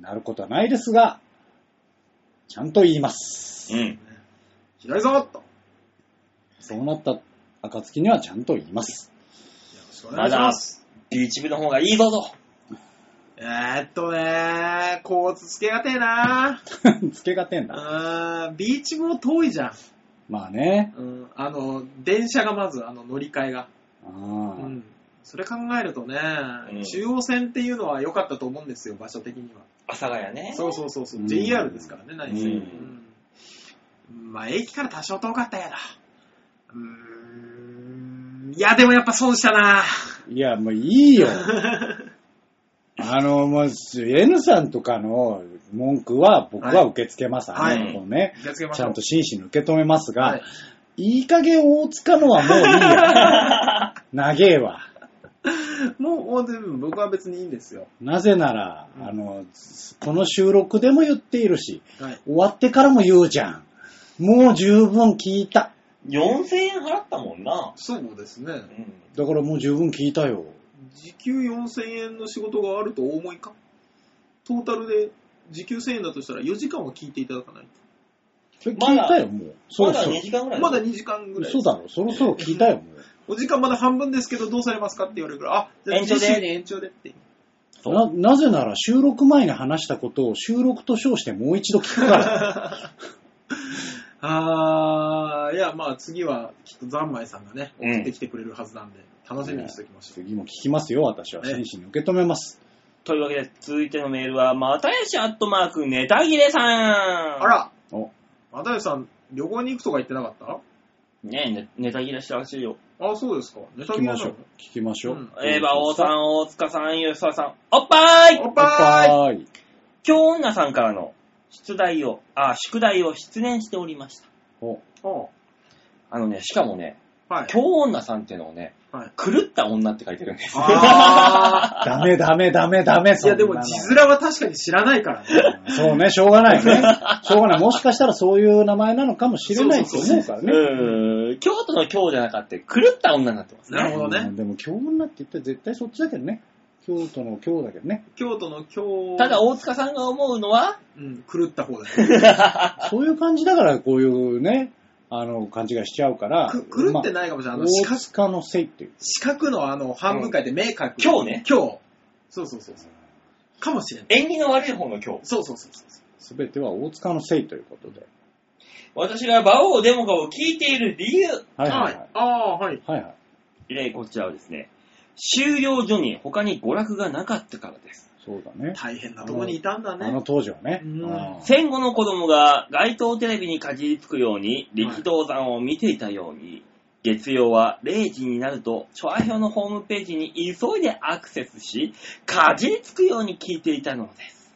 Speaker 1: なることはないですが、ちゃんと言います。
Speaker 2: ん。うん。
Speaker 3: 左ぞっと。よ
Speaker 1: そうなった暁にはちゃんと言います。
Speaker 3: ろしくお願いします。
Speaker 2: ビーチ部の方がいいぞと。
Speaker 3: えー、っとねー、こうつけがてえな
Speaker 1: *laughs* つけがてんだ。
Speaker 3: ー。うーん、ビーチも遠いじゃん。
Speaker 1: まあね。
Speaker 3: うん、あの、電車がまず、あの、乗り換えが。
Speaker 1: あー
Speaker 3: うん。それ考えるとね、
Speaker 2: うん
Speaker 3: 中央線っていうのは良かったと思うんですよ、場所的には。
Speaker 2: 阿佐ヶ谷ね。
Speaker 3: そうそうそうそう、
Speaker 1: うん
Speaker 3: JR ですからね、何せ。
Speaker 1: う
Speaker 3: うんまあ、駅から多少遠かったやだ。うーん。いや、でもやっぱ損したな。
Speaker 1: いや、もういい
Speaker 3: *laughs*
Speaker 1: よ。あの、もう、N さんとかの文句は僕は受け付けます。
Speaker 3: はい
Speaker 1: あの子ね、
Speaker 3: 気をつけま
Speaker 1: ち
Speaker 3: しょ
Speaker 1: ゃ
Speaker 3: うん
Speaker 1: と。真摯に受け止めますが、
Speaker 3: はいい、
Speaker 1: い加減大塚のはもう
Speaker 3: *laughs*
Speaker 1: いいよ。長えわ。
Speaker 3: もう、もう全部僕は別にいいんですよ。
Speaker 1: なぜなら、
Speaker 3: うん
Speaker 1: あの、この収録でも言っているし、
Speaker 3: はい。
Speaker 1: 終わってからも言うじゃん。もう十分聞いた。
Speaker 2: 4000円払ったもんな。
Speaker 3: そうですね
Speaker 2: う。ん。
Speaker 1: だからもう十分聞いたよ。
Speaker 3: 時給4000円の仕事があるとお思いかトータルで時給1000円だとしたら4時間は聞いていただかない
Speaker 1: それ聞い
Speaker 2: まだ
Speaker 1: たよ、もう。そ
Speaker 2: ま
Speaker 1: ろ
Speaker 2: だ
Speaker 1: そろ
Speaker 2: 2。時間ぐらい
Speaker 3: とまだ2時間ぐらい
Speaker 1: 嘘だろ、そろそろ聞いたよ、もう。
Speaker 3: お時間まだ半分ですけどどうされますかって言われるからあじゃあ
Speaker 2: 延長で
Speaker 3: 次週に延長でって
Speaker 1: ななぜなら収録前に話したことを収録と称してもう一度聞くから。
Speaker 3: あーいやまあ次はきっとざんまいさんがね
Speaker 2: うん
Speaker 3: 送ってきてくれるはずなんで、楽しみにしておきましょう、
Speaker 1: 次も聞きますよ、私は。
Speaker 3: ね
Speaker 1: 真摯に受け止めます。
Speaker 2: というわけで、続いてのメールは、またやしアットマーク、ネタ切れさん。
Speaker 3: あら
Speaker 1: お
Speaker 3: 又吉さん旅行に行くとか言ってなかった
Speaker 2: ねえ、ねネタ切れしたらしいよ。
Speaker 3: あそうですかネタ切
Speaker 1: 聞き
Speaker 3: れ
Speaker 1: ま
Speaker 3: な
Speaker 1: しょ
Speaker 3: の
Speaker 1: う。聞きましょう。
Speaker 3: うん
Speaker 2: えー、馬王さ
Speaker 1: ん。
Speaker 2: ん、大塚さん、吉沢さん、おっぱーい
Speaker 3: おっ
Speaker 1: バ
Speaker 3: ぱーい
Speaker 1: イ。
Speaker 2: 京女さんからの出題を、あ、宿題を失念しておりました。
Speaker 1: お
Speaker 3: お
Speaker 2: あのね、しかもね、
Speaker 3: はい
Speaker 2: 京女さんってのをね、
Speaker 3: はい
Speaker 2: 狂った女って書いてるんです。
Speaker 3: あー
Speaker 1: ダメダメダメダメ、
Speaker 3: いや、でも、字
Speaker 1: 実
Speaker 3: 面は確かに知らないから
Speaker 2: *laughs*
Speaker 3: ね。
Speaker 1: そうね、しょうがないね。しょうがない。もしかしたらそういう名前なのかもしれないと思うから
Speaker 2: *laughs*
Speaker 1: ね。
Speaker 2: うーん、京都の京じゃなかって、狂った女になってます
Speaker 3: なる
Speaker 2: ね。
Speaker 3: ほど
Speaker 1: う
Speaker 3: ね
Speaker 1: ん。でも、京女って言ったら絶対そっちだけどね。京都の京だけどね。
Speaker 3: 京都の京。
Speaker 2: ただ、大塚さんが思うのは、
Speaker 3: うん、狂った方だね。
Speaker 1: そういう感じだから、こういうね、あの、勘違いしちゃうから。
Speaker 3: く狂って
Speaker 1: まあ
Speaker 3: ないかもしれない。あの、四
Speaker 1: 大
Speaker 3: 角、
Speaker 1: 塚のせいっていう。
Speaker 3: 四角のあの、半分解で目書く。
Speaker 2: 今日ね。
Speaker 3: 今日。そうそうそうそう。かもしれない。
Speaker 2: 縁起の悪い方の京。
Speaker 3: そうそうそうそう。
Speaker 1: すべては大塚のせいということで。
Speaker 2: 私が馬王デモカを聞いている理由。
Speaker 1: はいはいはい。
Speaker 3: ああ、はい。
Speaker 1: はいはい。
Speaker 2: えーこちらはですね、収容所に他に娯楽がなかったからです。
Speaker 1: そうだね。
Speaker 3: 大変なとこにいたんだ
Speaker 1: あの
Speaker 3: ね。
Speaker 1: 当時はね。
Speaker 3: うん
Speaker 1: あー
Speaker 2: 戦後の子供が街頭テレビにかじりつくように力道山を見ていたように、月曜は0時になると、諸和表のホームページに急いでアクセスし、かじりつくように聞いていたのです。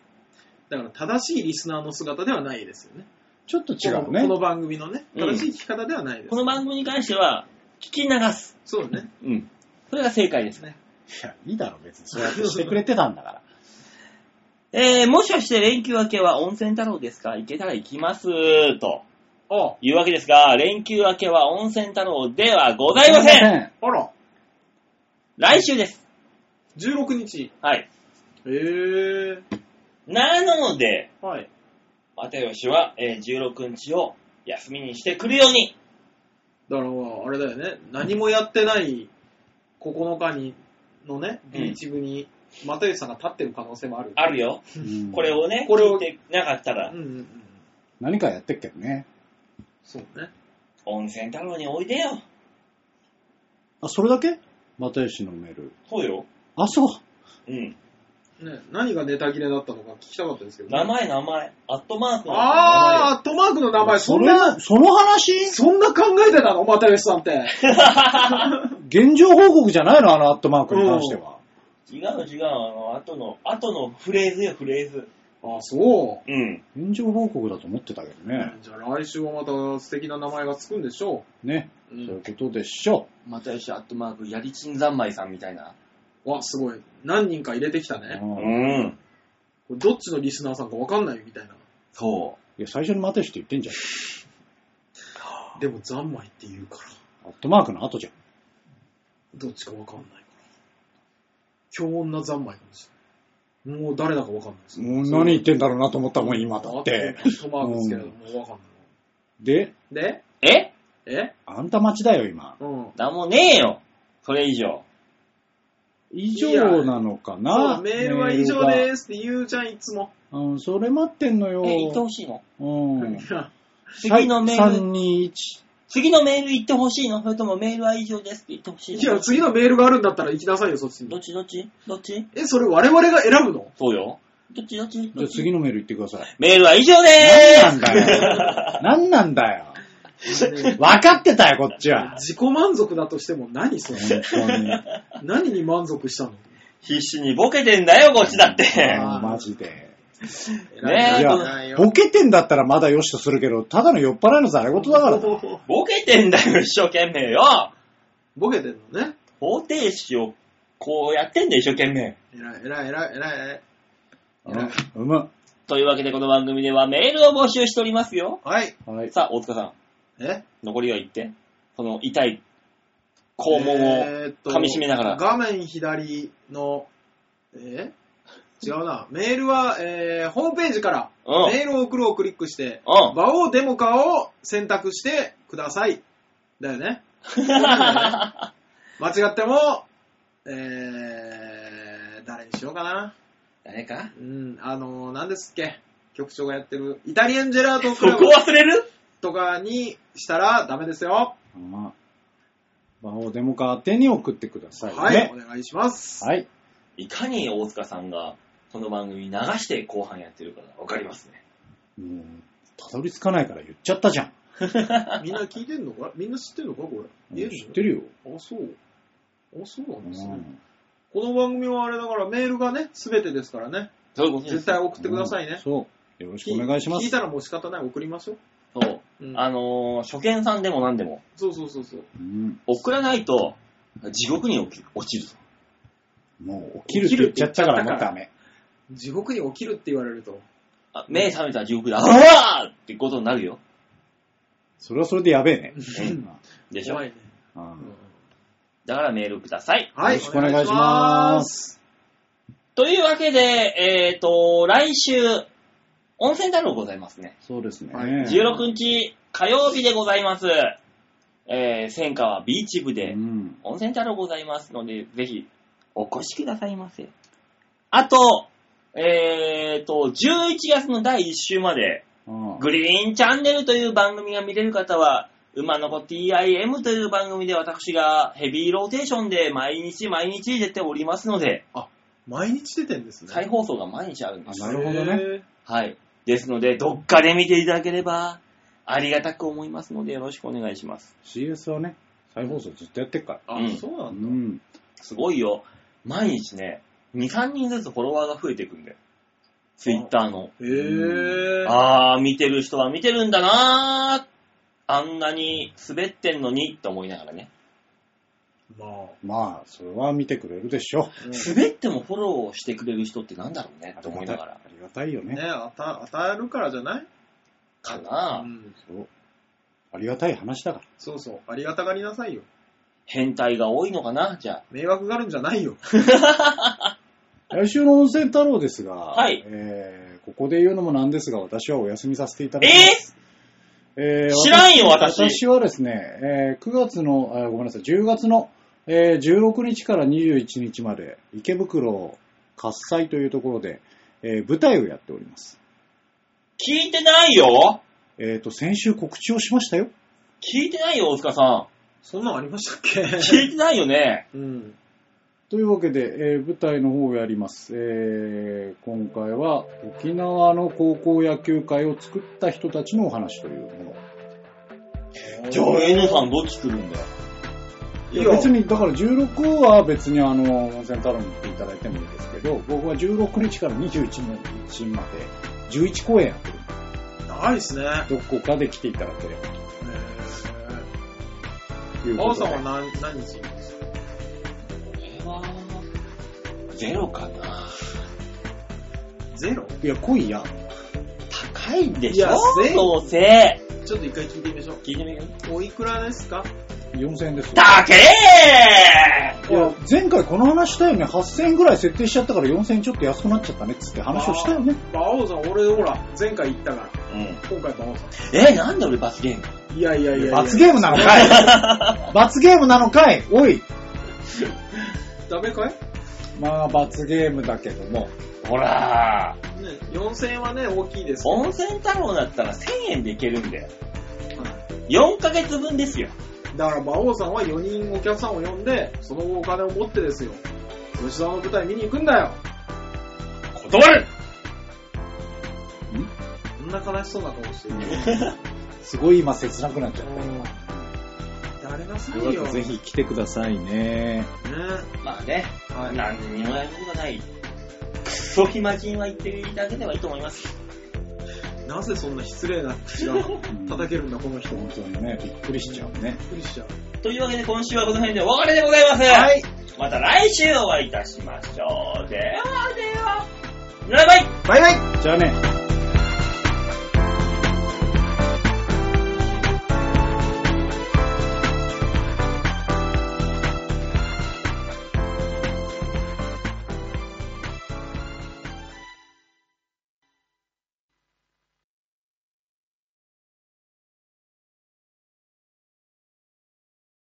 Speaker 3: だから、正しいリスナーの姿ではないですよね。
Speaker 1: ちょっと違う
Speaker 3: こ
Speaker 1: ね
Speaker 3: のこ。の番組のね、
Speaker 2: うん
Speaker 3: 正しい聞き方ではないです。
Speaker 2: この番組に関しては、聞き流す。
Speaker 3: そうね。
Speaker 2: うん。それが正解ですね。
Speaker 1: いや、いいだろ、別に。そうやってしてくれてたんだから。
Speaker 2: えー、もしかして連休明けは温泉太郎ですか行けたら行きます。と
Speaker 3: *laughs* ああ、
Speaker 2: いうわけですが、連休明けは温泉太郎ではございません。
Speaker 1: ん。
Speaker 3: あら、
Speaker 2: 来週です。
Speaker 3: 16日。
Speaker 2: はい。
Speaker 3: へえ。
Speaker 2: なので、
Speaker 3: はい。
Speaker 2: 又吉は、えー16日を休みにしてくるように。
Speaker 3: だから、あれだよね、何もやってない9日にのね、
Speaker 2: うん
Speaker 3: ビーチ部に、又吉さんが立ってる可能性もある。
Speaker 2: あるよ。
Speaker 1: うん
Speaker 2: これをね、
Speaker 3: これを
Speaker 2: 聞いてなかったら
Speaker 3: うん、うんうん。
Speaker 1: 何かやってっけどね。
Speaker 3: そうね。
Speaker 2: 温泉太郎においでよ。
Speaker 1: あ、それだけ又吉のメール。
Speaker 2: そうよ。
Speaker 1: あ、そう。
Speaker 2: うん。
Speaker 3: ね何がネタ切れだったのか聞きたかったですけど、
Speaker 2: 名前、名前。アットマークの名前。
Speaker 3: あー、アットマークの名前、そんな、
Speaker 1: れその話
Speaker 3: そんな考えてたの又吉さんっ
Speaker 1: *laughs*
Speaker 3: て。
Speaker 1: 現状報告じゃないのあのアットマークに関しては。
Speaker 2: 違う違う。あの、後の、後のフレーズよ、フレーズ。
Speaker 3: あ、そ
Speaker 2: うん。
Speaker 1: 現状報告だと思ってたけど
Speaker 3: う。
Speaker 1: ね。
Speaker 3: じゃあ来週はまた素敵な名前がつくんでしょ
Speaker 1: ね。
Speaker 3: う。う。
Speaker 1: そういうんことでしょ
Speaker 2: 又吉アットマーク、やりちん三昧さんみたいな。
Speaker 3: わ、すごい。何人か入れてきた
Speaker 1: う。
Speaker 3: ね。
Speaker 2: う
Speaker 1: うん
Speaker 2: ん。
Speaker 3: これどっちのリスナーさんかわかんないみたいな。
Speaker 2: そ
Speaker 1: いや、最初に又吉って言ってんじゃ
Speaker 3: でも、ざんまいって言うから。
Speaker 1: ん。アットマークの後じゃん。
Speaker 3: どっちかわかんないから。強女三昧かもしれない。もう誰だかわかんないです。
Speaker 1: もう何言ってんだろうなと思ったもん、今だって。
Speaker 3: トマークですけれども、わかん
Speaker 1: で、
Speaker 3: ない。で、
Speaker 2: う。え
Speaker 3: え
Speaker 1: あんた待ちだよ、今。
Speaker 3: うん。
Speaker 2: なんもねえよ。それ以上。
Speaker 1: 以上なのか
Speaker 3: そ
Speaker 1: な
Speaker 3: う、メールは以上で。ーすって言うじゃん、いつも。
Speaker 1: メールがうん、それ待ってんのよ。
Speaker 2: え、言ってほしいの
Speaker 1: うん。
Speaker 3: いや
Speaker 2: 次のメール。
Speaker 1: 3、2、1。
Speaker 2: 次のメール行ってほしいのそれともメールは以上ですって言ってほしい
Speaker 3: い
Speaker 2: の
Speaker 3: や、次のメールがあるんだったら行きなさいよ、そっち
Speaker 2: どっ
Speaker 3: に。
Speaker 2: ちどっちどっち
Speaker 3: え、それ我々が選ぶの
Speaker 2: そうよ。どっちどっち
Speaker 1: じゃあ次のメール言ってください。
Speaker 2: メールは以上でー
Speaker 1: 何
Speaker 2: す
Speaker 1: なんだよ。何なんだよ。分かってたよ、こっちは。
Speaker 3: *laughs* 自己満足だとしても何それ
Speaker 1: 本当に。
Speaker 3: 何に満足したの
Speaker 2: 必死にボケてんだよ、こっちだって。
Speaker 1: あーマジで。
Speaker 2: ねえ
Speaker 1: い
Speaker 2: 偉
Speaker 1: や、ボケてんだったらまだよしとするけど、ただの酔っ払いのざれ事だからな。
Speaker 2: ボケてんだよ、一生懸命よ。
Speaker 3: ボケてんのね。
Speaker 2: 方程式をこうやってんだよ、一生懸命。
Speaker 3: えらい、えらい、えらい、えらい。
Speaker 1: うんうむ。
Speaker 2: というわけで、この番組ではメールを募集しておりますよ。
Speaker 3: はい。
Speaker 1: はい。
Speaker 2: さあ、大塚さん、
Speaker 3: え
Speaker 2: 残りは言って。その痛い肛門を。
Speaker 3: えーっと
Speaker 2: 噛み締めながら
Speaker 3: 画面左の、え違うな。メールは、えー、ホームページから、
Speaker 2: うん
Speaker 3: メールを送るをクリックして、
Speaker 2: うん
Speaker 3: 場をデモ化を選択してください。だよね。
Speaker 2: *laughs*
Speaker 3: 間違っても、えー、誰にしようかな。
Speaker 2: 誰か
Speaker 3: うん、あのー、何ですっけ局長がやってる、イタリアンジェラート
Speaker 2: そ
Speaker 3: クラブ
Speaker 2: こ忘れる
Speaker 3: とかにしたらダメですよ。
Speaker 1: まあ場をデモカ宛てに送ってくださいね。
Speaker 3: はい、お願いします。
Speaker 1: はい。
Speaker 2: いかに大塚さんが、この番組流して後半やってるかがわかりますね。
Speaker 1: もう、たどり着かないから言っちゃったじゃん。
Speaker 3: みんな聞いてんのかみんな知ってんのかこれ。
Speaker 1: 知ってるよ。
Speaker 3: あ、そう。あ、そうなん
Speaker 1: う
Speaker 3: ですね。
Speaker 1: ん
Speaker 3: この番組はあれだからメールがね、すべてですからね。
Speaker 2: そういうことで
Speaker 3: 絶
Speaker 2: すよ。
Speaker 3: 対送ってくださいね。
Speaker 1: そう。よろしくお願いしま
Speaker 3: 聞い
Speaker 1: す。
Speaker 3: たらもう仕方ない、送りましょう。
Speaker 2: そう。
Speaker 3: うん
Speaker 2: あのー、初見さんでも何でも、
Speaker 3: そうそうそうそう。
Speaker 1: うん
Speaker 2: 送らないと、地獄に落ち落ちるぞ。
Speaker 1: もう起きるって言っちゃったからもうダメ。
Speaker 3: 地獄に起きるって言われると。
Speaker 2: あ目覚めたら地獄だ。あわーってことになるよ。
Speaker 1: それはそれでやべえね。
Speaker 2: うんでしょ
Speaker 3: 怖。いね。
Speaker 1: うん
Speaker 3: うん
Speaker 2: だからメールください。
Speaker 3: はい、
Speaker 1: よろしくお願いします。
Speaker 2: というわけで、えっ、と、来週、温泉太郎ございますね。
Speaker 1: そうですね。
Speaker 3: はい
Speaker 2: 16日火曜日でございます。えー、戦火はビーチ部で、
Speaker 1: うん
Speaker 2: 温泉太郎ございますので、ぜひ、お越しくださいませ。あと、えっ、と、11月の第1週まで、
Speaker 1: うん
Speaker 2: グリーンチャンネルという番組が見れる方は、馬の子 TIM という番組で私がヘビーローテーションで毎日毎日出ておりますので、
Speaker 3: 毎日出てんですね。
Speaker 2: 再放送が毎日あるんです
Speaker 1: あ。なるほどね
Speaker 3: へ
Speaker 2: はい。ですので、どっかで見ていただければ、ありがたく思いますので、よろしくお願いします。
Speaker 1: CS はね、再放送ずっとやってっか
Speaker 3: ー。あ、
Speaker 1: ら。
Speaker 2: うん
Speaker 3: そうな
Speaker 1: うん
Speaker 3: だ。
Speaker 1: ん。
Speaker 2: すごいよ。毎日ね、2、3人ずつフォロワーが増えていくんだよ。ツイッターの。
Speaker 3: へぇー。
Speaker 2: あー、見てる人は見てるんだなー。あんなに滑ってんのにって思いながらね。
Speaker 3: まあ。
Speaker 1: まあ、それは見てくれるでしょ
Speaker 3: うん
Speaker 2: 滑ってもフォローしてくれる人ってなんだろうね
Speaker 1: う。
Speaker 2: って思いながら。
Speaker 1: ありがたいよ
Speaker 3: ね
Speaker 1: ね。
Speaker 3: あた、与えるからじゃない
Speaker 2: か
Speaker 3: う
Speaker 2: なぁ。
Speaker 3: ん。
Speaker 1: そう。ありがたい話だから。
Speaker 3: そうそう。ありがたがりなさいよ。
Speaker 2: 変態が多いのかなじゃあ。
Speaker 3: 迷惑があるんじゃないよ。
Speaker 1: 来週の温泉太郎ですが、
Speaker 2: はい
Speaker 1: えーここで言うのもなんですが、私はお休みさせていただ
Speaker 2: え
Speaker 1: きます。えー
Speaker 2: 知らんよ私
Speaker 1: 私はですね、えー9月の、あごめんなさい、10月の、えー16日から21日まで、池袋喝采というところで、えー舞台をやっております。
Speaker 2: ー、聞いてないよ
Speaker 1: えっ、と、先週告知をしましたよ。
Speaker 2: 聞いてないよ、大塚さん。
Speaker 3: そんなんありましたっ
Speaker 1: *laughs*
Speaker 3: け
Speaker 2: 聞いてないよね。
Speaker 3: うん。
Speaker 1: というわけで、えー舞台の方をやります、えー今回は沖縄の高校野球界を作った人たちのお話というも
Speaker 2: *laughs*
Speaker 1: の
Speaker 2: じゃあ N さんどっち来るんだよ。
Speaker 3: いい
Speaker 1: い
Speaker 3: よ
Speaker 1: や別にだから16は別にあの温泉太郎に行っていただいてもいいですけど僕は16日から21日まで11公演やってる
Speaker 3: 長いっすね。
Speaker 1: どこかで来ていただければという
Speaker 3: バ
Speaker 1: こ
Speaker 3: オ
Speaker 1: と
Speaker 3: さん
Speaker 1: で
Speaker 3: は何、何日
Speaker 2: これは、ゼロかな
Speaker 3: ゼロ
Speaker 1: いや来いや
Speaker 2: 高いで
Speaker 3: い
Speaker 2: し
Speaker 3: や
Speaker 2: ょ
Speaker 3: ゼ
Speaker 2: どうせ。
Speaker 3: ちょっと一回聞いてみましょう。
Speaker 2: 聞いてみる
Speaker 3: おいくらですか
Speaker 1: 4000円ですよ
Speaker 2: たけ
Speaker 1: いや前回この話したよね8000円ぐらい設定しちゃったから4000円ちょっと安くなっちゃったねっつって話をしたよね
Speaker 3: バオさん、俺ほら、前回行ったから、
Speaker 2: ー、うん、
Speaker 3: 今回バオさ
Speaker 2: え、なんで俺罰ゲーム
Speaker 3: ん。いやいやいやいや。
Speaker 1: 罰ゲームなの
Speaker 3: *laughs*
Speaker 1: かい罰ゲームなのかいおい
Speaker 3: ダメかい
Speaker 1: まあ罰ゲームだけども
Speaker 2: ほら
Speaker 3: ね、4000円はね、大きいですけど。
Speaker 2: 温泉太郎だったら1000円でいけるんだよ。
Speaker 3: はい
Speaker 2: 4ヶ月分ですよ。
Speaker 3: だから馬王さんは4人お客さんを呼んで、その後お金を持ってですよ。吉沢の舞台見に行くんだよ。
Speaker 2: 断る
Speaker 3: こんな悲しそうな顔して *laughs* る。
Speaker 1: すごい今切なくなっちゃった。
Speaker 3: 誰が
Speaker 1: と
Speaker 3: さ
Speaker 1: いう
Speaker 3: い
Speaker 1: わけ
Speaker 3: よ。
Speaker 1: でぜひ来てくださいね。
Speaker 3: ね。
Speaker 2: まあね、
Speaker 3: はい。
Speaker 2: 何にもやることがない。クソ暇人は言っていただければいいと思います。
Speaker 3: なぜそんな失礼な口が叩けるんだ、この人。びっ
Speaker 1: 本当にね、びっくりしちゃうね。
Speaker 3: くりしちゃう。
Speaker 2: というわけで今週はこの辺でお別れでございます。
Speaker 3: はい。
Speaker 2: また来週お会いいたしましょう。ではでは。バイバイ
Speaker 3: バイバイ
Speaker 1: じゃあね。